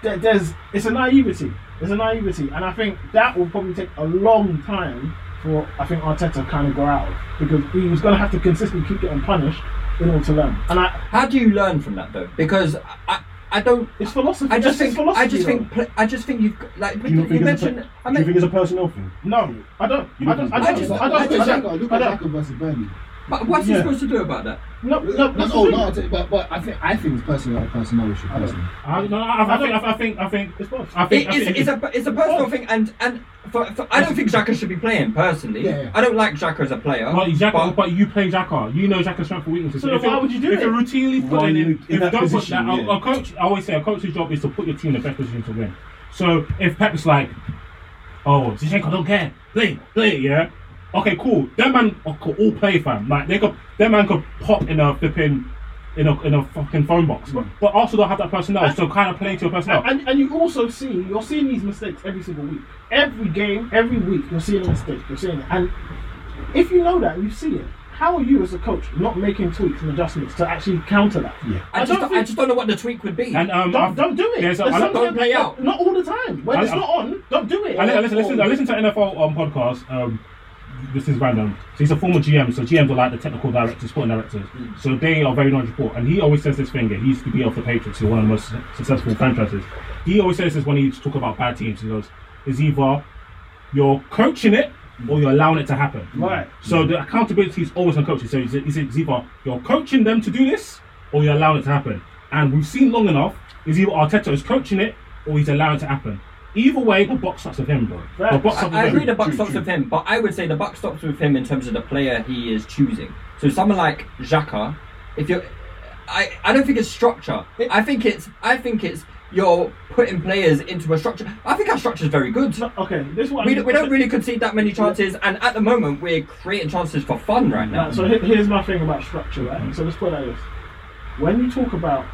Speaker 7: that there's it's a naivety, it's a naivety, and I think that will probably take a long time for I think Arteta to kind of go out of because he was going to have to consistently keep getting punished in order to learn. And I,
Speaker 1: How do you learn from that though? Because I I, I don't.
Speaker 7: it's philosophy.
Speaker 1: I just
Speaker 7: that's
Speaker 1: think
Speaker 7: his philosophy,
Speaker 1: I just
Speaker 7: though.
Speaker 1: think pl- I just think you've got- like
Speaker 2: Do you,
Speaker 1: you,
Speaker 2: not think it's a,
Speaker 1: mentioned.
Speaker 2: do
Speaker 1: I
Speaker 2: you think
Speaker 1: mean,
Speaker 2: it's a personnel thing?
Speaker 7: No, I don't.
Speaker 2: You
Speaker 7: I don't. I
Speaker 2: don't-
Speaker 7: don't.
Speaker 1: I just-
Speaker 7: I
Speaker 4: Look
Speaker 7: don't.
Speaker 4: at
Speaker 7: I don't.
Speaker 4: Xhaka, Look
Speaker 7: I
Speaker 4: at
Speaker 7: don't.
Speaker 4: Xhaka versus Burnley.
Speaker 1: but what's he
Speaker 7: Yeah.
Speaker 1: supposed to do about that?
Speaker 7: No, no,
Speaker 4: No,
Speaker 7: that's
Speaker 4: oh,
Speaker 7: the
Speaker 4: no,
Speaker 7: thing.
Speaker 4: I take it back, but I think I think it's personally a personal issue. Personally.
Speaker 3: I, no, I, I, think, I think. I think.
Speaker 7: It's both.
Speaker 3: I think.
Speaker 1: It
Speaker 3: I
Speaker 1: is
Speaker 3: think
Speaker 1: it's a it's a personal thing, and and for, for, I don't think Xhaka should be playing personally.
Speaker 4: Yeah, yeah.
Speaker 1: I don't like Xhaka as a player.
Speaker 3: But Xhaka,
Speaker 1: but-
Speaker 3: but, you play Xhaka. You know Xhaka's strength and weaknesses.
Speaker 7: So then
Speaker 3: you're-
Speaker 7: why would you do
Speaker 3: if
Speaker 7: it?
Speaker 3: you're routinely
Speaker 2: Why
Speaker 3: putting
Speaker 2: you
Speaker 3: in,
Speaker 2: in
Speaker 3: if
Speaker 2: that
Speaker 3: don't put
Speaker 2: position,
Speaker 3: that,
Speaker 2: yeah.
Speaker 3: a, a coach, I always say, a coach's job is to put your team in the best position to win. So if Pep is like, oh, Zinchenko don't care, play, play, yeah. Okay, cool. Them man uh, could all play, fam. Like they could, them man could pop in a flipping, in a in a fucking phone box. But also don't have that personnel, so kind of play to your personnel.
Speaker 7: Mm. And, and you also see, you're seeing these mistakes every single week. Every game, every week, you're seeing a mistake. You're seeing it. And if you know that, you see it. How are you as a coach not making tweaks and adjustments to actually counter that?
Speaker 3: Yeah.
Speaker 1: I, just, I just don't know what the tweak would be.
Speaker 3: And um,
Speaker 7: Don't,
Speaker 3: I've-
Speaker 7: don't do it.
Speaker 3: There's a-
Speaker 7: There's
Speaker 3: I-
Speaker 7: some
Speaker 1: don't
Speaker 7: games-
Speaker 1: play out.
Speaker 7: Not all the time. When
Speaker 3: I-
Speaker 7: it's
Speaker 3: I-
Speaker 7: not on, don't do it.
Speaker 3: I, li- I
Speaker 7: Or-
Speaker 3: listen, listen,
Speaker 7: or-
Speaker 3: I listen to NFL um, podcast. Um, this is random. So he's a former GM. So GMs are like the technical directors, sporting directors. So they are very knowledgeable. And he always says this thing. that He used to be of the Patriots, who are one of the most successful franchises. He always says this when he used to talk about bad teams. He goes, "Is either you're coaching it or you're allowing it to happen."
Speaker 7: Right.
Speaker 3: So the accountability is always on coaches. So it's, it's it's either you're coaching them to do this or you're allowing it to happen. And we've seen long enough is either Arteta is coaching it or he's allowing it to happen. Either way, the box stops with him, bro. The
Speaker 7: Right.
Speaker 3: box
Speaker 1: I,
Speaker 3: stops with
Speaker 1: I
Speaker 3: him.
Speaker 1: agree the buck stops with him, but I would say the buck stops with him in terms of the player he is choosing. So someone like Xhaka, if you're, I, I don't think it's structure. I think it's I think it's you're putting players into a structure. I think our structure is very good.
Speaker 7: Okay, this is what I
Speaker 1: We,
Speaker 7: mean.
Speaker 1: don't- we don't really concede that many chances, and at the moment we're creating chances for fun right now.
Speaker 7: Right, so he- here's my thing about structure, right? So let's put it like this. When you talk about.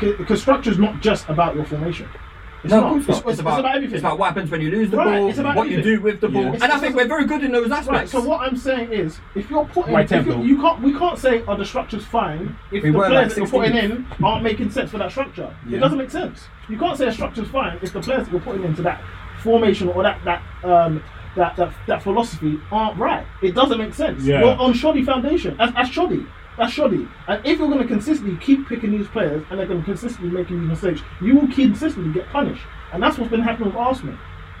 Speaker 7: Because structure is not just about your formation. It's
Speaker 1: no,
Speaker 7: not.
Speaker 1: of course not.
Speaker 7: It's, it's about, everything.
Speaker 1: It's about what happens when you lose the
Speaker 7: Right,
Speaker 1: ball,
Speaker 7: it's about
Speaker 1: what you
Speaker 7: everything.
Speaker 1: do with the ball,
Speaker 7: Yeah.
Speaker 1: and I think we're very good in those aspects.
Speaker 7: Right, so what I'm saying is, if you're putting,
Speaker 3: Right,
Speaker 7: if you,
Speaker 3: Temple.
Speaker 7: you can't, we can't say, oh, the structure's fine if
Speaker 1: We
Speaker 7: the
Speaker 1: were like
Speaker 7: players that you're
Speaker 1: 16.
Speaker 7: putting in aren't making sense for that structure. It doesn't make sense. You can't say a structure's fine if the players that you're putting into that formation or that that um, that, that that philosophy aren't right. It doesn't make sense.
Speaker 3: Yeah.
Speaker 7: You're on shoddy foundation. That's, that's shoddy. That's shoddy. And if you're going to consistently keep picking these players and they're going to consistently making these mistakes, you will consistently get punished. And that's what's been happening with Arsenal.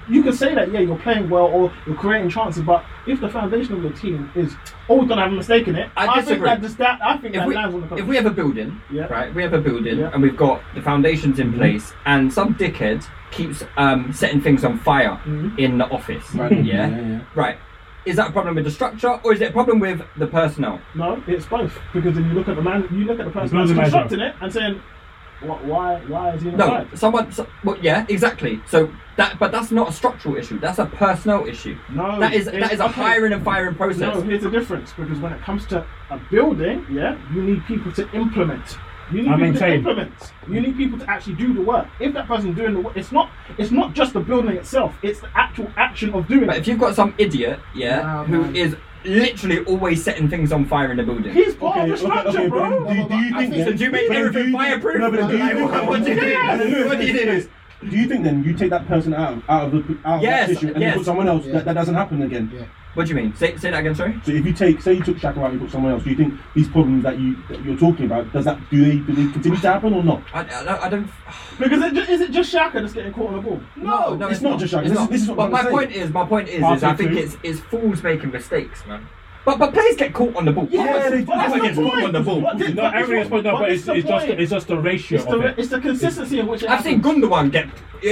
Speaker 7: You can say that, yeah, you're playing well or you're creating chances, but if the foundation of your team is always going to have a mistake in it,
Speaker 1: I
Speaker 7: think
Speaker 1: disagree.
Speaker 7: that, just, that I think
Speaker 1: if
Speaker 7: that
Speaker 1: we,
Speaker 7: lands on the coach.
Speaker 1: if we have a building,
Speaker 7: Yeah.
Speaker 1: right, we have a building
Speaker 7: Yeah. Mm-hmm.
Speaker 1: and we've got the foundations in place, and some dickhead keeps um, setting things on fire
Speaker 7: Mm-hmm.
Speaker 1: in the office. Right. Yeah? Right. Is that a problem with the structure or is it a problem with the personnel?
Speaker 7: No, it's both because then you look at the man, you look at the person
Speaker 3: Because
Speaker 7: that's
Speaker 3: of measure.
Speaker 7: constructing it and saying, what, why, why is he not
Speaker 1: No,
Speaker 7: right?
Speaker 1: someone. So, well, yeah, exactly. So that, but that's not a structural issue. That's a personnel issue.
Speaker 7: No,
Speaker 1: that is
Speaker 7: it's-
Speaker 1: that is a
Speaker 7: okay.
Speaker 1: hiring and firing process.
Speaker 7: No, here's the difference because when it comes to a building, yeah, you need people to implement. You need
Speaker 3: I
Speaker 7: people to
Speaker 3: maintain.
Speaker 7: implement. You need people to actually do the work. If that person's doing the work, it's not it's not just the building itself; it's the actual action of doing
Speaker 1: But
Speaker 7: it.
Speaker 1: if you've got some idiot, yeah,
Speaker 4: Nah,
Speaker 1: who
Speaker 4: man.
Speaker 1: is literally always setting things on fire in the building.
Speaker 7: He's part
Speaker 2: Okay,
Speaker 7: of the structure,
Speaker 2: okay, okay,
Speaker 7: bro.
Speaker 2: but do, do you think
Speaker 1: So
Speaker 2: then-
Speaker 1: do you make
Speaker 2: but
Speaker 1: everything
Speaker 2: do you-
Speaker 1: fireproof?
Speaker 2: No, but do you
Speaker 1: [laughs] Like,
Speaker 2: think-
Speaker 1: what-
Speaker 2: [laughs]
Speaker 1: what do you do?
Speaker 2: No, no, no,
Speaker 1: What do you do?
Speaker 2: listen, listen. Do you think then you take that person out out of Oh, the out of
Speaker 1: Yes,
Speaker 2: that issue and
Speaker 1: yes.
Speaker 2: you put someone else
Speaker 4: Yeah.
Speaker 2: that, that doesn't happen again?
Speaker 4: Yeah.
Speaker 1: What do you mean? Say, say that again, sorry.
Speaker 2: So if you take say you took Shaka out and you put someone else, do you think these problems that you that you're talking about does that do they do they continue to happen or not?
Speaker 1: I, I, I don't.
Speaker 7: because it ju- is it just Shaka that's getting caught on the ball?
Speaker 1: no,
Speaker 2: it's not just Shaka. This is- this is what
Speaker 1: but
Speaker 2: I'm
Speaker 1: my
Speaker 2: saying.
Speaker 1: point is, my point is, is
Speaker 3: Party
Speaker 1: I think
Speaker 3: two.
Speaker 1: it's it's fools making mistakes, man. But but players get caught on the ball. Papa-
Speaker 2: they do.
Speaker 1: Papa
Speaker 2: That's the
Speaker 1: gets caught on the ball.
Speaker 7: What did-
Speaker 3: Not
Speaker 7: what is
Speaker 3: everything's
Speaker 7: wrong?
Speaker 3: put down,
Speaker 7: What
Speaker 3: but
Speaker 7: is
Speaker 3: it's,
Speaker 7: the
Speaker 3: it's just
Speaker 7: point?
Speaker 3: it's just the ratio
Speaker 7: It's
Speaker 3: of
Speaker 7: the,
Speaker 3: it.
Speaker 7: it's the consistency in which it
Speaker 1: I've seen
Speaker 7: happens.
Speaker 1: Gundogan get.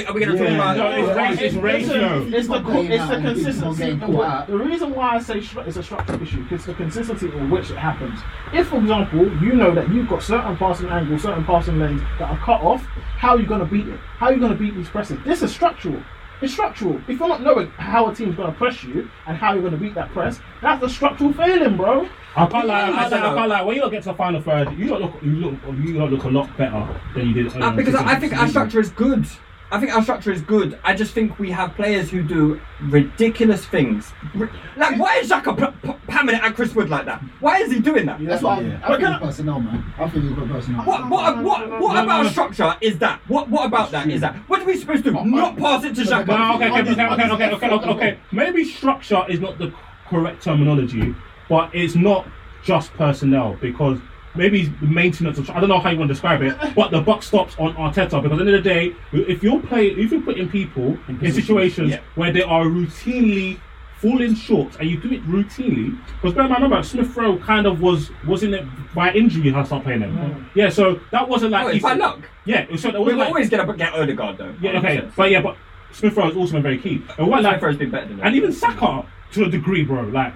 Speaker 1: Are we gonna
Speaker 2: Yeah.
Speaker 1: talk
Speaker 3: No,
Speaker 1: about?
Speaker 3: it's race- it's ratio.
Speaker 7: Listen, It's the,
Speaker 4: People getting
Speaker 7: it's
Speaker 4: out
Speaker 7: the
Speaker 4: and people
Speaker 7: consistency.
Speaker 4: getting
Speaker 7: in what-
Speaker 4: caught.
Speaker 7: the reason why I say stru- it's a structural issue is the consistency in which it happens. If, for example, you know that you've got certain passing angles, certain passing lanes that are cut off, how are you going to beat it? How are you going to beat these presses? This is structural. It's structural. If you're not knowing how a team's going to press you and how you're going to beat that press, that's a structural failing, bro.
Speaker 3: I can't lie.
Speaker 1: I
Speaker 3: I, said,
Speaker 1: don't
Speaker 3: I can't lie. When you lot get to the final third, you lot look you look you lot look a lot better than you did.
Speaker 1: Uh,
Speaker 3: earlier in
Speaker 1: because
Speaker 3: the
Speaker 1: I, I think
Speaker 3: season.
Speaker 1: our structure is good. I think our structure is good. I just think we have players who do ridiculous things. Ri- Like, why is Xhaka p- p- pamming it at Chris Wood like that? Why is he doing that?
Speaker 4: That's why I-
Speaker 2: Yeah.
Speaker 4: I think it's personnel, man. I think it's personnel.
Speaker 1: What what what what about structure is that? What what about that is that? What are we supposed to do? Not pass it to Xhaka?
Speaker 3: Oh, No, okay, okay, okay, okay, okay, okay, okay, okay. Maybe structure is not the correct terminology, but it's not just personnel because maybe it's the maintenance. Of, I don't know how you want to describe it, but the buck stops on Arteta because at the end of the day, if you're playing, if you're putting people in situations
Speaker 1: yeah.
Speaker 3: where they are routinely falling short and you do it routinely because bear in mind remember Smith Rowe kind of was wasn't it by injury how I started playing him yeah so that wasn't like
Speaker 1: Mm. Oh, it's
Speaker 3: he's-
Speaker 1: by luck.
Speaker 3: yeah so that
Speaker 1: We're
Speaker 3: wasn't like,
Speaker 1: always gonna get Odegaard though.
Speaker 3: yeah okay
Speaker 1: [laughs]
Speaker 3: but yeah but Smith Rowe has also been very key and what like
Speaker 1: Smith has been better than
Speaker 3: and even Saka to a degree, bro. Like,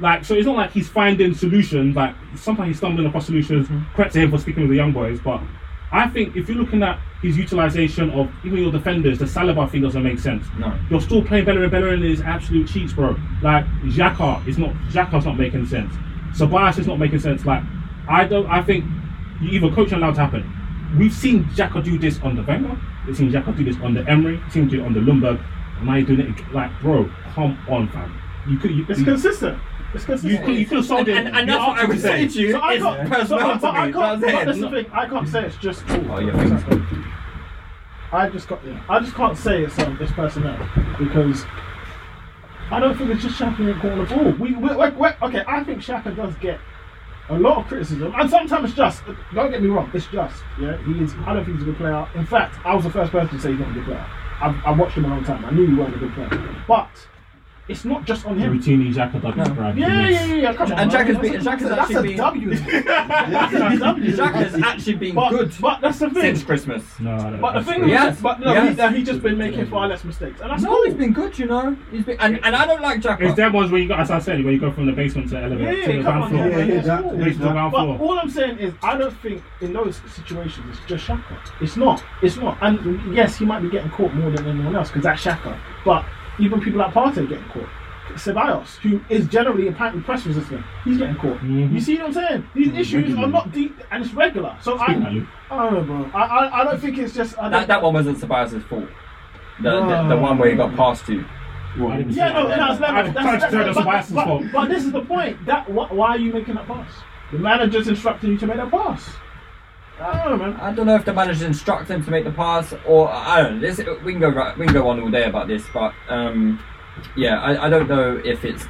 Speaker 3: like so it's not like he's finding solutions. Like sometimes he's stumbling across solutions.
Speaker 1: Mm-hmm.
Speaker 3: Credit to him for sticking with the young boys, but I think if you're looking at his utilization of even your defenders, the Saliba thing doesn't make sense.
Speaker 1: No.
Speaker 3: You're still playing better and better in his absolute cheeks, bro. Like Xhaka is not Xhaka's not making sense. Sabias is not making sense. Like I don't. I think you either coach and allow it to happen. We've seen Xhaka do this on the Wenger. We've seen Xhaka do this on the Emery. We've seen him do it on the Lundberg. And now you're doing it ag- like, bro, come on, fam. You could. You,
Speaker 7: It's
Speaker 3: you-
Speaker 7: consistent. It's
Speaker 3: You
Speaker 7: consistent.
Speaker 3: could. You could have sold
Speaker 1: And,
Speaker 3: it.
Speaker 1: and that's what I would say to you.
Speaker 7: So I
Speaker 1: is
Speaker 7: can't, so,
Speaker 1: personality.
Speaker 7: but, but I can't,
Speaker 1: That's
Speaker 7: but
Speaker 1: it.
Speaker 7: that's the thing, I can't say it's just.
Speaker 1: Oh, your fingers.
Speaker 7: I just got, I just can't say it's um, it's personnel because I don't think it's just Shaq and caught the ball. We, we, we, we okay, I think Shaq does get a lot of criticism, and sometimes it's just. Don't get me wrong, it's just. Yeah, he is. I don't think he's a good player. In fact, I was the first person to say he's not a good player. I've, I've watched him a long time. I knew he wasn't a good player, but it's not just on
Speaker 3: The
Speaker 7: him.
Speaker 3: routine is Jack O'Donoghue.
Speaker 7: Yeah, yeah, yeah, yeah. Come on,
Speaker 1: And Jack
Speaker 7: man.
Speaker 1: has been-
Speaker 7: That's
Speaker 1: Jack has
Speaker 7: a- that's
Speaker 1: actually
Speaker 7: a
Speaker 1: been- [laughs]
Speaker 7: W. That's a W.
Speaker 1: Jack has actually been
Speaker 7: But,
Speaker 1: good
Speaker 7: but that's the thing.
Speaker 1: since Christmas.
Speaker 3: No, I don't
Speaker 7: But the
Speaker 3: that's
Speaker 7: thing
Speaker 3: good.
Speaker 7: is,
Speaker 1: Yes,
Speaker 7: but no,
Speaker 1: yes.
Speaker 7: he, no, he's just been making far less mistakes, and that's
Speaker 1: No,
Speaker 7: cool.
Speaker 1: he's been good, you know. He's been, and, and I don't like Jack.
Speaker 3: It's them ones where you got, as I said, where you go from the basement to
Speaker 7: yeah,
Speaker 3: elevator to
Speaker 7: yeah,
Speaker 3: the
Speaker 7: come
Speaker 3: ground
Speaker 7: on, yeah,
Speaker 3: floor.
Speaker 7: yeah,
Speaker 3: Basement
Speaker 7: yeah, it's
Speaker 2: yeah,
Speaker 7: cool.
Speaker 2: yeah,
Speaker 3: to the ground
Speaker 7: But
Speaker 3: floor.
Speaker 7: all I'm saying is, I don't think in those situations it's just Shaka. It's not. It's not. And yes, he might be getting caught more than anyone else because that's Shaka. But even people like Partey are getting caught. Ceballos, who is generally apparently press resistant, he's getting caught.
Speaker 3: Mm-hmm.
Speaker 7: You see what I'm saying? These issues are not deep and it's regular. So I,
Speaker 3: Regular.
Speaker 7: I don't know, bro. I, I, I don't think it's just. I
Speaker 1: That,
Speaker 7: don't,
Speaker 1: that one wasn't Ceballos' fault. The, the, the one where he got passed to.
Speaker 3: I didn't see
Speaker 7: Yeah,
Speaker 3: that.
Speaker 7: no,
Speaker 3: I
Speaker 7: that's never.
Speaker 3: tried to
Speaker 7: That's, that's,
Speaker 3: tell that's
Speaker 7: but,
Speaker 3: Sebastian's
Speaker 7: but-
Speaker 3: fault.
Speaker 7: but this is the point. That wh- why are you making that pass? The manager's instructing you to make that pass. I don't know, man.
Speaker 1: I don't know if the manager instructed him to make the pass, or I don't know. This we can go right, we can go on all day about this, but um, yeah, I, I don't know if it's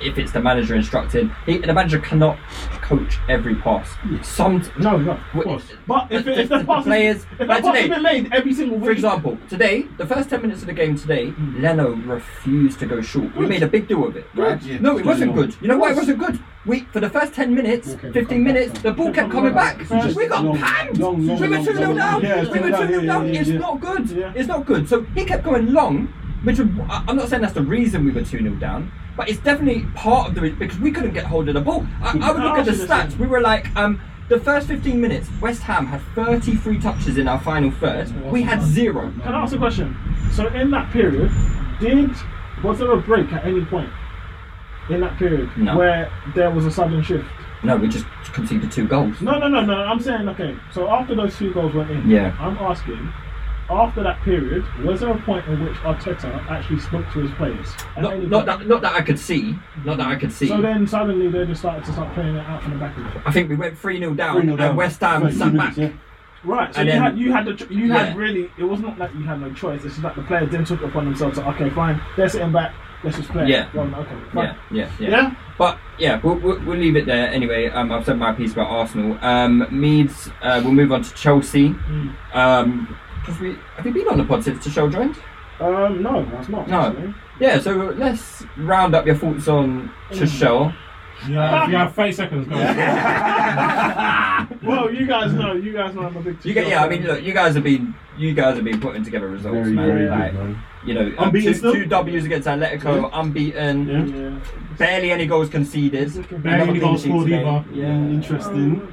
Speaker 1: if it's the manager instructed. He, the manager cannot coach every pass. Some
Speaker 7: No, no.
Speaker 3: course.
Speaker 7: But if, if the pass
Speaker 1: players,
Speaker 7: is, if
Speaker 1: like
Speaker 7: that pass
Speaker 1: today,
Speaker 7: has been made every single week,
Speaker 1: For example, today, the first 10 minutes of the game today,
Speaker 2: Hmm.
Speaker 1: Leno refused to go short. We made a big deal of it, right?
Speaker 4: Good. Yeah.
Speaker 1: No, it wasn't good. You know why it
Speaker 4: Yes.
Speaker 1: wasn't good? We, for the first 10 minutes,
Speaker 4: Okay,
Speaker 1: 15
Speaker 4: come back,
Speaker 1: minutes,
Speaker 4: come
Speaker 1: the ball kept coming back.
Speaker 2: Just
Speaker 1: We got
Speaker 2: long,
Speaker 1: panned.
Speaker 2: long, long,
Speaker 1: we were
Speaker 2: long,
Speaker 1: 2 0
Speaker 2: long,
Speaker 1: down.
Speaker 2: long. Yeah, it's
Speaker 1: we were 2
Speaker 2: long,
Speaker 1: 0
Speaker 2: yeah,
Speaker 1: down.
Speaker 2: yeah,
Speaker 1: It's
Speaker 2: yeah.
Speaker 1: not good.
Speaker 7: Yeah.
Speaker 1: It's not good. So he kept going long, which I- I'm not saying that's the reason we were 2 0 down. But it's definitely part of the reason because we couldn't get hold of the ball. I, I would look at the stats. We were like, um, the first 15 minutes, West Ham had 33 touches in our final third. We had zero.
Speaker 7: can I ask a question? So in that period, did was there a break at any point in that period
Speaker 1: No.
Speaker 7: where there was a sudden shift?
Speaker 1: No, we just conceded two goals.
Speaker 7: No, no, no, no. I'm saying okay. So after those two goals went in,
Speaker 1: Yeah.
Speaker 7: I'm asking. After that period, was there a point in which Arteta actually spoke to his players? At
Speaker 1: Not,
Speaker 7: any
Speaker 1: not
Speaker 7: point?
Speaker 1: that, not that I could see. Not that I could see.
Speaker 7: So then suddenly they just started to start playing it out from the back of it.
Speaker 1: I think we went 3 0 down,
Speaker 2: 3-0
Speaker 1: and
Speaker 2: down.
Speaker 1: West Ham
Speaker 2: Thirty
Speaker 1: sat
Speaker 2: minutes,
Speaker 1: back.
Speaker 2: yeah.
Speaker 7: Right. So
Speaker 1: And
Speaker 7: you
Speaker 1: then-
Speaker 7: had you had the cho- you
Speaker 1: Yeah.
Speaker 7: had really it wasn't like you had no choice. It's just like the players then took it upon themselves to okay fine they're sitting back let's just play.
Speaker 1: Yeah.
Speaker 7: Well, okay. Fine.
Speaker 1: Yeah, yeah, yeah.
Speaker 7: Yeah?
Speaker 1: But yeah, we'll, we'll, we'll leave it there anyway. Um, I've said my piece about Arsenal. Um, Meads, uh, we'll move on to Chelsea. Um, 'cause we, have you been on the pod since Tuchel joined?
Speaker 7: Um. No, that's not.
Speaker 1: No.
Speaker 7: actually.
Speaker 1: Yeah, so let's round up your thoughts on Tuchel.
Speaker 7: Ah.
Speaker 3: Yeah, you have 30 seconds. Go.
Speaker 7: [laughs] Well, you guys know. You guys know I'm a big.
Speaker 1: You get, yeah, I mean, look, you guys have been you guys have been putting together results,
Speaker 2: Very,
Speaker 1: man.
Speaker 2: very
Speaker 1: like,
Speaker 2: good, man.
Speaker 1: you know, um,
Speaker 2: Unbeaten
Speaker 1: two,
Speaker 2: still?
Speaker 1: two W's against Atletico, unbeaten.
Speaker 2: Yeah.
Speaker 7: Yeah.
Speaker 1: Barely any goals conceded.
Speaker 3: Barely any goals scored
Speaker 1: Today.
Speaker 3: either.
Speaker 1: Yeah.
Speaker 2: Interesting.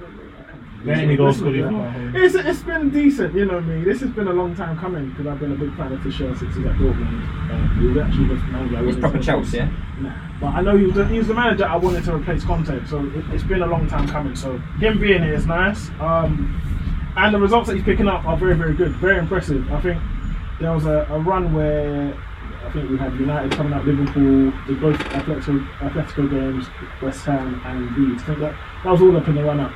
Speaker 3: Barely goals scored. either.
Speaker 7: Um, It's, it's been decent, you know me. This has been a long time coming because I've been a big fan of Tuchel since he was at Dortmund. Uh, he was actually the manager. I
Speaker 1: It's
Speaker 7: wanted
Speaker 1: proper
Speaker 7: to-
Speaker 1: Chelsea. Yeah?
Speaker 7: Nah, but I know he was, the, he was the manager I wanted to replace Conte, so it, it's been a long time coming. So him being here is nice, um, and the results that he's picking up are very, very good, very impressive. I think there was a, a run where I think we had United coming out, Liverpool, the both Atletico, Atletico games, West Ham and Leeds. I think that that was all up in the run up.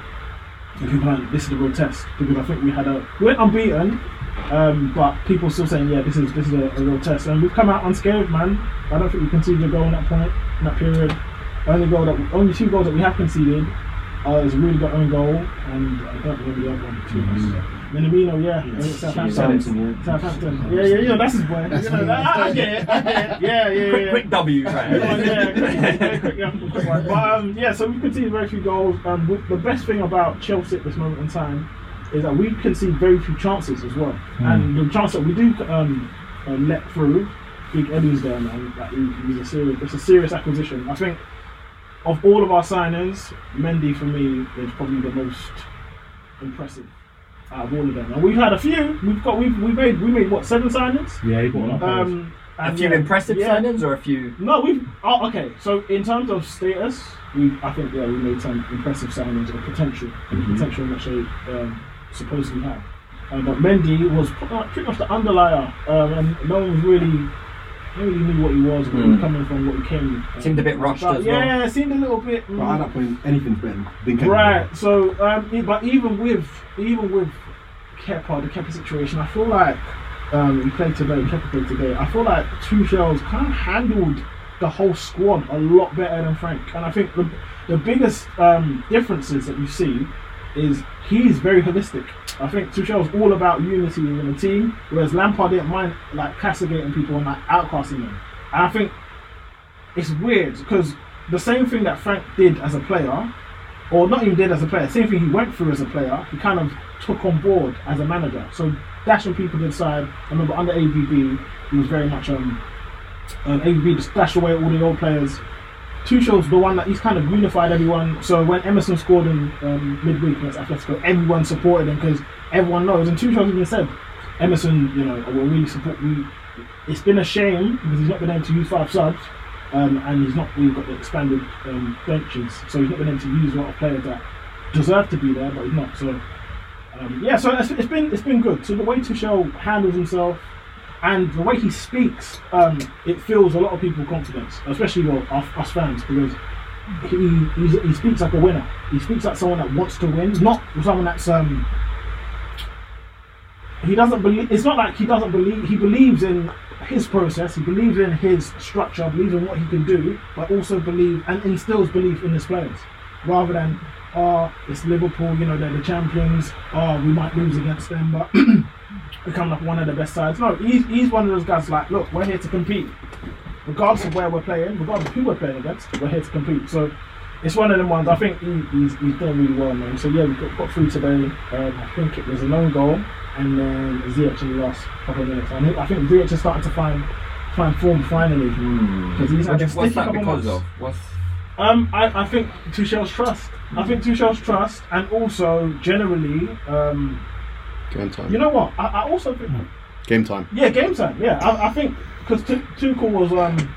Speaker 7: And people are like, this is a real test because I think we had a we went unbeaten, um, but people still saying, yeah, this is this is a, a real test, and we've come out unscathed, man. I don't think we conceded a goal in that point, in that period. Only goal that only two goals that we have conceded uh, is Rudiger own goal, and I don't remember the other one. Too much. Minamino, yeah, yeah. Southampton.
Speaker 2: Southampton, yeah.
Speaker 7: Southampton. Yeah, yeah, yeah, that's his boy. you know, that, I get it, I get it. Yeah, yeah,
Speaker 1: Quick,
Speaker 7: yeah.
Speaker 1: quick W,
Speaker 7: Yeah,
Speaker 1: right?
Speaker 7: yeah, quick, quick, quick, yeah, quick one. But um, yeah, so we concede very few goals. Um, w- the best thing about Chelsea at this moment in time is that we concede very few chances as well. And the chance that we do um, uh, let through, Big Eddie's there, man. Like, he- he's a serious, it's a serious acquisition. I think of all of our signings, Mendy for me is probably the most impressive out of all of them. And we've had a few. We've got we've we made we made what seven signings.
Speaker 3: Yeah, he bought up.
Speaker 7: Um,
Speaker 1: [laughs] a
Speaker 7: and
Speaker 1: few
Speaker 7: yeah,
Speaker 1: impressive
Speaker 7: yeah.
Speaker 1: signings or a few.
Speaker 7: No, we've oh, okay. So in terms of status, we I think yeah we made some impressive signings or potential and
Speaker 1: Mm-hmm.
Speaker 7: potential that they um, supposedly have. Um, but Mendy was pr- uh, pretty much the underlier, um, and no one was really Nobody knew what he was, where he was coming from, what he came. uh,
Speaker 1: Mm. Seemed a bit rushed as well.
Speaker 7: Yeah, seemed a little bit.
Speaker 2: But at that point, anything's better than Kevin.
Speaker 7: Right. So, um, e- but even with even with Kepa, the Kepa situation, I feel like um, he played today. Kepa played today. I feel like Tuchel's kind of handled the whole squad a lot better than Frank. And I think the the biggest um, differences that you see is he's very holistic. I think Tuchel's all about unity within the team, whereas Lampard didn't mind like castigating people and like outcasting them. And I think it's weird because the same thing that Frank did as a player, or not even did as a player, same thing he went through as a player, he kind of took on board as a manager. So dashing people inside, I remember under ABB, he was very much um, um ABB just dashed away all the old players. Tuchel's the one that he's kind of unified everyone. So when Emerson scored in um, midweek against Atletico, everyone supported him because everyone knows. And Tuchel's even said, Emerson, you know, will really support. We, it's been a shame because he's not been able to use five subs, um, and he's not. We've got the expanded um, benches, so he's not been able to use a lot of players that deserve to be there, but he's not. So um, yeah, so it's, it's been it's been good. So the way Tuchel handles himself and the way he speaks, um, it fills a lot of people confidence, especially your, us, us fans, because he he's, he speaks like a winner. He speaks like someone that wants to win, not someone that's um. He doesn't believe. It's not like he doesn't believe. He believes in his process. He believes in his structure. Believes in what he can do, but also believe and instills belief in his players, rather than. Oh, it's Liverpool, you know, they're the champions. Oh, we might lose against them, but [clears throat] become like one of the best sides. No, he's, he's one of those guys like, look, we're here to compete. Regardless of where we're playing, regardless of who we're playing against, we're here to compete. So it's one of them ones. I think he, he's, he's done really well, man. So yeah, we got, got through today. Um, I think it was a lone goal, and then Ziyech in the last couple of minutes. I think, I think Ziyech is starting to find find form finally because he's had a
Speaker 1: Hmm. What's
Speaker 7: sticky
Speaker 1: that
Speaker 7: couple
Speaker 1: because
Speaker 7: months.
Speaker 1: of? What's
Speaker 7: Um, I, I think Tuchel's trust. I think Tuchel's trust, and also generally, um,
Speaker 20: Game time.
Speaker 7: you know what? I, I also think
Speaker 20: Game time.
Speaker 7: yeah, game time. Yeah, I, I think because Tuchel was, um,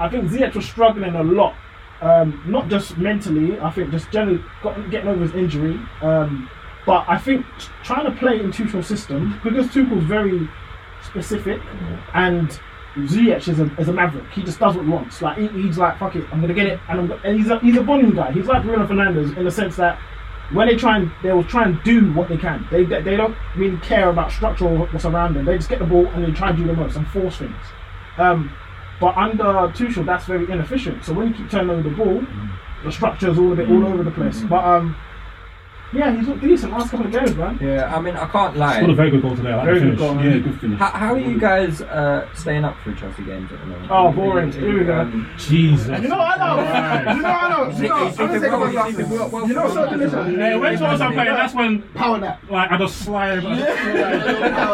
Speaker 7: I think Ziyech was struggling a lot, um, not just mentally. I think just generally got, getting over his injury. Um, but I think trying to play in Tuchel's system because Tuchel's very specific, and Ziyech is a, is a maverick. He just does what he wants. Like he, he's like, fuck it, I'm gonna get it, and, I'm, go- and he's a he's a volume guy. He's like Bruno Fernandes in the sense that when they try and they will try and do what they can. They they, they don't really care about structure or what's around them. They just get the ball and they try and do the most and force things. Um, but under Tuchel, that's very inefficient. So when you keep turning over the ball, the structure is all a bit all over the place. But um, yeah, he's looked decent last couple of games, man.
Speaker 1: yeah? I mean, I can't
Speaker 3: Scored a
Speaker 1: lie.
Speaker 3: very good goal today. I like
Speaker 7: Very
Speaker 3: the
Speaker 7: good
Speaker 3: finish.
Speaker 7: goal.
Speaker 2: Yeah,
Speaker 7: man.
Speaker 2: good finish.
Speaker 1: How, how are you guys uh, staying up through Chelsea games at the moment?
Speaker 7: Oh, boring. Here we go.
Speaker 1: Um,
Speaker 3: Jesus.
Speaker 7: You know, I know. you know, I know. You know, I'm gonna take off my glasses. You know, so delicious.
Speaker 3: Hey, when Tottenham
Speaker 1: Yeah.
Speaker 3: play, that's when
Speaker 4: Power nap.
Speaker 3: like I just slide.
Speaker 4: Power nap.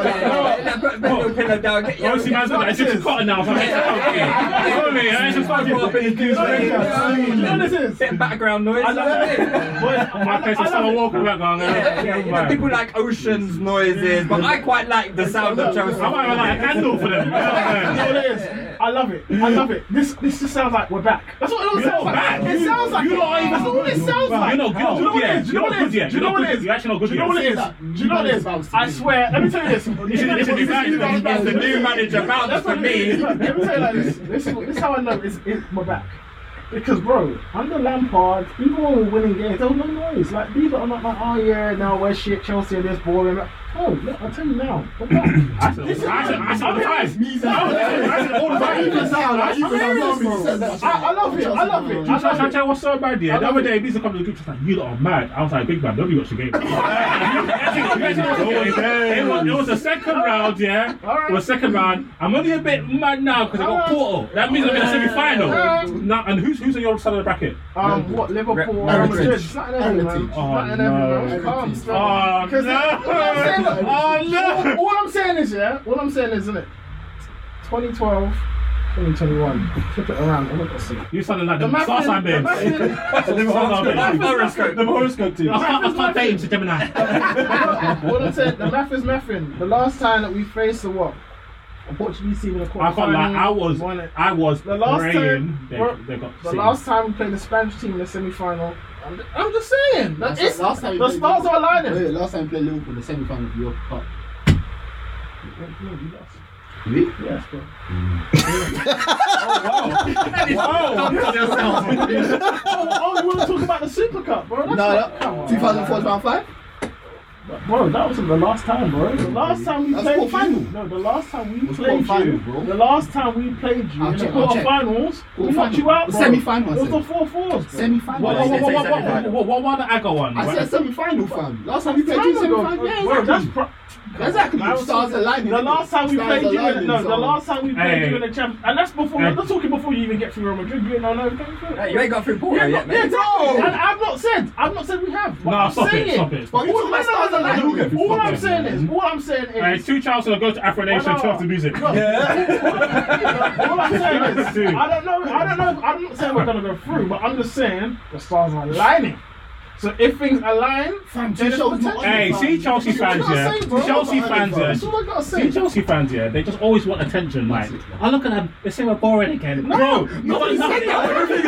Speaker 1: Yeah, put- put a little pillow down, get- yeah,
Speaker 3: Honestly, man's like, it's just cotton now. so I'm like, okay. You know me, I just fucking-
Speaker 1: Bit of background noise.
Speaker 7: I love
Speaker 1: Boy,
Speaker 7: [laughs]
Speaker 3: My place is Summer Walker background.
Speaker 1: yeah, yeah, you know,
Speaker 3: I
Speaker 1: people like oceans noises, but I quite like the sound of Chelsea.
Speaker 3: might have like a candle for them. [laughs] you know what I'm
Speaker 7: You know
Speaker 3: saying?
Speaker 7: what it is? I love it. I love it. This this just sounds like we're back. That's what it all
Speaker 3: You're
Speaker 7: sounds
Speaker 3: not
Speaker 7: like.
Speaker 3: bad.
Speaker 7: It sounds like
Speaker 3: You're
Speaker 7: it.
Speaker 3: not even
Speaker 7: That's all it
Speaker 3: good.
Speaker 7: sounds
Speaker 3: You're
Speaker 7: like.
Speaker 3: not- you're not
Speaker 7: Do you know what
Speaker 3: good
Speaker 7: it
Speaker 3: yet.
Speaker 7: is? Do you know what it is? Do you know what it is?
Speaker 3: You're actually not good
Speaker 7: Do you know
Speaker 3: yet.
Speaker 7: what it is? Do you know what it is? I swear. Let me tell you this.
Speaker 3: You should- you should be back.
Speaker 1: It's the new manager bounce
Speaker 7: That's
Speaker 1: for
Speaker 7: what it is.
Speaker 1: me.
Speaker 7: Look, Let me tell you like this. This is, this is how I know it's, it's my back. Because bro, under Lampard, even when we were winning games, there was no noise. Like these are not like, oh yeah, no, we're shit, Chelsea are this boring. Oh, look, I'll tell you now. we're back.
Speaker 3: I said, I said, I said, all the time. I said, all the
Speaker 4: You
Speaker 3: time. Ah,
Speaker 4: can sound like you can sound like me. Says that shit.
Speaker 7: I, I love it. I love it. I
Speaker 3: I
Speaker 7: love
Speaker 3: tried
Speaker 7: it.
Speaker 3: to tell what's so bad here. The other day, Lisa comes to the group, she's like, You lot are mad. I was like, Big man, nobody watched the
Speaker 7: [laughs]
Speaker 3: game. it, was, it was a second round, yeah? It was second round. I'm only a bit mad now because I got Porto. That means I'm in the semi final. Now, and who's who's on your side of the bracket?
Speaker 7: Um, what Liverpool?
Speaker 4: Real
Speaker 7: Real
Speaker 4: Madrid.
Speaker 7: Madrid. It's not everything, man. It's
Speaker 3: Oh,
Speaker 7: not everything, man.
Speaker 4: no.
Speaker 7: Calm,
Speaker 4: Oh,
Speaker 7: bro.
Speaker 3: Oh,
Speaker 7: 'Cause it- all I'm saying,
Speaker 3: no.
Speaker 7: look,
Speaker 3: Oh, no.
Speaker 7: all I'm saying is, yeah, all I'm saying is, isn't it? 2012, 2021, flip it around. and look at something.
Speaker 3: You sounded like
Speaker 7: The
Speaker 3: the
Speaker 7: man-
Speaker 3: Sarsan
Speaker 7: the
Speaker 3: babes.
Speaker 7: man-
Speaker 3: Sarsan babes.
Speaker 1: Horoscope.
Speaker 2: The horoscope team.
Speaker 3: I can't- I can't date him to Gemini.
Speaker 7: All I'm saying, the math is method. The last time that we faced the what? A Portuguese team in the
Speaker 3: I can't lie,
Speaker 7: quarterfinal.
Speaker 3: I was,
Speaker 7: won it.
Speaker 3: I was
Speaker 7: The last
Speaker 3: praying
Speaker 7: time,
Speaker 3: they,
Speaker 7: bro,
Speaker 3: they got
Speaker 7: the
Speaker 3: seen.
Speaker 7: last time we played the Spanish team in the semi-final, I'm, ju- I'm just saying. That
Speaker 4: That's
Speaker 7: it's,
Speaker 4: the last time we
Speaker 7: the
Speaker 4: played
Speaker 7: stars are
Speaker 4: Liverpool.
Speaker 7: aligning.
Speaker 4: Wait, Last time we played Liverpool, the semi final of the Europa Cup.
Speaker 2: Me?
Speaker 3: [laughs]
Speaker 7: Yeah, it's cool.
Speaker 3: Oh,
Speaker 7: [laughs]
Speaker 2: Wow.
Speaker 3: [laughs]
Speaker 7: oh, oh, you want to talk about the Super Cup, bro? That's
Speaker 4: No,
Speaker 7: not-
Speaker 4: no.
Speaker 7: come on.
Speaker 4: 2004 round five.
Speaker 7: Bro, that was the last time, bro. The last time we
Speaker 4: That's
Speaker 7: played
Speaker 4: quarterfinal.
Speaker 7: you. No, the last time we
Speaker 4: was
Speaker 7: played you.
Speaker 4: quarterfinal, bro.
Speaker 7: The last time we played you
Speaker 4: I'll
Speaker 7: in the
Speaker 4: check, I'll check.
Speaker 7: quarterfinals, we
Speaker 4: Quarterfinal.
Speaker 7: knocked you out,
Speaker 4: The
Speaker 7: bro.
Speaker 4: semi-final, I
Speaker 7: It was the
Speaker 4: said.
Speaker 7: four fours. bro.
Speaker 4: Semi-final.
Speaker 7: Whoa,
Speaker 4: Well,
Speaker 7: whoa,
Speaker 4: he
Speaker 7: whoa,
Speaker 4: said
Speaker 7: whoa, whoa,
Speaker 4: semi-final.
Speaker 7: whoa, whoa, why the Aga one?
Speaker 4: I
Speaker 7: Why-
Speaker 4: said semi-final, fam. Last time we played
Speaker 7: Time
Speaker 4: you,
Speaker 7: ago,
Speaker 4: semi-final. Yeah,
Speaker 7: bro, that's
Speaker 4: exactly.
Speaker 7: pro-
Speaker 4: Exactly.
Speaker 7: Man,
Speaker 4: Stars aligning.
Speaker 7: The last time we
Speaker 4: Stars
Speaker 7: played you, in,
Speaker 4: aligning,
Speaker 7: no,
Speaker 4: so-
Speaker 7: the last time we played
Speaker 4: Hey.
Speaker 7: you in the champ, and that's before.
Speaker 4: Hey.
Speaker 7: I'm not talking before you even get through Real Madrid. You know, no, no,
Speaker 1: you ain't got through Porto
Speaker 7: yeah,
Speaker 1: yet,
Speaker 7: no, yeah,
Speaker 1: mate.
Speaker 7: exactly.
Speaker 1: No.
Speaker 7: And I've not said, I've not said we have. but
Speaker 3: Nah,
Speaker 7: I'm
Speaker 3: stop it,
Speaker 7: saying
Speaker 3: stop it, stop it.
Speaker 7: All, no, no, no, no,
Speaker 3: You'll get through,
Speaker 7: all
Speaker 3: stop
Speaker 7: I'm
Speaker 3: it.
Speaker 7: saying is, all I'm saying
Speaker 3: Uh,
Speaker 7: is.
Speaker 3: two chances to go to Afro Nation,
Speaker 7: Why
Speaker 3: two
Speaker 7: not?
Speaker 3: after music.
Speaker 7: No. All I'm saying is, I don't know, I don't know, I'm not saying we're gonna go through, but I'm just saying the stars are aligning. So if things align,
Speaker 4: Fam,
Speaker 7: then it's
Speaker 4: Tuchel's not
Speaker 7: potential.
Speaker 4: on it,
Speaker 3: Hey,
Speaker 4: fam.
Speaker 3: see Chelsea
Speaker 4: That's what
Speaker 3: fans,
Speaker 4: I'm
Speaker 3: yeah.
Speaker 4: saying, bro.
Speaker 3: Chelsea
Speaker 4: That's what I'm
Speaker 3: fans,
Speaker 4: saying,
Speaker 3: yeah.
Speaker 4: fam. That's all I gotta
Speaker 3: See
Speaker 4: say.
Speaker 3: Chelsea fans, yeah, they just always want attention. Like, I look at them, they say we're boring again. Bro, you've
Speaker 4: nobody
Speaker 3: done nothing.
Speaker 4: said that.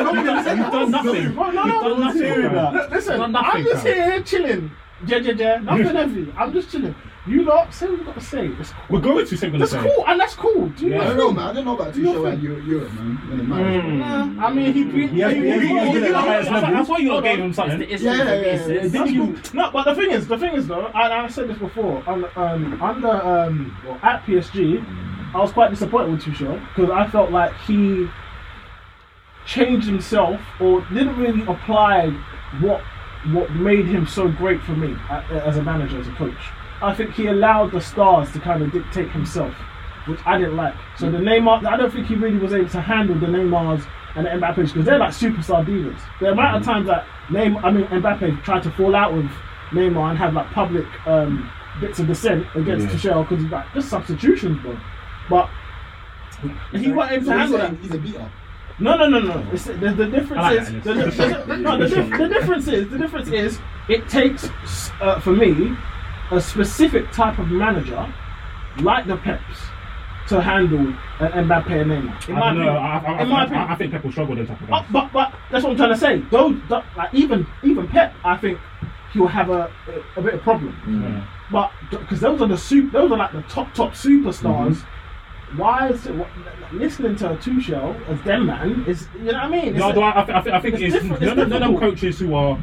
Speaker 3: You've done nothing. You've
Speaker 7: Bro, no, no,
Speaker 3: done
Speaker 7: one's
Speaker 3: nothing.
Speaker 7: hearing
Speaker 3: bro.
Speaker 7: that. Listen,
Speaker 3: Done nothing,
Speaker 7: I'm just
Speaker 3: bro.
Speaker 7: here chilling. Yeah, yeah, yeah. Nothing heavy. I'm just chilling. You lot, say what you got to say. It's cool.
Speaker 3: We're going to say we're gonna
Speaker 7: That's
Speaker 3: say.
Speaker 7: cool, and that's cool. Do you
Speaker 4: I
Speaker 7: know
Speaker 4: don't
Speaker 7: what
Speaker 4: know, man. I don't know about
Speaker 7: Do your
Speaker 4: Tuchel
Speaker 7: thing.
Speaker 4: and Eu- Europe, man. When it matters.
Speaker 7: I mean? Nah, I mean, he beat.
Speaker 2: He has- he has- he has been at the highest level.
Speaker 3: That's why you all
Speaker 7: Hold on.
Speaker 3: gave him something.
Speaker 1: It's
Speaker 4: Yeah, yeah, yeah, yeah.
Speaker 1: it's-
Speaker 7: That's cool. No, but the thing is, the thing is though, and I said this before, on, um, under um, well, at PSG, I was quite disappointed with Tuchel because I felt like he changed himself or didn't really apply what what made him so great for me a- as a manager, as a coach. I think he allowed the stars to kind of dictate himself, which I didn't like. So the Neymar, I don't think he really was able to handle the Neymars and the Mbappes because they're like superstar divas. The amount of times that Neymar, I mean Mbappe tried to fall out with Neymar and have like public um, bits of dissent against
Speaker 2: Yeah.
Speaker 7: Tuchel because he's like just substitutions, bro. But he wasn't able
Speaker 4: So
Speaker 7: to
Speaker 4: he's
Speaker 7: handle that.
Speaker 4: a- He's a beater.
Speaker 7: No, no, no, no. It's, the, the difference
Speaker 3: I like
Speaker 7: is
Speaker 3: that,
Speaker 7: the, the,
Speaker 3: [laughs]
Speaker 7: the- no, the, dif- the difference is the difference is it takes s- uh, for me a specific type of manager like the Peps to handle an Mbappe and Neymar. In
Speaker 3: I
Speaker 7: my
Speaker 3: don't know.
Speaker 7: opinion,
Speaker 3: I, I,
Speaker 7: in my
Speaker 3: I,
Speaker 7: opinion.
Speaker 3: I, I think people struggle with them type of
Speaker 7: Uh,
Speaker 3: guys.
Speaker 7: but but that's what I'm trying to say. Though, th- like even even Pep, I think he'll have a a, a bit of problem.
Speaker 3: Yeah.
Speaker 7: But because those are the super, those are like the top top superstars.
Speaker 3: Mm-hmm.
Speaker 7: Why is it, what, listening to a two shell as them man is you know what I mean? It's
Speaker 3: No,
Speaker 7: a-
Speaker 3: do I, I, thi- I, thi- I think
Speaker 7: It's
Speaker 3: it's,
Speaker 7: different- it's
Speaker 3: none, of- none of them
Speaker 7: difficult.
Speaker 3: coaches who are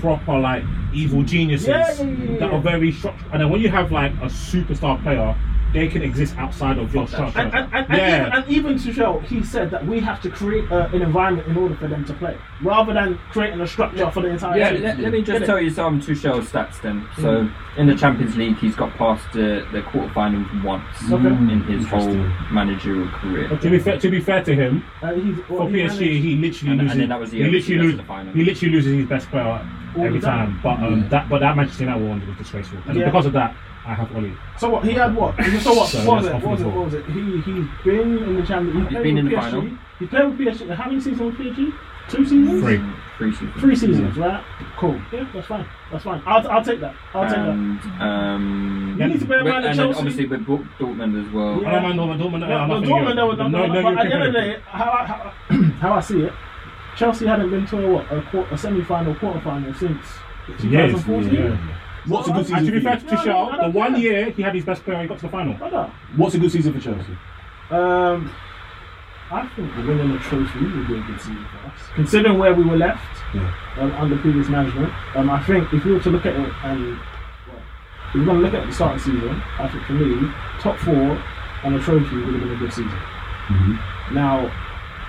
Speaker 3: proper like evil geniuses
Speaker 7: Yeah, yeah, yeah, yeah,
Speaker 3: that
Speaker 7: yeah.
Speaker 3: are very structured. And then when you have like a superstar player, they can exist outside of your structure.
Speaker 7: and, and, and,
Speaker 3: yeah.
Speaker 7: and even, and even Tuchel, he said that we have to create uh, an environment in order for them to play, rather than creating a structure for the entire
Speaker 1: Yeah,
Speaker 7: team.
Speaker 1: let, let me just tell you some Tuchel stats then. So in the Champions League, he's got past uh, the quarterfinals once
Speaker 7: Okay.
Speaker 1: in his whole managerial career.
Speaker 3: But to be fair, to be fair to him,
Speaker 7: Uh, he's,
Speaker 3: for PSG, he literally
Speaker 1: And- and
Speaker 3: loses.
Speaker 1: then that was the
Speaker 3: he
Speaker 1: year
Speaker 3: literally
Speaker 1: he lost
Speaker 3: loses.
Speaker 1: in the final.
Speaker 3: He literally loses his best player
Speaker 7: All
Speaker 3: every
Speaker 7: the time.
Speaker 3: time. But um, that, but that Manchester United one was disgraceful, and
Speaker 7: Yeah.
Speaker 3: because of that, I have Oli.
Speaker 7: So what? He had what? So what?
Speaker 3: So
Speaker 7: what was it?
Speaker 3: that's
Speaker 7: What was
Speaker 3: off
Speaker 7: it?
Speaker 3: the
Speaker 7: What was it? He he's been in the Champions.
Speaker 1: He's
Speaker 7: played
Speaker 1: been
Speaker 7: with
Speaker 1: in the
Speaker 7: PSG.
Speaker 1: final.
Speaker 7: He's played with PSG. How many seasons with PSG? Two seasons.
Speaker 3: Three.
Speaker 1: Three seasons.
Speaker 7: Three seasons, right? Cool. Yeah, that's fine. That's fine. I'll, I'll take that. I'll take that.
Speaker 1: And, um,
Speaker 7: You need to bear in
Speaker 1: with-
Speaker 7: mind that
Speaker 1: and then
Speaker 7: Chelsea-
Speaker 1: obviously with Bor- Dortmund as well.
Speaker 3: I
Speaker 7: Yeah.
Speaker 3: don't mind Norman Dortmund.
Speaker 7: No, no, Dortmund, no, no, no, but at the end of the day, how I, how, [clears throat] I- how I see it, Chelsea hadn't been to a, what, a, quarter, a semi-final, quarter-final since
Speaker 3: Yes,
Speaker 7: 2014.
Speaker 3: yeah.
Speaker 2: What's a good
Speaker 3: And
Speaker 2: season?
Speaker 3: to be fair
Speaker 2: for
Speaker 3: to
Speaker 2: you?
Speaker 7: No, no,
Speaker 3: Tuchel,
Speaker 7: I
Speaker 3: the
Speaker 7: don't
Speaker 3: one
Speaker 7: care.
Speaker 3: year he had his best player, he got to the final.
Speaker 7: Brother,
Speaker 2: What's a good season for Chelsea?
Speaker 7: um, I think winning a trophy would be a good season for us. Considering where we were left
Speaker 2: Yeah.
Speaker 7: um, under previous management, um, I think if we were to look at it um, and well, if we're going to look at the start of the season, I think for me, top four and a trophy would have been a good season.
Speaker 3: Mm-hmm.
Speaker 7: Now,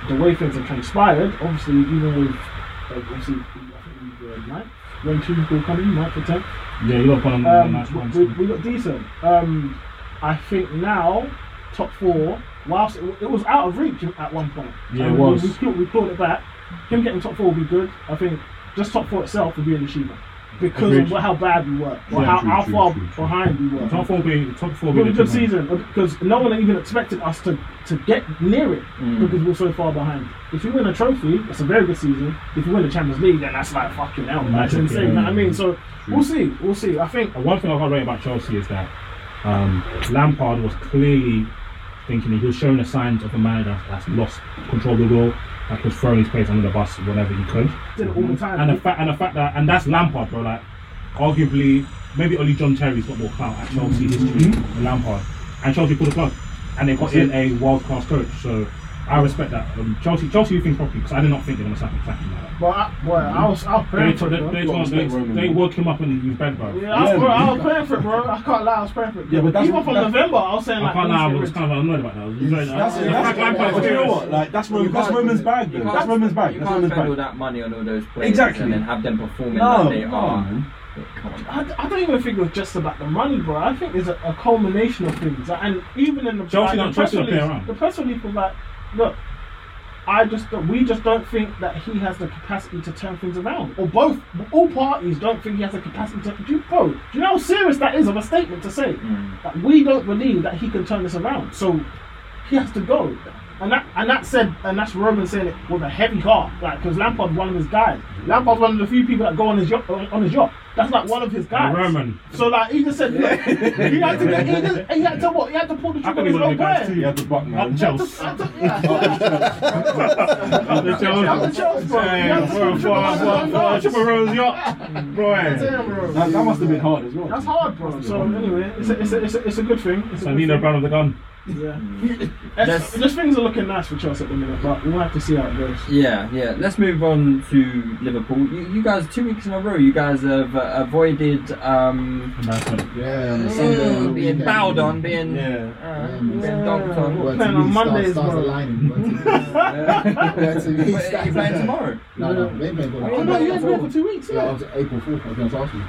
Speaker 7: the way things have transpired, obviously, even with uh, obviously I think uh, we were ninth when two people come in, ninth or tenth.
Speaker 3: Yeah, you got one on the nice
Speaker 7: Um, we, we
Speaker 3: one.
Speaker 7: got decent. Um, I think now top four. Whilst it, it was out of reach at one point,
Speaker 3: Yeah, it
Speaker 7: And
Speaker 3: was.
Speaker 7: We, we, pulled- we pulled it back. Him getting top four would be good. I think just top four itself would be an achievement because
Speaker 3: Agreed.
Speaker 7: of what, how bad we were, or
Speaker 3: Yeah,
Speaker 7: how,
Speaker 3: true,
Speaker 7: how
Speaker 3: true,
Speaker 7: far
Speaker 3: true, true.
Speaker 7: behind we were.
Speaker 3: Top four being top four
Speaker 7: It was
Speaker 3: being
Speaker 7: a
Speaker 3: a
Speaker 7: good
Speaker 3: good one.
Speaker 7: season because no one even expected us to, to get near it
Speaker 3: Mm.
Speaker 7: because we're so far behind. If you win a trophy, it's a very good season. If you win the Champions League, then that's like fucking hell. That's
Speaker 3: Magic,
Speaker 7: insane. You know
Speaker 3: yeah.
Speaker 7: what I mean? So we'll see. We'll see. I think.
Speaker 3: And one thing I got right about Chelsea is that um, Lampard was clearly thinking he was showing the signs of a man that that's lost control of the ball, like he was throwing his players under the bus whenever he could.
Speaker 7: Did it all the time.
Speaker 3: And the fact and the fact that and that's Lampard, bro. Like
Speaker 7: Mm-hmm.
Speaker 3: arguably, maybe only John Terry's got more clout at Chelsea history than Lampard, and Chelsea pulled the plug. and they got in a world class coach. So I respect that. Um, Chelsea, Chelsea, you think properly because I did not think they're going to sack him. sack him like that.
Speaker 7: Well, I, well, I was, I was
Speaker 3: They,
Speaker 7: praying for
Speaker 3: they,
Speaker 7: it,
Speaker 3: they,
Speaker 7: bro.
Speaker 3: they, they, they woke him up in the youth bed, bro.
Speaker 7: Yeah, I was, bro, I was praying for it, bro. I can't lie, I was praying for it.
Speaker 3: Yeah, but that's-
Speaker 7: even from
Speaker 3: that-
Speaker 7: November, I was saying
Speaker 3: I
Speaker 7: like,
Speaker 3: can't lie, I was
Speaker 7: let's get
Speaker 3: kind of annoyed about that. I was enjoying that.
Speaker 7: That's-
Speaker 3: The
Speaker 7: that's-
Speaker 3: fact that I'm quite
Speaker 7: but you know
Speaker 3: serious.
Speaker 7: what, like,
Speaker 2: that's
Speaker 1: You
Speaker 2: Roman, that's
Speaker 1: can't-
Speaker 2: Roman's bag.
Speaker 1: you
Speaker 2: Though.
Speaker 1: can't-
Speaker 2: That's Roman's bag.
Speaker 1: You
Speaker 2: That's
Speaker 1: can't
Speaker 2: Roman's
Speaker 1: spend
Speaker 2: bag.
Speaker 1: all that money on all those players
Speaker 2: Exactly.
Speaker 1: and then have them performing
Speaker 7: No,
Speaker 1: like they
Speaker 7: no,
Speaker 1: are.
Speaker 7: man.
Speaker 1: Oh, Come on.
Speaker 7: I, I don't even think it was just about the money, bro. I think it's a, a culmination of things, Like, and even in the,
Speaker 3: Chelsea
Speaker 7: like,
Speaker 3: don't-
Speaker 7: the press
Speaker 3: Chelsea don't play
Speaker 7: release,
Speaker 3: around.
Speaker 7: the press release was like, look, I just don't- we just don't think that he has the capacity to turn things around, or both, all parties don't think he has the capacity to. Do you, bro, do you know how serious that is of a statement to say? Like, we don't believe that he can turn this around, so he has to go. And that, and that said, and that's Roman saying it with a heavy heart, like because Lampard's one of his guys. Lampard's one of the few people that go on his yacht. On, on his yacht, that's like one of his guys.
Speaker 3: Roman.
Speaker 7: So like he just said, look, he had to, get, he, just, he had to what? He had to pull the
Speaker 3: I
Speaker 7: trigger
Speaker 3: thought he
Speaker 7: on his
Speaker 3: was the
Speaker 7: own
Speaker 3: guys too.
Speaker 7: player.
Speaker 3: You had
Speaker 2: the button.
Speaker 3: Up Chelsea. [laughs] Up the Chelsea.
Speaker 7: Up the Chelsea, bro. You had to pull the trigger on his own
Speaker 3: Bro,
Speaker 7: guys.
Speaker 3: Triple Rose yacht.
Speaker 7: Damn,
Speaker 3: Bro.
Speaker 7: bro.
Speaker 2: That, that must have been hard as well.
Speaker 7: That's hard, bro. So anyway, it's a, it's a, it's a, it's a good thing. It's
Speaker 3: So
Speaker 7: a good
Speaker 3: Nino
Speaker 7: thing.
Speaker 3: Brown of the gun.
Speaker 1: [laughs]
Speaker 7: Yeah. That's- Just things are looking nice for Chelsea at the minute, but we'll have to see how it goes.
Speaker 1: Yeah, yeah. Let's move on to Liverpool. You, you guys, two weeks in a row, you guys have uh, avoided um,
Speaker 4: Yeah, on the
Speaker 1: uh,
Speaker 4: Sunday.
Speaker 1: being bowed on, being
Speaker 4: Yeah.
Speaker 1: uh, being dogged on. What?
Speaker 4: Well, [laughs] to
Speaker 7: Playing
Speaker 4: me,
Speaker 7: on Mondays,
Speaker 4: stars,
Speaker 7: bro.
Speaker 4: stars aligning. But
Speaker 3: [laughs]
Speaker 4: to me,
Speaker 1: Wait,
Speaker 4: stars
Speaker 1: you playing
Speaker 4: aligning.
Speaker 1: tomorrow?
Speaker 4: No, no, we ain't playing tomorrow.
Speaker 1: Oh, no, you guys
Speaker 7: for two weeks,
Speaker 4: Yeah, after April 4th, I was going to ask you.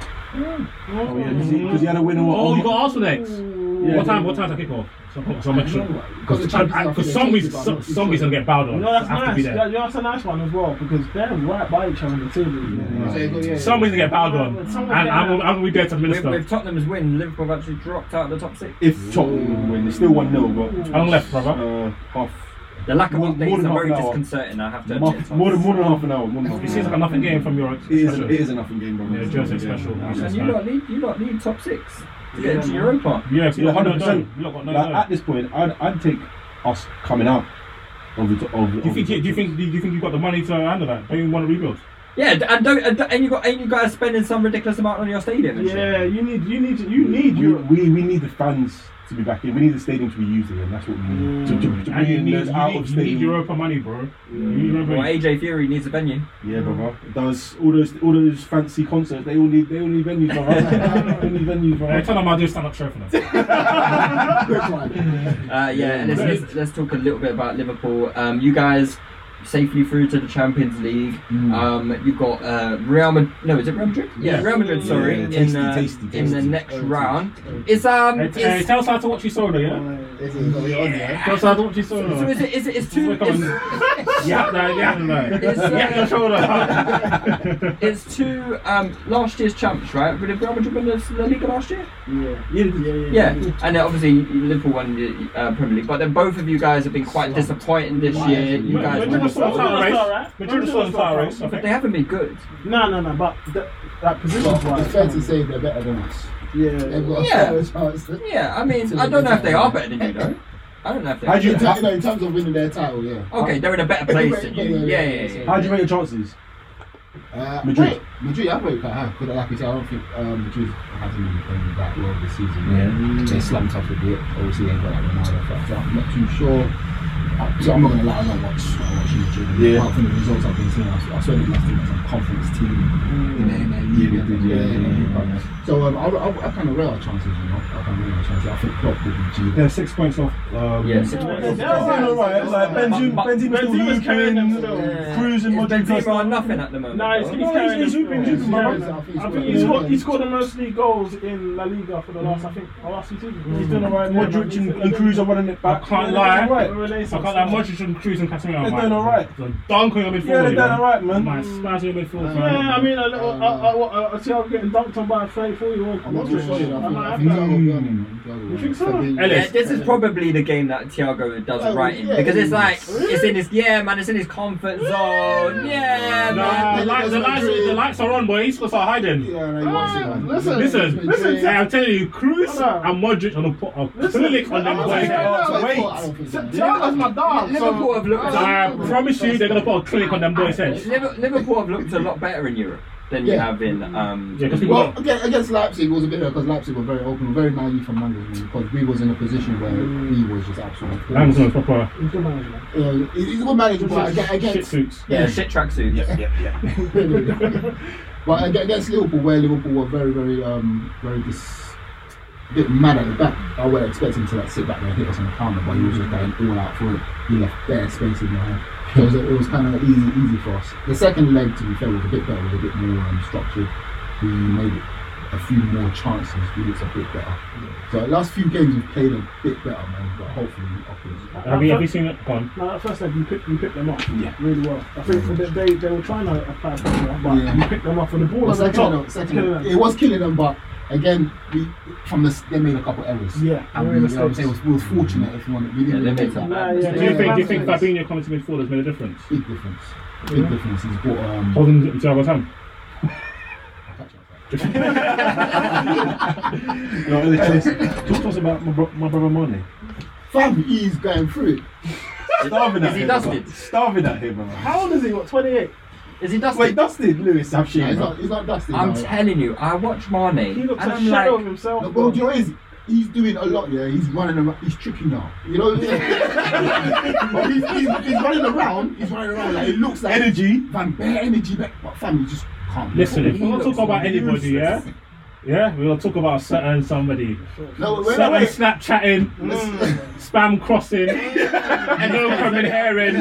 Speaker 2: Oh, yeah, because he had a winner.
Speaker 3: Oh,
Speaker 2: on-
Speaker 3: you got Arsenal next. What time? What time's the kickoff? So, so make sure. Because for some reason, some, some reason, get bowed on.
Speaker 7: No, that's
Speaker 3: I have to be
Speaker 7: nice.
Speaker 3: there.
Speaker 7: Yeah, yeah, that's a nice one as well because they're right by each other on the table. you know.
Speaker 3: Some reason, get bowed on, and
Speaker 7: Someone get-
Speaker 3: I'm, I'm gonna be there to
Speaker 1: With,
Speaker 3: minister.
Speaker 1: with Tottenham's win, Liverpool have actually dropped out of the top six.
Speaker 2: If Tottenham win, it's still 1 0,
Speaker 3: How long
Speaker 2: bro.
Speaker 3: left, brother?
Speaker 2: Uh, half.
Speaker 1: The lack of
Speaker 2: More- more
Speaker 1: updates
Speaker 2: than
Speaker 1: are
Speaker 2: half
Speaker 1: very
Speaker 2: an hour.
Speaker 1: disconcerting. I have to
Speaker 2: More,
Speaker 1: admit.
Speaker 2: more than, more than half an hour. More than half an
Speaker 3: it seems
Speaker 2: hour.
Speaker 3: like a nothing game from your.
Speaker 2: It is,
Speaker 3: special.
Speaker 2: it is an up and game, bro.
Speaker 3: Yeah, Jose special.
Speaker 1: And you lot need you lot need top six to get into Europa.
Speaker 3: Yeah,
Speaker 2: Yeah, hundred percent.
Speaker 3: Look, no,
Speaker 2: Like,
Speaker 3: no.
Speaker 2: At this point, I'd, I'd take us coming out of the. Of,
Speaker 3: Do you think? Do you think? Do you think you got the money to handle that? Don't you want to rebuild?
Speaker 1: Yeah, d- and don't and, d- and you got and you guys spending some ridiculous amount on your stadium. And shit.
Speaker 7: Yeah, you need, you need, to, you need
Speaker 2: We,
Speaker 7: Europe.
Speaker 2: we we need the fans to be back in. We need the stadium to be used again. That's what we need. To, to, to
Speaker 3: Mm. And
Speaker 2: bring
Speaker 3: you
Speaker 2: in
Speaker 3: need,
Speaker 2: those
Speaker 3: you
Speaker 2: out of
Speaker 3: need, you need
Speaker 2: stadium.
Speaker 3: Europa money, bro. You need Europa.
Speaker 1: Well, AJ Fury needs a venue.
Speaker 2: Yeah, brother.
Speaker 3: Mm.
Speaker 2: Does all those all those fancy concerts? They all need they all need venues,
Speaker 3: [laughs]
Speaker 2: brother. they all need venues,
Speaker 3: Yeah,
Speaker 2: brother.
Speaker 3: tell them I'll do a stand-up show for them.
Speaker 4: Quick one.
Speaker 1: Uh, yeah, and let's, let's, let's talk a little bit about Liverpool. Um, you guys safely through to the Champions League. Um, you've got uh, Real Madrid. No, is it Real Madrid? Yeah, Real Madrid. Sorry,
Speaker 2: Yeah,
Speaker 1: in
Speaker 2: tasty,
Speaker 1: uh,
Speaker 2: tasty,
Speaker 1: in the
Speaker 2: tasty.
Speaker 1: next round. It's um.
Speaker 3: Hey,
Speaker 1: It's,
Speaker 3: t- hey, tell us how to watch you saw though, yeah.
Speaker 4: This is going on, yeah.
Speaker 3: Tell us how to watch you saw.
Speaker 1: so is it? Is it? It's two.
Speaker 3: Come on.
Speaker 1: It's,
Speaker 3: Yeah, no, yeah, no.
Speaker 1: it's, uh,
Speaker 3: Yeah, your shoulder.
Speaker 1: [laughs] it's two. Um, last year's champs, right? Did Real Madrid win the La Liga last year?
Speaker 7: Yeah.
Speaker 1: Yeah, and then obviously Liverpool won the uh, Premier League, but then both of you guys have been quite disappointing this year. You
Speaker 3: Madrid
Speaker 1: guys,
Speaker 3: Madrid
Speaker 1: won
Speaker 3: was
Speaker 1: the-
Speaker 3: on
Speaker 7: Madrid
Speaker 3: title
Speaker 7: was all
Speaker 3: race.
Speaker 7: right.
Speaker 3: Madrid was on
Speaker 7: Madrid was all
Speaker 3: title
Speaker 7: right.
Speaker 3: race. I
Speaker 1: but
Speaker 3: think.
Speaker 1: they haven't been good.
Speaker 7: No, no, no. But the, that position
Speaker 4: It's
Speaker 7: wise,
Speaker 4: fair to say they're better than us. They've
Speaker 7: yeah.
Speaker 4: got a
Speaker 1: Yeah.
Speaker 4: better chance. [laughs]
Speaker 1: Yeah, I mean, I don't know if they are better than you though. I don't know if they.
Speaker 2: How
Speaker 1: Are.
Speaker 2: do you
Speaker 4: In ter- you know, in terms of winning their title, yeah.
Speaker 1: Okay, they're in a better place than you. Yeah, yeah, yeah.
Speaker 2: how do you rate your chances?
Speaker 4: Uh,
Speaker 2: Madrid.
Speaker 4: Wait, Madrid, I uh, rate quite high because, like you said, I don't think um, Madrid hasn't really played that well this season. Yeah. They slumped up a bit. Obviously, they ain't got like Ronaldo. for- So I'm not too sure. I- So I'm not gonna lie, I don't watch, I don't watch Madrid.
Speaker 2: Yeah.
Speaker 4: Apart from the results I've been seeing, I, I swear they must think it's a conference team. in their- in their league.
Speaker 2: Mm. Yeah, they did, yeah, yeah, yeah, yeah.
Speaker 4: So um, I, I, I kind of rate our chances, you know. I kind of rate our chances. I think Klopp will be G.
Speaker 2: They're six points off. Um,
Speaker 1: Yeah, six points off.
Speaker 2: They're alright. Like Benzema,
Speaker 1: But- but-
Speaker 2: Benzema's still
Speaker 7: Benzema's carrying them
Speaker 2: looping,
Speaker 7: still.
Speaker 1: Yeah.
Speaker 2: Cruz and
Speaker 1: Is
Speaker 2: Modric.
Speaker 1: Benzema
Speaker 2: are-
Speaker 1: on nothing at the moment.
Speaker 7: Nah, he's,
Speaker 1: though?
Speaker 7: he's
Speaker 2: No,
Speaker 7: carrying
Speaker 2: he's- he's
Speaker 7: them
Speaker 2: hooping,
Speaker 7: still.
Speaker 2: hooping,
Speaker 7: Yeah.
Speaker 2: man.
Speaker 4: I think he's
Speaker 7: I think
Speaker 4: got-
Speaker 7: he scored, he scored the most league goals in La Liga for the last, I think, oh, last season. He's doing alright. now,
Speaker 2: Modric
Speaker 7: man.
Speaker 2: and, and Cruz are running it
Speaker 3: I
Speaker 2: back.
Speaker 3: can't
Speaker 2: Yeah,
Speaker 3: lie.
Speaker 2: they're doing alright.
Speaker 3: I can't lie. Modric and Cruz and Casemiro. are
Speaker 2: They're
Speaker 3: mine.
Speaker 2: doing alright.
Speaker 3: The dunk on your midfield.
Speaker 2: Yeah, they're
Speaker 3: you
Speaker 2: doing
Speaker 3: know.
Speaker 2: alright, man. Mm.
Speaker 3: My smash on your
Speaker 4: Uh,
Speaker 3: midfield.
Speaker 7: Yeah,
Speaker 3: man.
Speaker 7: I mean, I, I,
Speaker 4: Um,
Speaker 7: I, I, I see I'm getting dunked on by a 34 year old.
Speaker 4: I'm not too sure. you know,
Speaker 7: I'm
Speaker 4: I
Speaker 7: not
Speaker 4: think
Speaker 7: happy.
Speaker 4: Thiago will be on him. Thiago will
Speaker 7: You think
Speaker 4: be
Speaker 7: so?
Speaker 4: on him.
Speaker 3: Ellis.
Speaker 1: Yeah, this is probably the game that Thiago does
Speaker 4: Oh,
Speaker 1: right in
Speaker 4: yeah.
Speaker 1: because it's like it's in his yeah man, it's in his comfort zone. Yeah, man.
Speaker 3: Nah, the lights- the lights the lights are on, boy. He's gonna start hiding.
Speaker 4: Yeah, no, he wants it, man.
Speaker 7: Ah, listen,
Speaker 3: Listen,
Speaker 4: Madrid-
Speaker 3: listen, I'm telling you, Cruz
Speaker 7: Hold on.
Speaker 3: and Modric on a po- a clinic on them
Speaker 7: I'm saying
Speaker 3: boys.
Speaker 7: that.
Speaker 4: Oh,
Speaker 7: Wait.
Speaker 4: I don't think so.
Speaker 7: Thiago's my dog.
Speaker 1: Liverpool
Speaker 7: So,
Speaker 4: uh,
Speaker 1: have looked.
Speaker 3: I promise you, they're gonna put a clinic on them boys' heads.
Speaker 1: Liver- Liverpool have looked a lot better in Europe. than you
Speaker 4: Yeah.
Speaker 1: have in. Um,
Speaker 4: well, against, against Leipzig it was a bit because Leipzig were very open, very naive from Mangas because we was in a position where he was just absolutely. Uh,
Speaker 7: Mangas was proper-
Speaker 4: He's a good manager. Yeah, he- he's a good manager, but
Speaker 21: Shit-
Speaker 4: aga- against
Speaker 21: shit suits.
Speaker 1: yeah, shit tracksuits. Yeah,
Speaker 21: yeah,
Speaker 4: [laughs] but aga- against Liverpool, where Liverpool were very, very, um, very dis- a bit mad at the back, I would expect him to like sit back there and hit us on the counter, but he was just going all out for it. He left bare space in behind. So [laughs] it was, it was kind of easy, easy for us. The second leg, to be fair, was a bit better, was a bit more um, structured. We made a few more chances. We looked a bit better. So the last few games we've played a bit better, man. But hopefully, upwards.
Speaker 7: Have you, have you seen it? Go on.
Speaker 21: No, at first leg you picked you picked them up really well. I think that they they were trying to apply pressure, but
Speaker 4: Yeah.
Speaker 21: you picked them up for the ball. oh,
Speaker 4: Well,
Speaker 21: at the
Speaker 4: second
Speaker 21: top.
Speaker 4: leg, second
Speaker 21: Killing
Speaker 4: leg.
Speaker 21: them.
Speaker 4: It was killing them, but again, we from this they made a couple errors.
Speaker 21: Yeah,
Speaker 4: and
Speaker 21: they
Speaker 4: we,
Speaker 21: made
Speaker 4: you know what I'm
Speaker 21: mistakes.
Speaker 4: saying, we was fortunate if you want. We didn't
Speaker 1: Yeah, they
Speaker 4: really
Speaker 1: made some
Speaker 4: make
Speaker 1: bad
Speaker 4: that.
Speaker 21: mistakes.
Speaker 7: Do you think do you think
Speaker 21: Yeah.
Speaker 7: Fabinho coming to midfield has made a difference?
Speaker 4: Big difference. Big
Speaker 7: Yeah.
Speaker 4: difference. He's brought um.
Speaker 7: Holding
Speaker 21: [laughs]
Speaker 7: Thiago's [laughs] hand.
Speaker 3: No, Alex, talk to us about my, bro- my brother Mane.
Speaker 4: Fam, he's going through it.
Speaker 3: Starving
Speaker 1: Is
Speaker 3: at
Speaker 1: he
Speaker 3: him.
Speaker 1: dusted?
Speaker 3: man. Starving at him, man.
Speaker 21: How old is he? What twenty eight?
Speaker 1: Is he dusted?
Speaker 3: Wait, dusted Lewis, I'm
Speaker 4: No,
Speaker 3: shit,
Speaker 4: he's
Speaker 3: bro.
Speaker 4: not. He's not dusty.
Speaker 1: I'm
Speaker 4: no.
Speaker 1: telling you, I watch Mane,
Speaker 21: He
Speaker 1: and
Speaker 21: looks a
Speaker 1: I'm
Speaker 21: shadow of
Speaker 1: like,
Speaker 21: himself.
Speaker 4: No, well, do you know what it is? He's doing a lot, yeah. He's running around. He's tricky now. You know what
Speaker 3: [laughs]
Speaker 4: I'm saying? But he's, he's, he's running around. He's running around. Like, it looks like
Speaker 3: Energy.
Speaker 4: Man, bare energy back. But fam, you just can't.
Speaker 7: Listen, if
Speaker 4: He
Speaker 7: we want to
Speaker 4: looks
Speaker 7: talk about
Speaker 4: useless.
Speaker 7: anybody, yeah, yeah, we will talk about a certain somebody,
Speaker 4: No, wait, wait,
Speaker 7: certain
Speaker 4: wait.
Speaker 7: Snapchatting,
Speaker 4: Mm.
Speaker 7: spam
Speaker 4: [laughs]
Speaker 7: crossing, no coming hearing,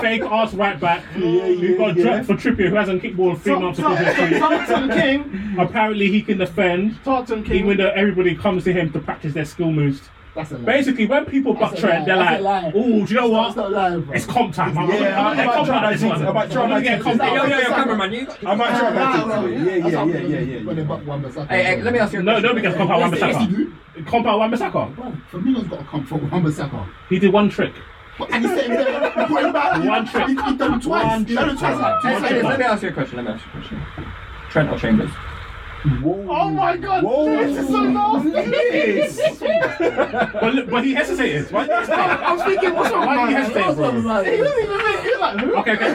Speaker 7: fake ass right back. We've got Drake for Trippier, who hasn't kicked ball in three months. of his history.
Speaker 21: Tartan King,
Speaker 7: Apparently, he can defend.
Speaker 21: Tartan King.
Speaker 7: Even though everybody comes to him to practice their skill moves.
Speaker 4: That's a lie.
Speaker 7: Basically, when people buck
Speaker 4: That's a
Speaker 7: Trent, they're
Speaker 4: lie.
Speaker 7: like,
Speaker 4: That's a lie.
Speaker 7: "Oh, do you know
Speaker 4: Stop-
Speaker 7: what?
Speaker 4: stop lying, bro.
Speaker 7: It's comp time. I'm,
Speaker 3: Yeah,
Speaker 7: I'm,
Speaker 3: I might
Speaker 7: comp
Speaker 3: try
Speaker 7: time
Speaker 3: my
Speaker 7: this
Speaker 3: things.
Speaker 7: one.
Speaker 3: I might try
Speaker 7: I'm
Speaker 3: my
Speaker 7: gonna get
Speaker 3: things.
Speaker 7: comp
Speaker 1: hey, yo,
Speaker 7: time.
Speaker 1: yo, yo, cameraman, you.
Speaker 3: I
Speaker 1: Got,
Speaker 3: might try
Speaker 4: Nah,
Speaker 3: my
Speaker 4: bro.
Speaker 3: things. Yeah, yeah,
Speaker 4: That's
Speaker 3: yeah,
Speaker 4: how
Speaker 3: yeah,
Speaker 4: people
Speaker 3: yeah,
Speaker 4: do When they
Speaker 3: yeah.
Speaker 4: back one Bissaka.
Speaker 1: hey, hey, let me ask you. A
Speaker 7: No,
Speaker 1: question.
Speaker 7: nobody gets comp out
Speaker 4: Yes, yes, you
Speaker 7: Wan-Bissaka.
Speaker 4: do.
Speaker 7: Comp out Wan-Bissaka.
Speaker 4: Bro, Firmino's got to come from Wan Bissaka.
Speaker 7: He did one trick.
Speaker 4: But- And he said, he put him back. He-
Speaker 7: One trick.
Speaker 4: He, he done it twice.
Speaker 7: One
Speaker 4: He done it twice. Like,
Speaker 1: Hey,
Speaker 4: two
Speaker 1: hey,
Speaker 4: times.
Speaker 1: Let me ask you a question. Let me ask you a question. Trent or Chambers?
Speaker 21: oh my God, this is so nasty.
Speaker 7: But look, but he hesitated.
Speaker 4: [laughs]
Speaker 7: Why did he hesitate?
Speaker 4: I'm thinking, what's up,
Speaker 7: Why
Speaker 4: man?
Speaker 7: did he hesitate,
Speaker 4: What's up,
Speaker 7: bro?
Speaker 4: man?
Speaker 21: He doesn't even make it like who?
Speaker 7: Okay,
Speaker 4: [laughs]
Speaker 7: okay.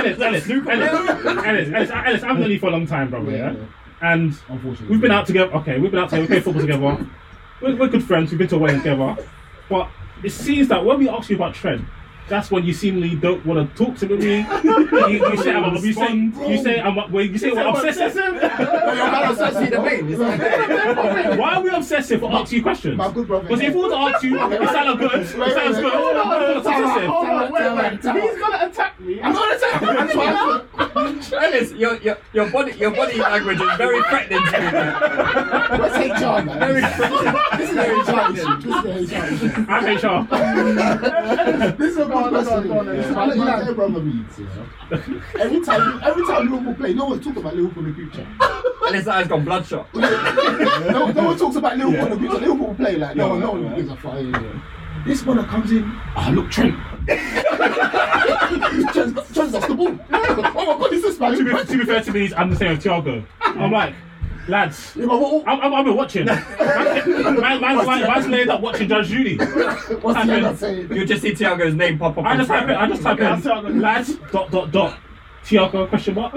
Speaker 7: Ellis, Ellis, Ellis, Ellis, Ellis, Ellis, Ellis, I've known you for a long time, brother.
Speaker 4: Yeah,
Speaker 7: Yeah. And
Speaker 4: Unfortunately.
Speaker 7: we've been out together. Okay, we've been out together. We play football together. We're, we're good friends. We've been to away together. But it seems that when we ask you about Trent, that's when you seemingly don't want to talk to me. You, you say I'm you say you say I'm well, you say we're obsessive.
Speaker 4: But your man
Speaker 1: See the vein? It's like-
Speaker 7: Why are we obsessive for asking you questions?
Speaker 4: my good brother.
Speaker 7: Because if we were to ask you, it sounds good. It
Speaker 4: Wait,
Speaker 7: sounds
Speaker 4: wait,
Speaker 7: good.
Speaker 4: wait.
Speaker 7: we're obsessive.
Speaker 21: Hold on,
Speaker 4: Tell her,
Speaker 21: wait,
Speaker 4: tell
Speaker 21: wait.
Speaker 4: her.
Speaker 21: He's gonna attack me.
Speaker 4: I'm not attack. I'm trying to.
Speaker 1: Ellis, your, your, your body your body language is very threatening to me. man.
Speaker 4: Let's hate John, man.
Speaker 1: Very threatening.
Speaker 4: This is very childish. This is very childish.
Speaker 7: I'm HR.
Speaker 4: This is a good question. This is what you like, brother means, you know. Every time, every time Liverpool play, no one talks about Liverpool in the future.
Speaker 1: Ellis' eyes gone bloodshot.
Speaker 4: No, no one talks about Liverpool in the future. Liverpool play like no, no one gives a fuck. Yeah, yeah. This one that comes in, ah, look Trent. Trent's got- Trent's off the ball. Oh my god, is this man?
Speaker 7: to, be, to be fair to me, I'm the same with Thiago. I'm like, lads,
Speaker 4: Yeah, but what-
Speaker 7: I'm, I'm, I've been watching. Man, man, man, man, man's laid up watching Judge Judy.
Speaker 4: What's the
Speaker 7: happened?
Speaker 4: other saying?
Speaker 1: You just see Thiago's name pop up.
Speaker 7: I
Speaker 1: on
Speaker 7: just type
Speaker 1: Twitter.
Speaker 7: in, I just type in, lads, dot, dot, dot. Thiago, question mark?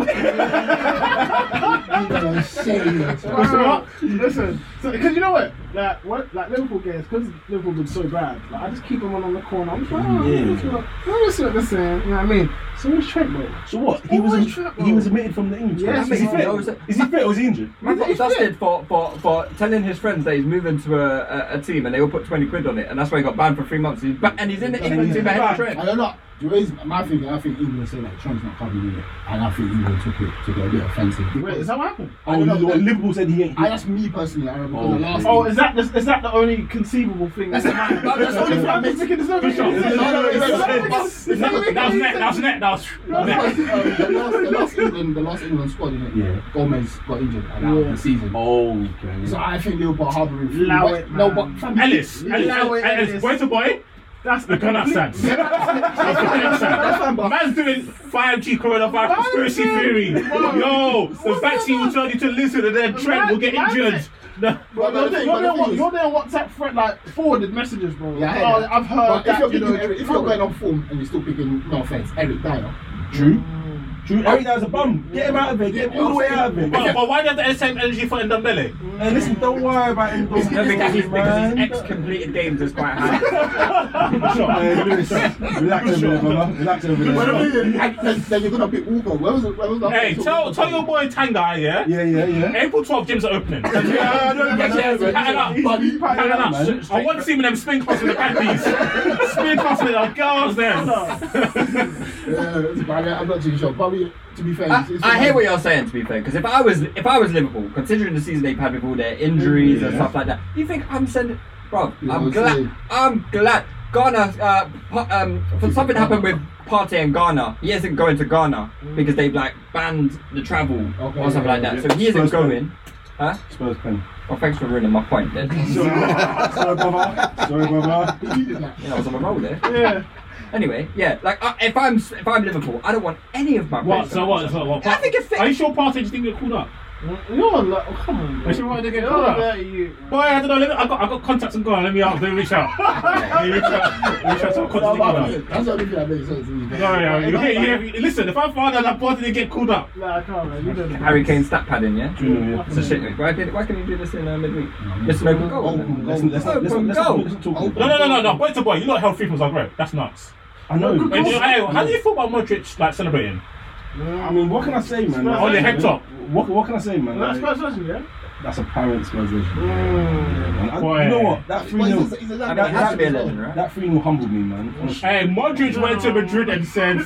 Speaker 7: Question mark?
Speaker 21: Listen, because you know what, like what, like Liverpool games, because Liverpool been so bad, like I just keep him on on the corner. I'm just like, oh,
Speaker 3: Yeah.
Speaker 21: yeah. listen, listen, you know what I mean? So who's Trent though?
Speaker 3: So what? He was
Speaker 21: Always trap, bro.
Speaker 3: he was omitted from the injury.
Speaker 21: Yes,
Speaker 3: is he
Speaker 21: he's
Speaker 3: fit?
Speaker 1: always-
Speaker 3: Is he fit or is he injured?
Speaker 1: Man got dusted for, for, for telling his friends that he's moving to a, a, a team and they all put 20 quid on it and that's why he got banned for three months. He's ba- and he's in the England team ahead of
Speaker 4: I
Speaker 1: Trent.
Speaker 4: don't know. The reason, my thing, I think England say that Trump's not coming in it, and I think England took it to get a bit offensive.
Speaker 21: Wait, is that what happened?
Speaker 4: I don't
Speaker 3: Oh,
Speaker 4: know.
Speaker 3: Liverpool said he ain't.
Speaker 4: I asked me personally. I remember the last.
Speaker 21: Oh, is that the, is that the only conceivable thing? That's,
Speaker 4: that's the only thing that makes-
Speaker 21: Mexican is not making
Speaker 7: That
Speaker 21: sense.
Speaker 4: That's-
Speaker 21: It's not making
Speaker 7: was
Speaker 21: any
Speaker 7: net, that was
Speaker 21: sense.
Speaker 7: net, that was net.
Speaker 4: the, last, the last England, the last England squad, innit?
Speaker 3: Yeah.
Speaker 4: Gomez got injured and out of the season.
Speaker 3: Oh,
Speaker 4: So I think Liverpool harbouring.
Speaker 21: Allow it,
Speaker 4: No,
Speaker 21: man.
Speaker 4: but
Speaker 7: Ellis, Ellis,
Speaker 21: Allow it,
Speaker 7: Ellis,
Speaker 21: Ellis.
Speaker 7: boy to boy,
Speaker 21: That's
Speaker 7: the gun outside. Man's doing 5G coronavirus conspiracy
Speaker 21: Man,
Speaker 7: theory.
Speaker 21: bro.
Speaker 7: Yo, the
Speaker 21: What's
Speaker 7: vaccine will
Speaker 21: going
Speaker 7: turn you to lizard and then Trent will get
Speaker 21: Man, man.
Speaker 7: injured. No.
Speaker 21: Bro,
Speaker 4: But
Speaker 21: you're,
Speaker 4: the
Speaker 21: there,
Speaker 4: thing-
Speaker 21: you're,
Speaker 4: but the
Speaker 21: there,
Speaker 4: thing
Speaker 21: what,
Speaker 4: is-
Speaker 21: you're there WhatsApp friend like forwarded messages, bro.
Speaker 4: Yeah, I heard
Speaker 21: oh,
Speaker 4: that.
Speaker 21: I've heard
Speaker 4: But if
Speaker 21: that.
Speaker 4: you're
Speaker 21: you know,
Speaker 4: picking Eric, if you're going on form and you're still picking, no offense, Eric Dyer,
Speaker 3: Drew. Drew Every guy's a bum. Get him out of it. Get him all the way out of it.
Speaker 7: oh, But, but why do you have the same energy for Ndombele?
Speaker 3: And listen, don't worry about Ndombele.
Speaker 1: No, because he's, because
Speaker 3: man.
Speaker 1: his ex completed games is quite high.
Speaker 3: Hey, [laughs] Lewis, relax a minute, brother. Relax a minute.
Speaker 4: then, then you're gonna pick Walker. Where was the, where was the
Speaker 7: Hey, tell tell your boy Tanga, yeah?
Speaker 3: Yeah, yeah, yeah.
Speaker 7: April 12th, gyms
Speaker 4: [laughs]
Speaker 7: are opening.
Speaker 3: Yeah, I know,
Speaker 7: Yes, yes,
Speaker 3: man.
Speaker 7: pattern up,
Speaker 3: He's- he's patting
Speaker 7: Hang
Speaker 3: up,
Speaker 7: on,
Speaker 3: man.
Speaker 7: I want to see him in them spin class with the baddies. spin class with the girls, then.
Speaker 4: Yeah, it's about that. I'm not too sure. Bobby, to be fair,
Speaker 1: I, I hear what you're saying. To be fair, because if I was if I was Liverpool, considering the season they've had with all their injuries and stuff like that, you think I'm sending, bro?
Speaker 4: Yeah,
Speaker 1: I'm
Speaker 4: I'm
Speaker 1: glad.
Speaker 4: saying.
Speaker 1: I'm glad. Ghana. Uh, Pa- um, for something happened with Partey and Ghana. He isn't going to Ghana because they've like banned the travel
Speaker 4: Okay,
Speaker 1: or something
Speaker 4: yeah,
Speaker 1: like that.
Speaker 3: yeah.
Speaker 1: So he isn't
Speaker 3: Spurs win.
Speaker 1: going. Huh?
Speaker 3: Spurs pen.
Speaker 1: Well, thanks for ruining my point then.
Speaker 7: [laughs]
Speaker 1: you
Speaker 3: Sorry, brother. Sorry, brother.
Speaker 1: know, I was on a roll there.
Speaker 22: Yeah.
Speaker 1: Anyway, yeah, like I, if I'm if I'm Liverpool, I don't want any of my
Speaker 7: What?
Speaker 1: players
Speaker 7: So
Speaker 1: to-
Speaker 7: what? So what?
Speaker 1: I think if
Speaker 7: Are you sure Partey? Do you think you're called up?
Speaker 22: No, like, oh, come on.
Speaker 7: Is she right to get
Speaker 22: Oh,
Speaker 7: called up?
Speaker 22: there you.
Speaker 7: Boy, I don't know. Let me, I got I got contacts in Ghana. Let me ask. Let me reach out. Let me reach out. Reach out to our contacts in Ghana.
Speaker 4: That's the only thing that makes sense to me.
Speaker 7: No, yeah, you hear- you hear- Listen, if I find out that Partey didn't get called up,
Speaker 22: Nah, I can't, man. You don't know.
Speaker 1: Harry Kane stat padding, yeah.
Speaker 3: Junior,
Speaker 1: It's a shit. mate. Why can why can you do this in uh, midweek? It's an open goal. isn't it?
Speaker 3: yeah. Listen, let's not- let's not- let's
Speaker 1: [laughs]
Speaker 3: not- let's not talk about
Speaker 7: No,
Speaker 3: it.
Speaker 7: no, no, no, no. Boy to boy, you lot held three points on grab. That's nuts.
Speaker 3: I know.
Speaker 7: Wait, do you- hey, how do you feel about Modric like celebrating?
Speaker 3: I mean, what can I say, man?
Speaker 22: On
Speaker 7: your head top.
Speaker 3: What, what can I say, man?
Speaker 22: That's
Speaker 3: Like,
Speaker 22: first person, yeah?
Speaker 3: that's a parent's position.
Speaker 7: Boy.
Speaker 3: You know what? That 3 0
Speaker 4: he's a
Speaker 1: I mean, it has to be a legend, right?
Speaker 3: that 3 0 humbled me, man. Honestly.
Speaker 7: Hey, Modric went to Madrid
Speaker 4: [laughs]
Speaker 7: and said,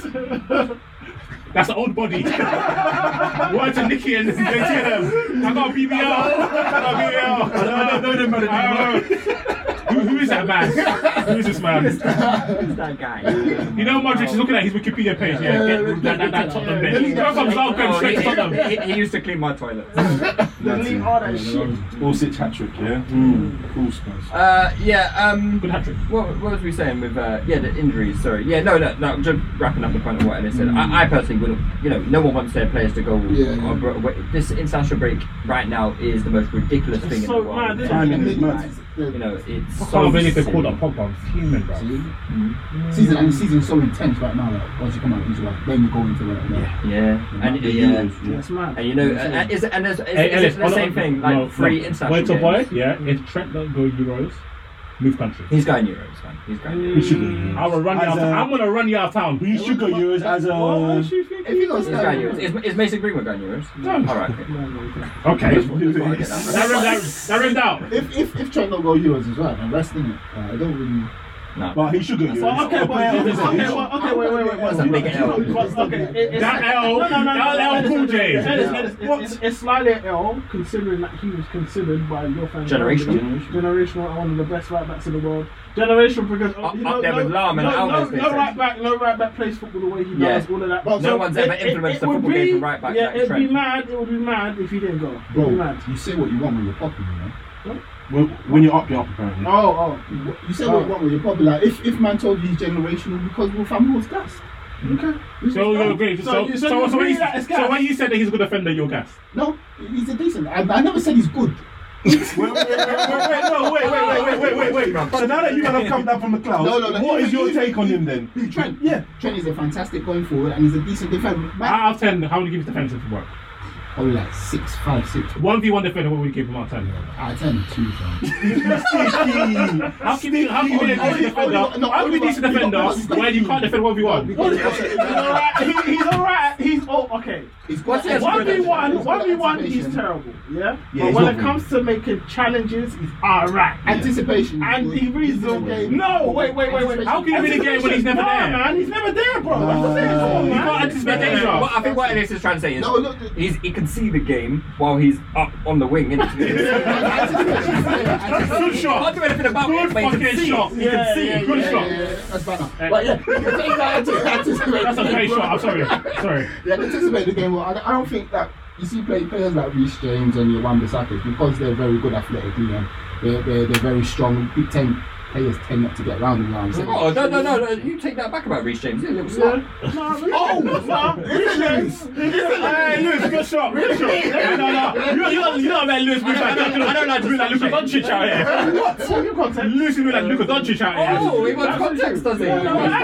Speaker 7: "That's an old body." Word to Nicky and JT and them. I got a BBL. I got a BBL. I don't know them, man. I don't know. Who- Who is that man? Who is this man?
Speaker 1: Who's that guy?
Speaker 7: You know Modric is looking at his Wikipedia page. Yeah, get that, that, that Tottenham bit. He went from Zagreb
Speaker 1: Oh,
Speaker 7: straight
Speaker 1: he,
Speaker 7: to Tottenham.
Speaker 1: he- he- he used to clean my toilet.
Speaker 22: Then leave all that shit.
Speaker 3: Pulisic hat trick, yeah?
Speaker 7: Hmm.
Speaker 3: Mm. Cool Spurs.
Speaker 1: Uh, yeah. Um,
Speaker 7: Good hat trick.
Speaker 1: what, what was we saying with uh, yeah the injuries? Sorry. Yeah. No. No. No. Just wrapping up the point of what Ellis
Speaker 3: Mm.
Speaker 1: said. I, I personally wouldn't. You know, no one wants their players to go.
Speaker 4: Yeah, yeah.
Speaker 1: or bro- wait, this international break right now is the most ridiculous thing
Speaker 22: so
Speaker 1: in the world.
Speaker 22: mad, isn't it?
Speaker 3: Timing is mad.
Speaker 1: You know, it's
Speaker 7: I
Speaker 1: so.
Speaker 7: can't believe they called
Speaker 1: silly.
Speaker 7: up Pogba. I'm fuming, bro.
Speaker 4: Season and season's so intense right now. Like once you come out, you like then you go into the like,
Speaker 1: Yeah. And
Speaker 4: The
Speaker 1: yeah.
Speaker 4: Euros, Mm-hmm. yeah. Mm-hmm.
Speaker 22: That's mad.
Speaker 1: And you know, and is, and is, is,
Speaker 7: Hey,
Speaker 1: is
Speaker 7: Ellis,
Speaker 1: it the
Speaker 7: hold on,
Speaker 1: same thing? Like free international
Speaker 7: Wait till
Speaker 1: games?
Speaker 7: boy, yeah. If Trent don't go Euros, move country.
Speaker 1: He's going Euros, man. He's going Euros.
Speaker 3: He should go Euros.
Speaker 7: I will run you
Speaker 3: As
Speaker 7: out. Of,
Speaker 3: a-
Speaker 7: I'm gonna run you out of town.
Speaker 3: He should go Euros as
Speaker 22: Why is
Speaker 3: a.
Speaker 22: she thinking?
Speaker 4: If you don't
Speaker 1: He's
Speaker 4: start,
Speaker 1: going Euros. Is, is Mason Greenwood going Euros?
Speaker 7: No.
Speaker 1: All right. Okay.
Speaker 7: Okay. that [laughs]
Speaker 1: I get that.
Speaker 7: rimmed out. That rimmed out.
Speaker 4: if if if Trent don't go Euros as well, then that's the thing. Uh, I don't really.
Speaker 3: But he should go Euros.
Speaker 22: Okay,
Speaker 3: A player
Speaker 22: but-
Speaker 3: of his
Speaker 22: okay,
Speaker 3: age.
Speaker 22: well, okay, wait, wait, wait, wait.
Speaker 1: That's a big L.
Speaker 22: But, okay, it- it's
Speaker 7: That
Speaker 22: like-
Speaker 7: L-
Speaker 22: No, no, no,
Speaker 7: that
Speaker 22: no,
Speaker 7: L
Speaker 22: it's-
Speaker 7: Cool
Speaker 22: it's-
Speaker 7: J.
Speaker 22: it's- it's- it's-
Speaker 7: What?
Speaker 22: it's- It's slightly an L, considering that he was considered by your fans
Speaker 1: Generational.
Speaker 22: generational, one of the best right backs in the world. Generational because
Speaker 1: Up-
Speaker 22: you
Speaker 1: up
Speaker 22: know,
Speaker 1: there
Speaker 22: no,
Speaker 1: with Lahm and
Speaker 22: no,
Speaker 1: Alves,
Speaker 22: no,
Speaker 1: basically.
Speaker 22: no right back, no right back plays football the way he
Speaker 1: Yeah.
Speaker 22: does, all of that.
Speaker 4: No
Speaker 1: one's ever influenced the
Speaker 22: would
Speaker 1: football game from right back
Speaker 22: Yeah,
Speaker 1: like
Speaker 22: it'd be
Speaker 1: Trent.
Speaker 22: mad. It would be mad if he didn't go. It'd
Speaker 4: Bro,
Speaker 22: be mad.
Speaker 4: you say what you want when you're popular, man.
Speaker 3: When when you're up, you're up, apparently.
Speaker 22: Oh,
Speaker 4: You- You say what you want when you're popular. If if man told you he's generational because Will Family was gas.
Speaker 22: oh, okay.
Speaker 7: So you agree? So,
Speaker 22: So
Speaker 7: so,
Speaker 22: you-
Speaker 7: so,
Speaker 22: so you
Speaker 7: when,
Speaker 22: agree
Speaker 7: you,
Speaker 22: that it's
Speaker 7: so
Speaker 22: gas?
Speaker 7: when you said that he's a good defender, you're gas.
Speaker 4: No, he's a decent. I, I never said he's good.
Speaker 3: Wait, wait, wait, wait, wait, wait, no, wait, wait, wait, wait, wait, wait, wait. So now that you have come down from the clouds,
Speaker 4: No, no, no.
Speaker 3: what is your take on him then?
Speaker 4: Who, Trent?
Speaker 3: Yeah.
Speaker 4: Trent is a fantastic going forward and he's a decent defender.
Speaker 22: Ah.
Speaker 4: Man,
Speaker 7: Out of ten, how would you give his defensive work?
Speaker 4: probably like six, five, six.
Speaker 7: One v one defender, what would you give him out of ten?
Speaker 4: Out of ten, two.
Speaker 22: [laughs]
Speaker 4: Bro.
Speaker 7: How can you? How can you be a decent defender? How can you be a decent defender when you can't defend one v
Speaker 4: [laughs]
Speaker 7: one?
Speaker 22: Alright, he- he's alright. He's oh okay.
Speaker 4: He's got
Speaker 1: What's his-
Speaker 22: One v one,
Speaker 4: He's got
Speaker 22: one v one. He's
Speaker 4: anticipation.
Speaker 22: terrible. Yeah.
Speaker 3: Yeah,
Speaker 22: but
Speaker 3: he's
Speaker 22: when
Speaker 3: not
Speaker 22: it
Speaker 3: good.
Speaker 22: comes to making challenges, he's alright.
Speaker 4: Anticipation.
Speaker 22: And he reads the game. No, wait, wait, wait, wait.
Speaker 7: How can you win a game when he's never
Speaker 22: nah,
Speaker 7: there?
Speaker 22: man. He's never there, bro. That's the thing. Come on,
Speaker 7: You
Speaker 22: man.
Speaker 7: can't anticipate
Speaker 1: Yeah,
Speaker 7: danger.
Speaker 1: What I think what Ellis is trying to say is
Speaker 4: No, [laughs] look, the-
Speaker 1: he's, he can see the game while he's up on the wing.
Speaker 7: [laughs]
Speaker 1: innit?
Speaker 4: Anticipation.
Speaker 7: Good
Speaker 1: He can't
Speaker 7: shot.
Speaker 1: do anything about
Speaker 7: Good
Speaker 1: it, but he can
Speaker 7: fucking
Speaker 1: see
Speaker 7: shot.
Speaker 1: it.
Speaker 7: You can see.
Speaker 22: yeah,
Speaker 7: Good
Speaker 4: Yeah,
Speaker 7: shot.
Speaker 4: yeah, yeah, That's banner. But yeah, you can take that into anticipation.
Speaker 7: That's a great shot. I'm sorry. Sorry.
Speaker 4: Yeah, anticipate the game. Well, I, I don't think that you see play, players like Reece James and your Wan-Bissaka because they're very good athletically and they're, they're, they're very strong. Big Ten players tend not to get round and round.
Speaker 1: Oh, no, no, no, no, you take that back about Reece James. He's a little slut.
Speaker 7: Oh, nah, Lewis, [laughs] Hey, Lewis, good shot, good shot. Hey, no, no, you know, you know, you know, man, Lewis, we
Speaker 1: I
Speaker 7: like,
Speaker 1: don't- I don't- I don't like
Speaker 7: we like Luka Doncic out here. What? What context? Lewis, we like Luka Doncic out here.
Speaker 1: Oh, he wants context, does he?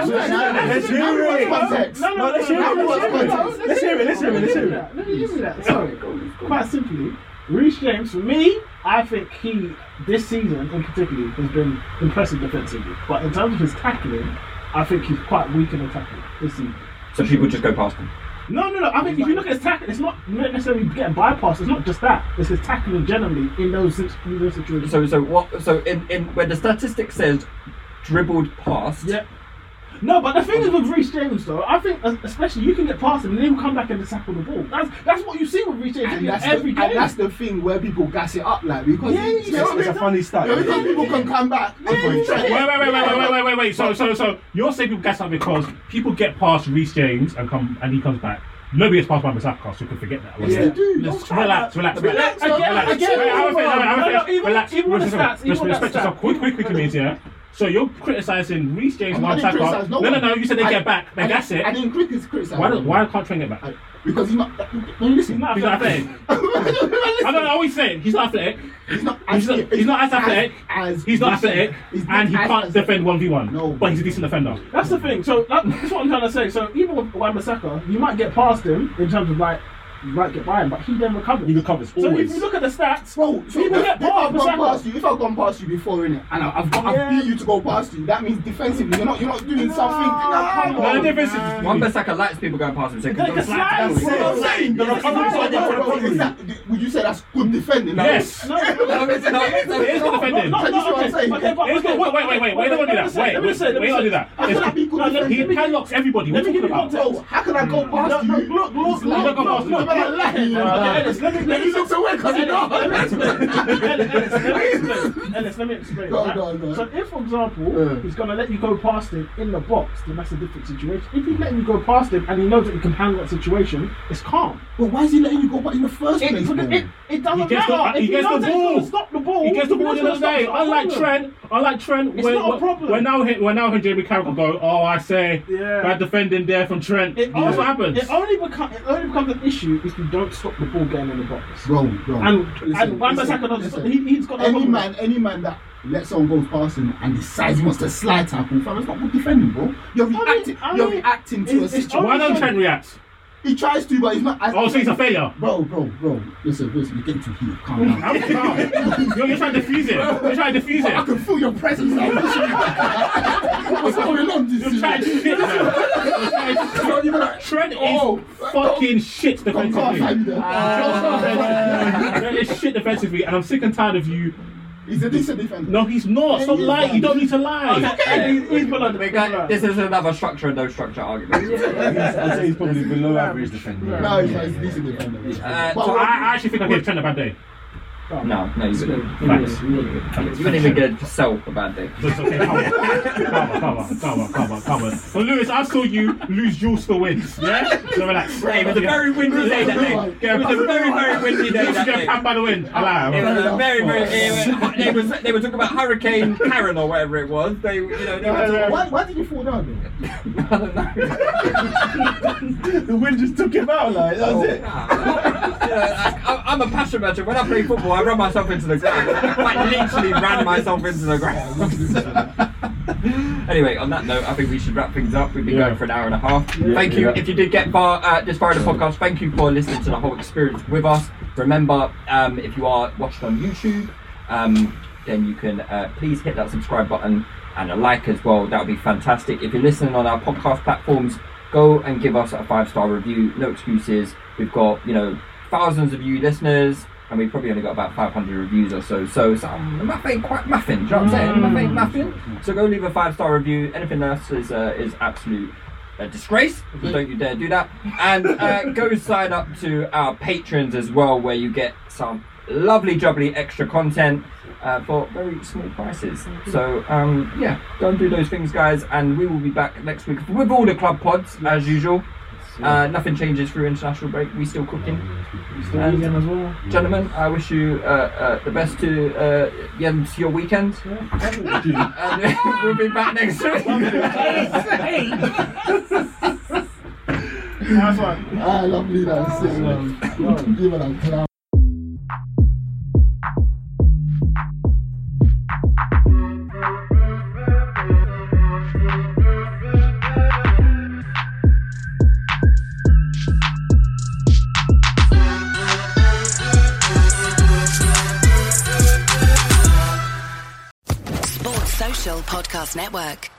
Speaker 7: Let's
Speaker 4: hear it.
Speaker 7: No, no, let's hear it. Let's hear it. Let's hear it. Let's hear it. Let me give you that. Sorry. Quite simply, Reece James, for me, I think he, this season in particular, has been impressive defensively. But in terms of his tackling, I think he's quite weak in the tackling this season.
Speaker 1: So people just go past him.
Speaker 7: No, no, no. I think if you look at his tackling, it's not necessarily getting bypassed. It's not just that. It's his tackling generally in those, sit- in those situations.
Speaker 1: So, so what? So, in, in when the statistic says dribbled past,
Speaker 7: Yeah. No, but the thing is with Reece James, though, I think uh, especially you can get past him and then he'll come back and tackle the ball. That's that's what you see with Reece James
Speaker 4: And
Speaker 7: in
Speaker 4: that's,
Speaker 7: every
Speaker 4: the,
Speaker 7: game.
Speaker 4: and that's the thing where people gas it up, like because
Speaker 7: Yeah,
Speaker 4: it's,
Speaker 7: you know what I mean?
Speaker 2: It's a funny stat.
Speaker 4: Yeah, because people can come back. and
Speaker 3: [laughs] Wait,
Speaker 4: try-
Speaker 3: wait, wait, wait, wait, wait, wait, wait, wait. So, so, so, you're saying people gas up because people get past Reece James and come and he comes back. Nobody gets past Wan Bissaka, so you can forget that.
Speaker 4: Yes, they do.
Speaker 3: Let's
Speaker 4: Don't
Speaker 3: relax,
Speaker 4: try
Speaker 3: relax, relax,
Speaker 4: that.
Speaker 3: relax,
Speaker 4: Relax,
Speaker 3: relax.
Speaker 4: I get it,
Speaker 3: Wait,
Speaker 4: I
Speaker 3: I'm
Speaker 4: get it,
Speaker 3: finished, I'm
Speaker 7: no, no,
Speaker 3: finished.
Speaker 7: even-
Speaker 3: Relax,
Speaker 7: even with the
Speaker 3: respect-
Speaker 7: stats, even with
Speaker 3: respect
Speaker 7: the
Speaker 3: yourself.
Speaker 7: stats.
Speaker 3: Quick, quick, quick, comedians, yeah. So you're criticising Reece James,
Speaker 4: I
Speaker 3: Wan
Speaker 4: didn't
Speaker 3: Bissaka.
Speaker 4: criticize
Speaker 3: No,
Speaker 4: one.
Speaker 3: no, no. You said they
Speaker 4: I-
Speaker 3: get back. They
Speaker 4: I-
Speaker 3: gas
Speaker 4: I
Speaker 3: it.
Speaker 4: didn't critic- criticize.
Speaker 3: Why, don't,
Speaker 4: him.
Speaker 3: why can't Trent get back?
Speaker 4: I- Because he's not. When you listen,
Speaker 3: He's not athletic. I don't know, I always say it. He's not athletic.
Speaker 4: He's not.
Speaker 3: He's not, he's not as athletic.
Speaker 4: as-
Speaker 3: he's not
Speaker 4: decent.
Speaker 3: athletic,
Speaker 4: He's not
Speaker 3: and he
Speaker 4: as-
Speaker 3: can't
Speaker 4: as-
Speaker 3: defend one v
Speaker 4: No.
Speaker 3: one. But he's a decent defender.
Speaker 7: That's the thing. So that, that's what I'm trying to say. So even with Wan-Bissaka, you might get past him in terms of like you might get by him, but he then recovers.
Speaker 2: He recovers,
Speaker 7: So
Speaker 2: always.
Speaker 7: if you look at the stats,
Speaker 4: Bro, so
Speaker 7: people
Speaker 4: if,
Speaker 7: get
Speaker 4: if I've
Speaker 7: past
Speaker 4: gone past
Speaker 7: Bissaka.
Speaker 4: you, if I've gone past you before, innit, and I- I've, got,
Speaker 7: Yeah.
Speaker 4: I've beat you to go past you, that means defensively you're not you're not doing something. Nah,
Speaker 7: come
Speaker 4: bro.
Speaker 3: No, the difference is
Speaker 1: one Bissaka likes people going past him. So he can
Speaker 7: Like
Speaker 1: go
Speaker 7: a
Speaker 1: back.
Speaker 7: slide.
Speaker 4: That's
Speaker 7: That's what I'm saying.
Speaker 4: The
Speaker 7: That's
Speaker 4: recovery
Speaker 7: what I'm
Speaker 4: is not
Speaker 7: saying. That's what I'm
Speaker 4: is that, would you say that's good defending? now?
Speaker 3: Yes.
Speaker 7: No, no, no,
Speaker 1: No, it's not. It's not.
Speaker 3: It is good
Speaker 7: no,
Speaker 3: defending.
Speaker 7: no,
Speaker 4: That's
Speaker 7: no,
Speaker 4: what I'm
Speaker 7: okay,
Speaker 4: saying.
Speaker 7: okay, but-
Speaker 3: It's good.
Speaker 7: okay,
Speaker 3: Wait, wait, wait, wait. Wait, don't do
Speaker 7: let me
Speaker 3: that.
Speaker 7: say,
Speaker 3: Wait,
Speaker 7: let me
Speaker 3: wait,
Speaker 7: say, let me
Speaker 3: wait, don't
Speaker 7: say.
Speaker 3: do that.
Speaker 4: I
Speaker 3: It's-
Speaker 4: cannot be
Speaker 7: No,
Speaker 4: good
Speaker 3: He
Speaker 7: let me-
Speaker 4: defending.
Speaker 7: let me-
Speaker 3: padlocks everybody. What are
Speaker 7: let me
Speaker 3: you
Speaker 7: give you
Speaker 3: talking
Speaker 7: context.
Speaker 3: about?
Speaker 4: Bro, how can I go
Speaker 7: No,
Speaker 4: past
Speaker 7: no,
Speaker 4: you?
Speaker 7: look, look,
Speaker 4: It's
Speaker 7: look,
Speaker 4: like-
Speaker 7: look,
Speaker 3: go past
Speaker 4: no,
Speaker 3: him.
Speaker 4: but I like him.
Speaker 7: Ellis, let me- let
Speaker 4: He
Speaker 7: me-
Speaker 4: looks away because he
Speaker 7: Ellis, let me
Speaker 4: does.
Speaker 7: explain. Ellis, Ellis, let me explain. Ellis, let me explain.
Speaker 4: Go on,
Speaker 7: right?
Speaker 4: go on, go on.
Speaker 7: So if, for example,
Speaker 4: Yeah.
Speaker 7: he's going to let you go past him in the box, then that's a different situation. If he's letting you go past him and he knows that you can handle that situation, it's calm.
Speaker 4: But why is he letting you go back in the first
Speaker 7: It,
Speaker 4: place?
Speaker 7: it,
Speaker 4: man?
Speaker 7: it, it doesn't
Speaker 3: He gets the-
Speaker 7: matter. if
Speaker 3: he gets
Speaker 7: knows
Speaker 3: the
Speaker 7: that he's gonna
Speaker 3: ball.
Speaker 7: Stop the ball.
Speaker 3: He gets the
Speaker 7: if he
Speaker 3: ball
Speaker 7: knows
Speaker 3: in the
Speaker 7: he's gonna
Speaker 3: day.
Speaker 7: stop it,
Speaker 3: Unlike
Speaker 7: it's not a
Speaker 3: Trent, unlike Trent,
Speaker 7: It's
Speaker 3: we're,
Speaker 7: not a
Speaker 3: we're-
Speaker 7: problem.
Speaker 3: we're now hit, we're now hearing Jamie Carragher can go, oh, I say,
Speaker 7: Yeah.
Speaker 3: bad defending there from Trent.
Speaker 7: It
Speaker 3: That's
Speaker 7: only,
Speaker 3: what happens.
Speaker 7: It only, become, it only becomes an issue if you don't stop the ball getting in the box.
Speaker 4: Bro, bro.
Speaker 7: And
Speaker 4: listen,
Speaker 7: and Wan
Speaker 4: listen,
Speaker 7: Bissaka doesn't.
Speaker 4: listen.
Speaker 7: He, he's got no
Speaker 4: any
Speaker 7: problem.
Speaker 4: man, any man that lets someone go past him and decides he wants to slide tackle, fam, it's not good defending, bro. You're
Speaker 7: mean,
Speaker 4: reacting,
Speaker 7: I
Speaker 4: you're
Speaker 7: mean,
Speaker 4: reacting to a
Speaker 7: it's- it's
Speaker 4: situation.
Speaker 3: Why don't Trent react?
Speaker 4: He tries to, but he's not. As,
Speaker 3: Oh, so he's a failure.
Speaker 4: Bro, bro, bro. Listen, listen. You're getting too heated. Calm down.
Speaker 3: I'm proud. You're, you're trying to defuse it. You're trying to defuse
Speaker 4: I
Speaker 3: it.
Speaker 4: can feel your presence. I'm pushing you back. What's going on? This
Speaker 3: You're trying to shit. man.
Speaker 4: You're like,
Speaker 3: Trent
Speaker 4: Oh,
Speaker 3: is fucking shit
Speaker 4: Don't come
Speaker 3: defensively.
Speaker 4: find me there.
Speaker 3: That is shit defensively, and I'm sick and tired of you.
Speaker 4: He's a decent defender.
Speaker 3: No, he's not. Stop
Speaker 4: He is,
Speaker 3: lying. You
Speaker 4: man.
Speaker 3: don't need to lie.
Speaker 7: And he's, he's below the
Speaker 1: We
Speaker 7: big
Speaker 1: got- This is another structure and no structure argument.
Speaker 2: I'd say he's probably below average defender.
Speaker 4: No, he's, he's a decent defender.
Speaker 1: Uh,
Speaker 4: But
Speaker 3: So I,
Speaker 4: what-
Speaker 3: I actually think I gave Trent a bad day.
Speaker 1: No, no, you wouldn't.
Speaker 3: Facts.
Speaker 1: You wouldn't even get yourself a bad day.
Speaker 3: That's okay. Calm on, calm on, calm on, calm on, calm on. Well, Lewis, I saw you lose. Jules still wins. Yeah. So relax.
Speaker 1: Hey, it was a very windy day that day.
Speaker 3: Yeah,
Speaker 1: It was a very, very windy day
Speaker 3: Jules
Speaker 1: that
Speaker 3: get
Speaker 1: day.
Speaker 3: panned by the wind. I lie.
Speaker 1: It
Speaker 3: I'm-
Speaker 1: was a very,
Speaker 2: [laughs]
Speaker 1: very. It was, they, was, they were talking about Hurricane Karen or whatever it was. They, you know, they were talking.
Speaker 4: why, why did you fall down there?
Speaker 2: [laughs] The wind just took him out, like, that
Speaker 4: Oh.
Speaker 2: was it.
Speaker 1: Yeah, I, I'm a passion merchant. When I play football, I run myself into the ground. I literally ran myself into the ground. [laughs] anyway, on that note, I think we should wrap things up. We've been
Speaker 3: Yeah.
Speaker 1: going for an hour and a half. thank you. If you did get far uh, this far in the podcast, thank you for listening to the whole experience with us. Remember, um, if you are watching on YouTube, um, then you can uh, please hit that subscribe button and a like as well. That would be fantastic. If you're listening on our podcast platforms, go and give us a five star review. No excuses. We've got you know thousands of you listeners. And we probably only got about 500 reviews or so, so, so I'm muffin, quite muffin. Do you know what I'm saying? Muffin, muffin. So go leave a five star review. Anything else is uh, is absolute a disgrace. So don't you dare do that. And uh, go sign up to our patrons as well, where you get some lovely, jubbly extra content uh, for very small prices. So um, yeah, go and do those things, guys. And we will be back next week with all the club pods as usual. Uh, nothing changes through international break. We still cooking.
Speaker 7: We still vegan as well.
Speaker 1: Gentlemen, I wish you uh, uh, the best to uh, the end to your weekend. [laughs] and we'll be back next week.
Speaker 7: That's one.
Speaker 2: Ah,
Speaker 4: I love you, that's it. man. Give it a clap.
Speaker 23: Sports Social Podcast Network.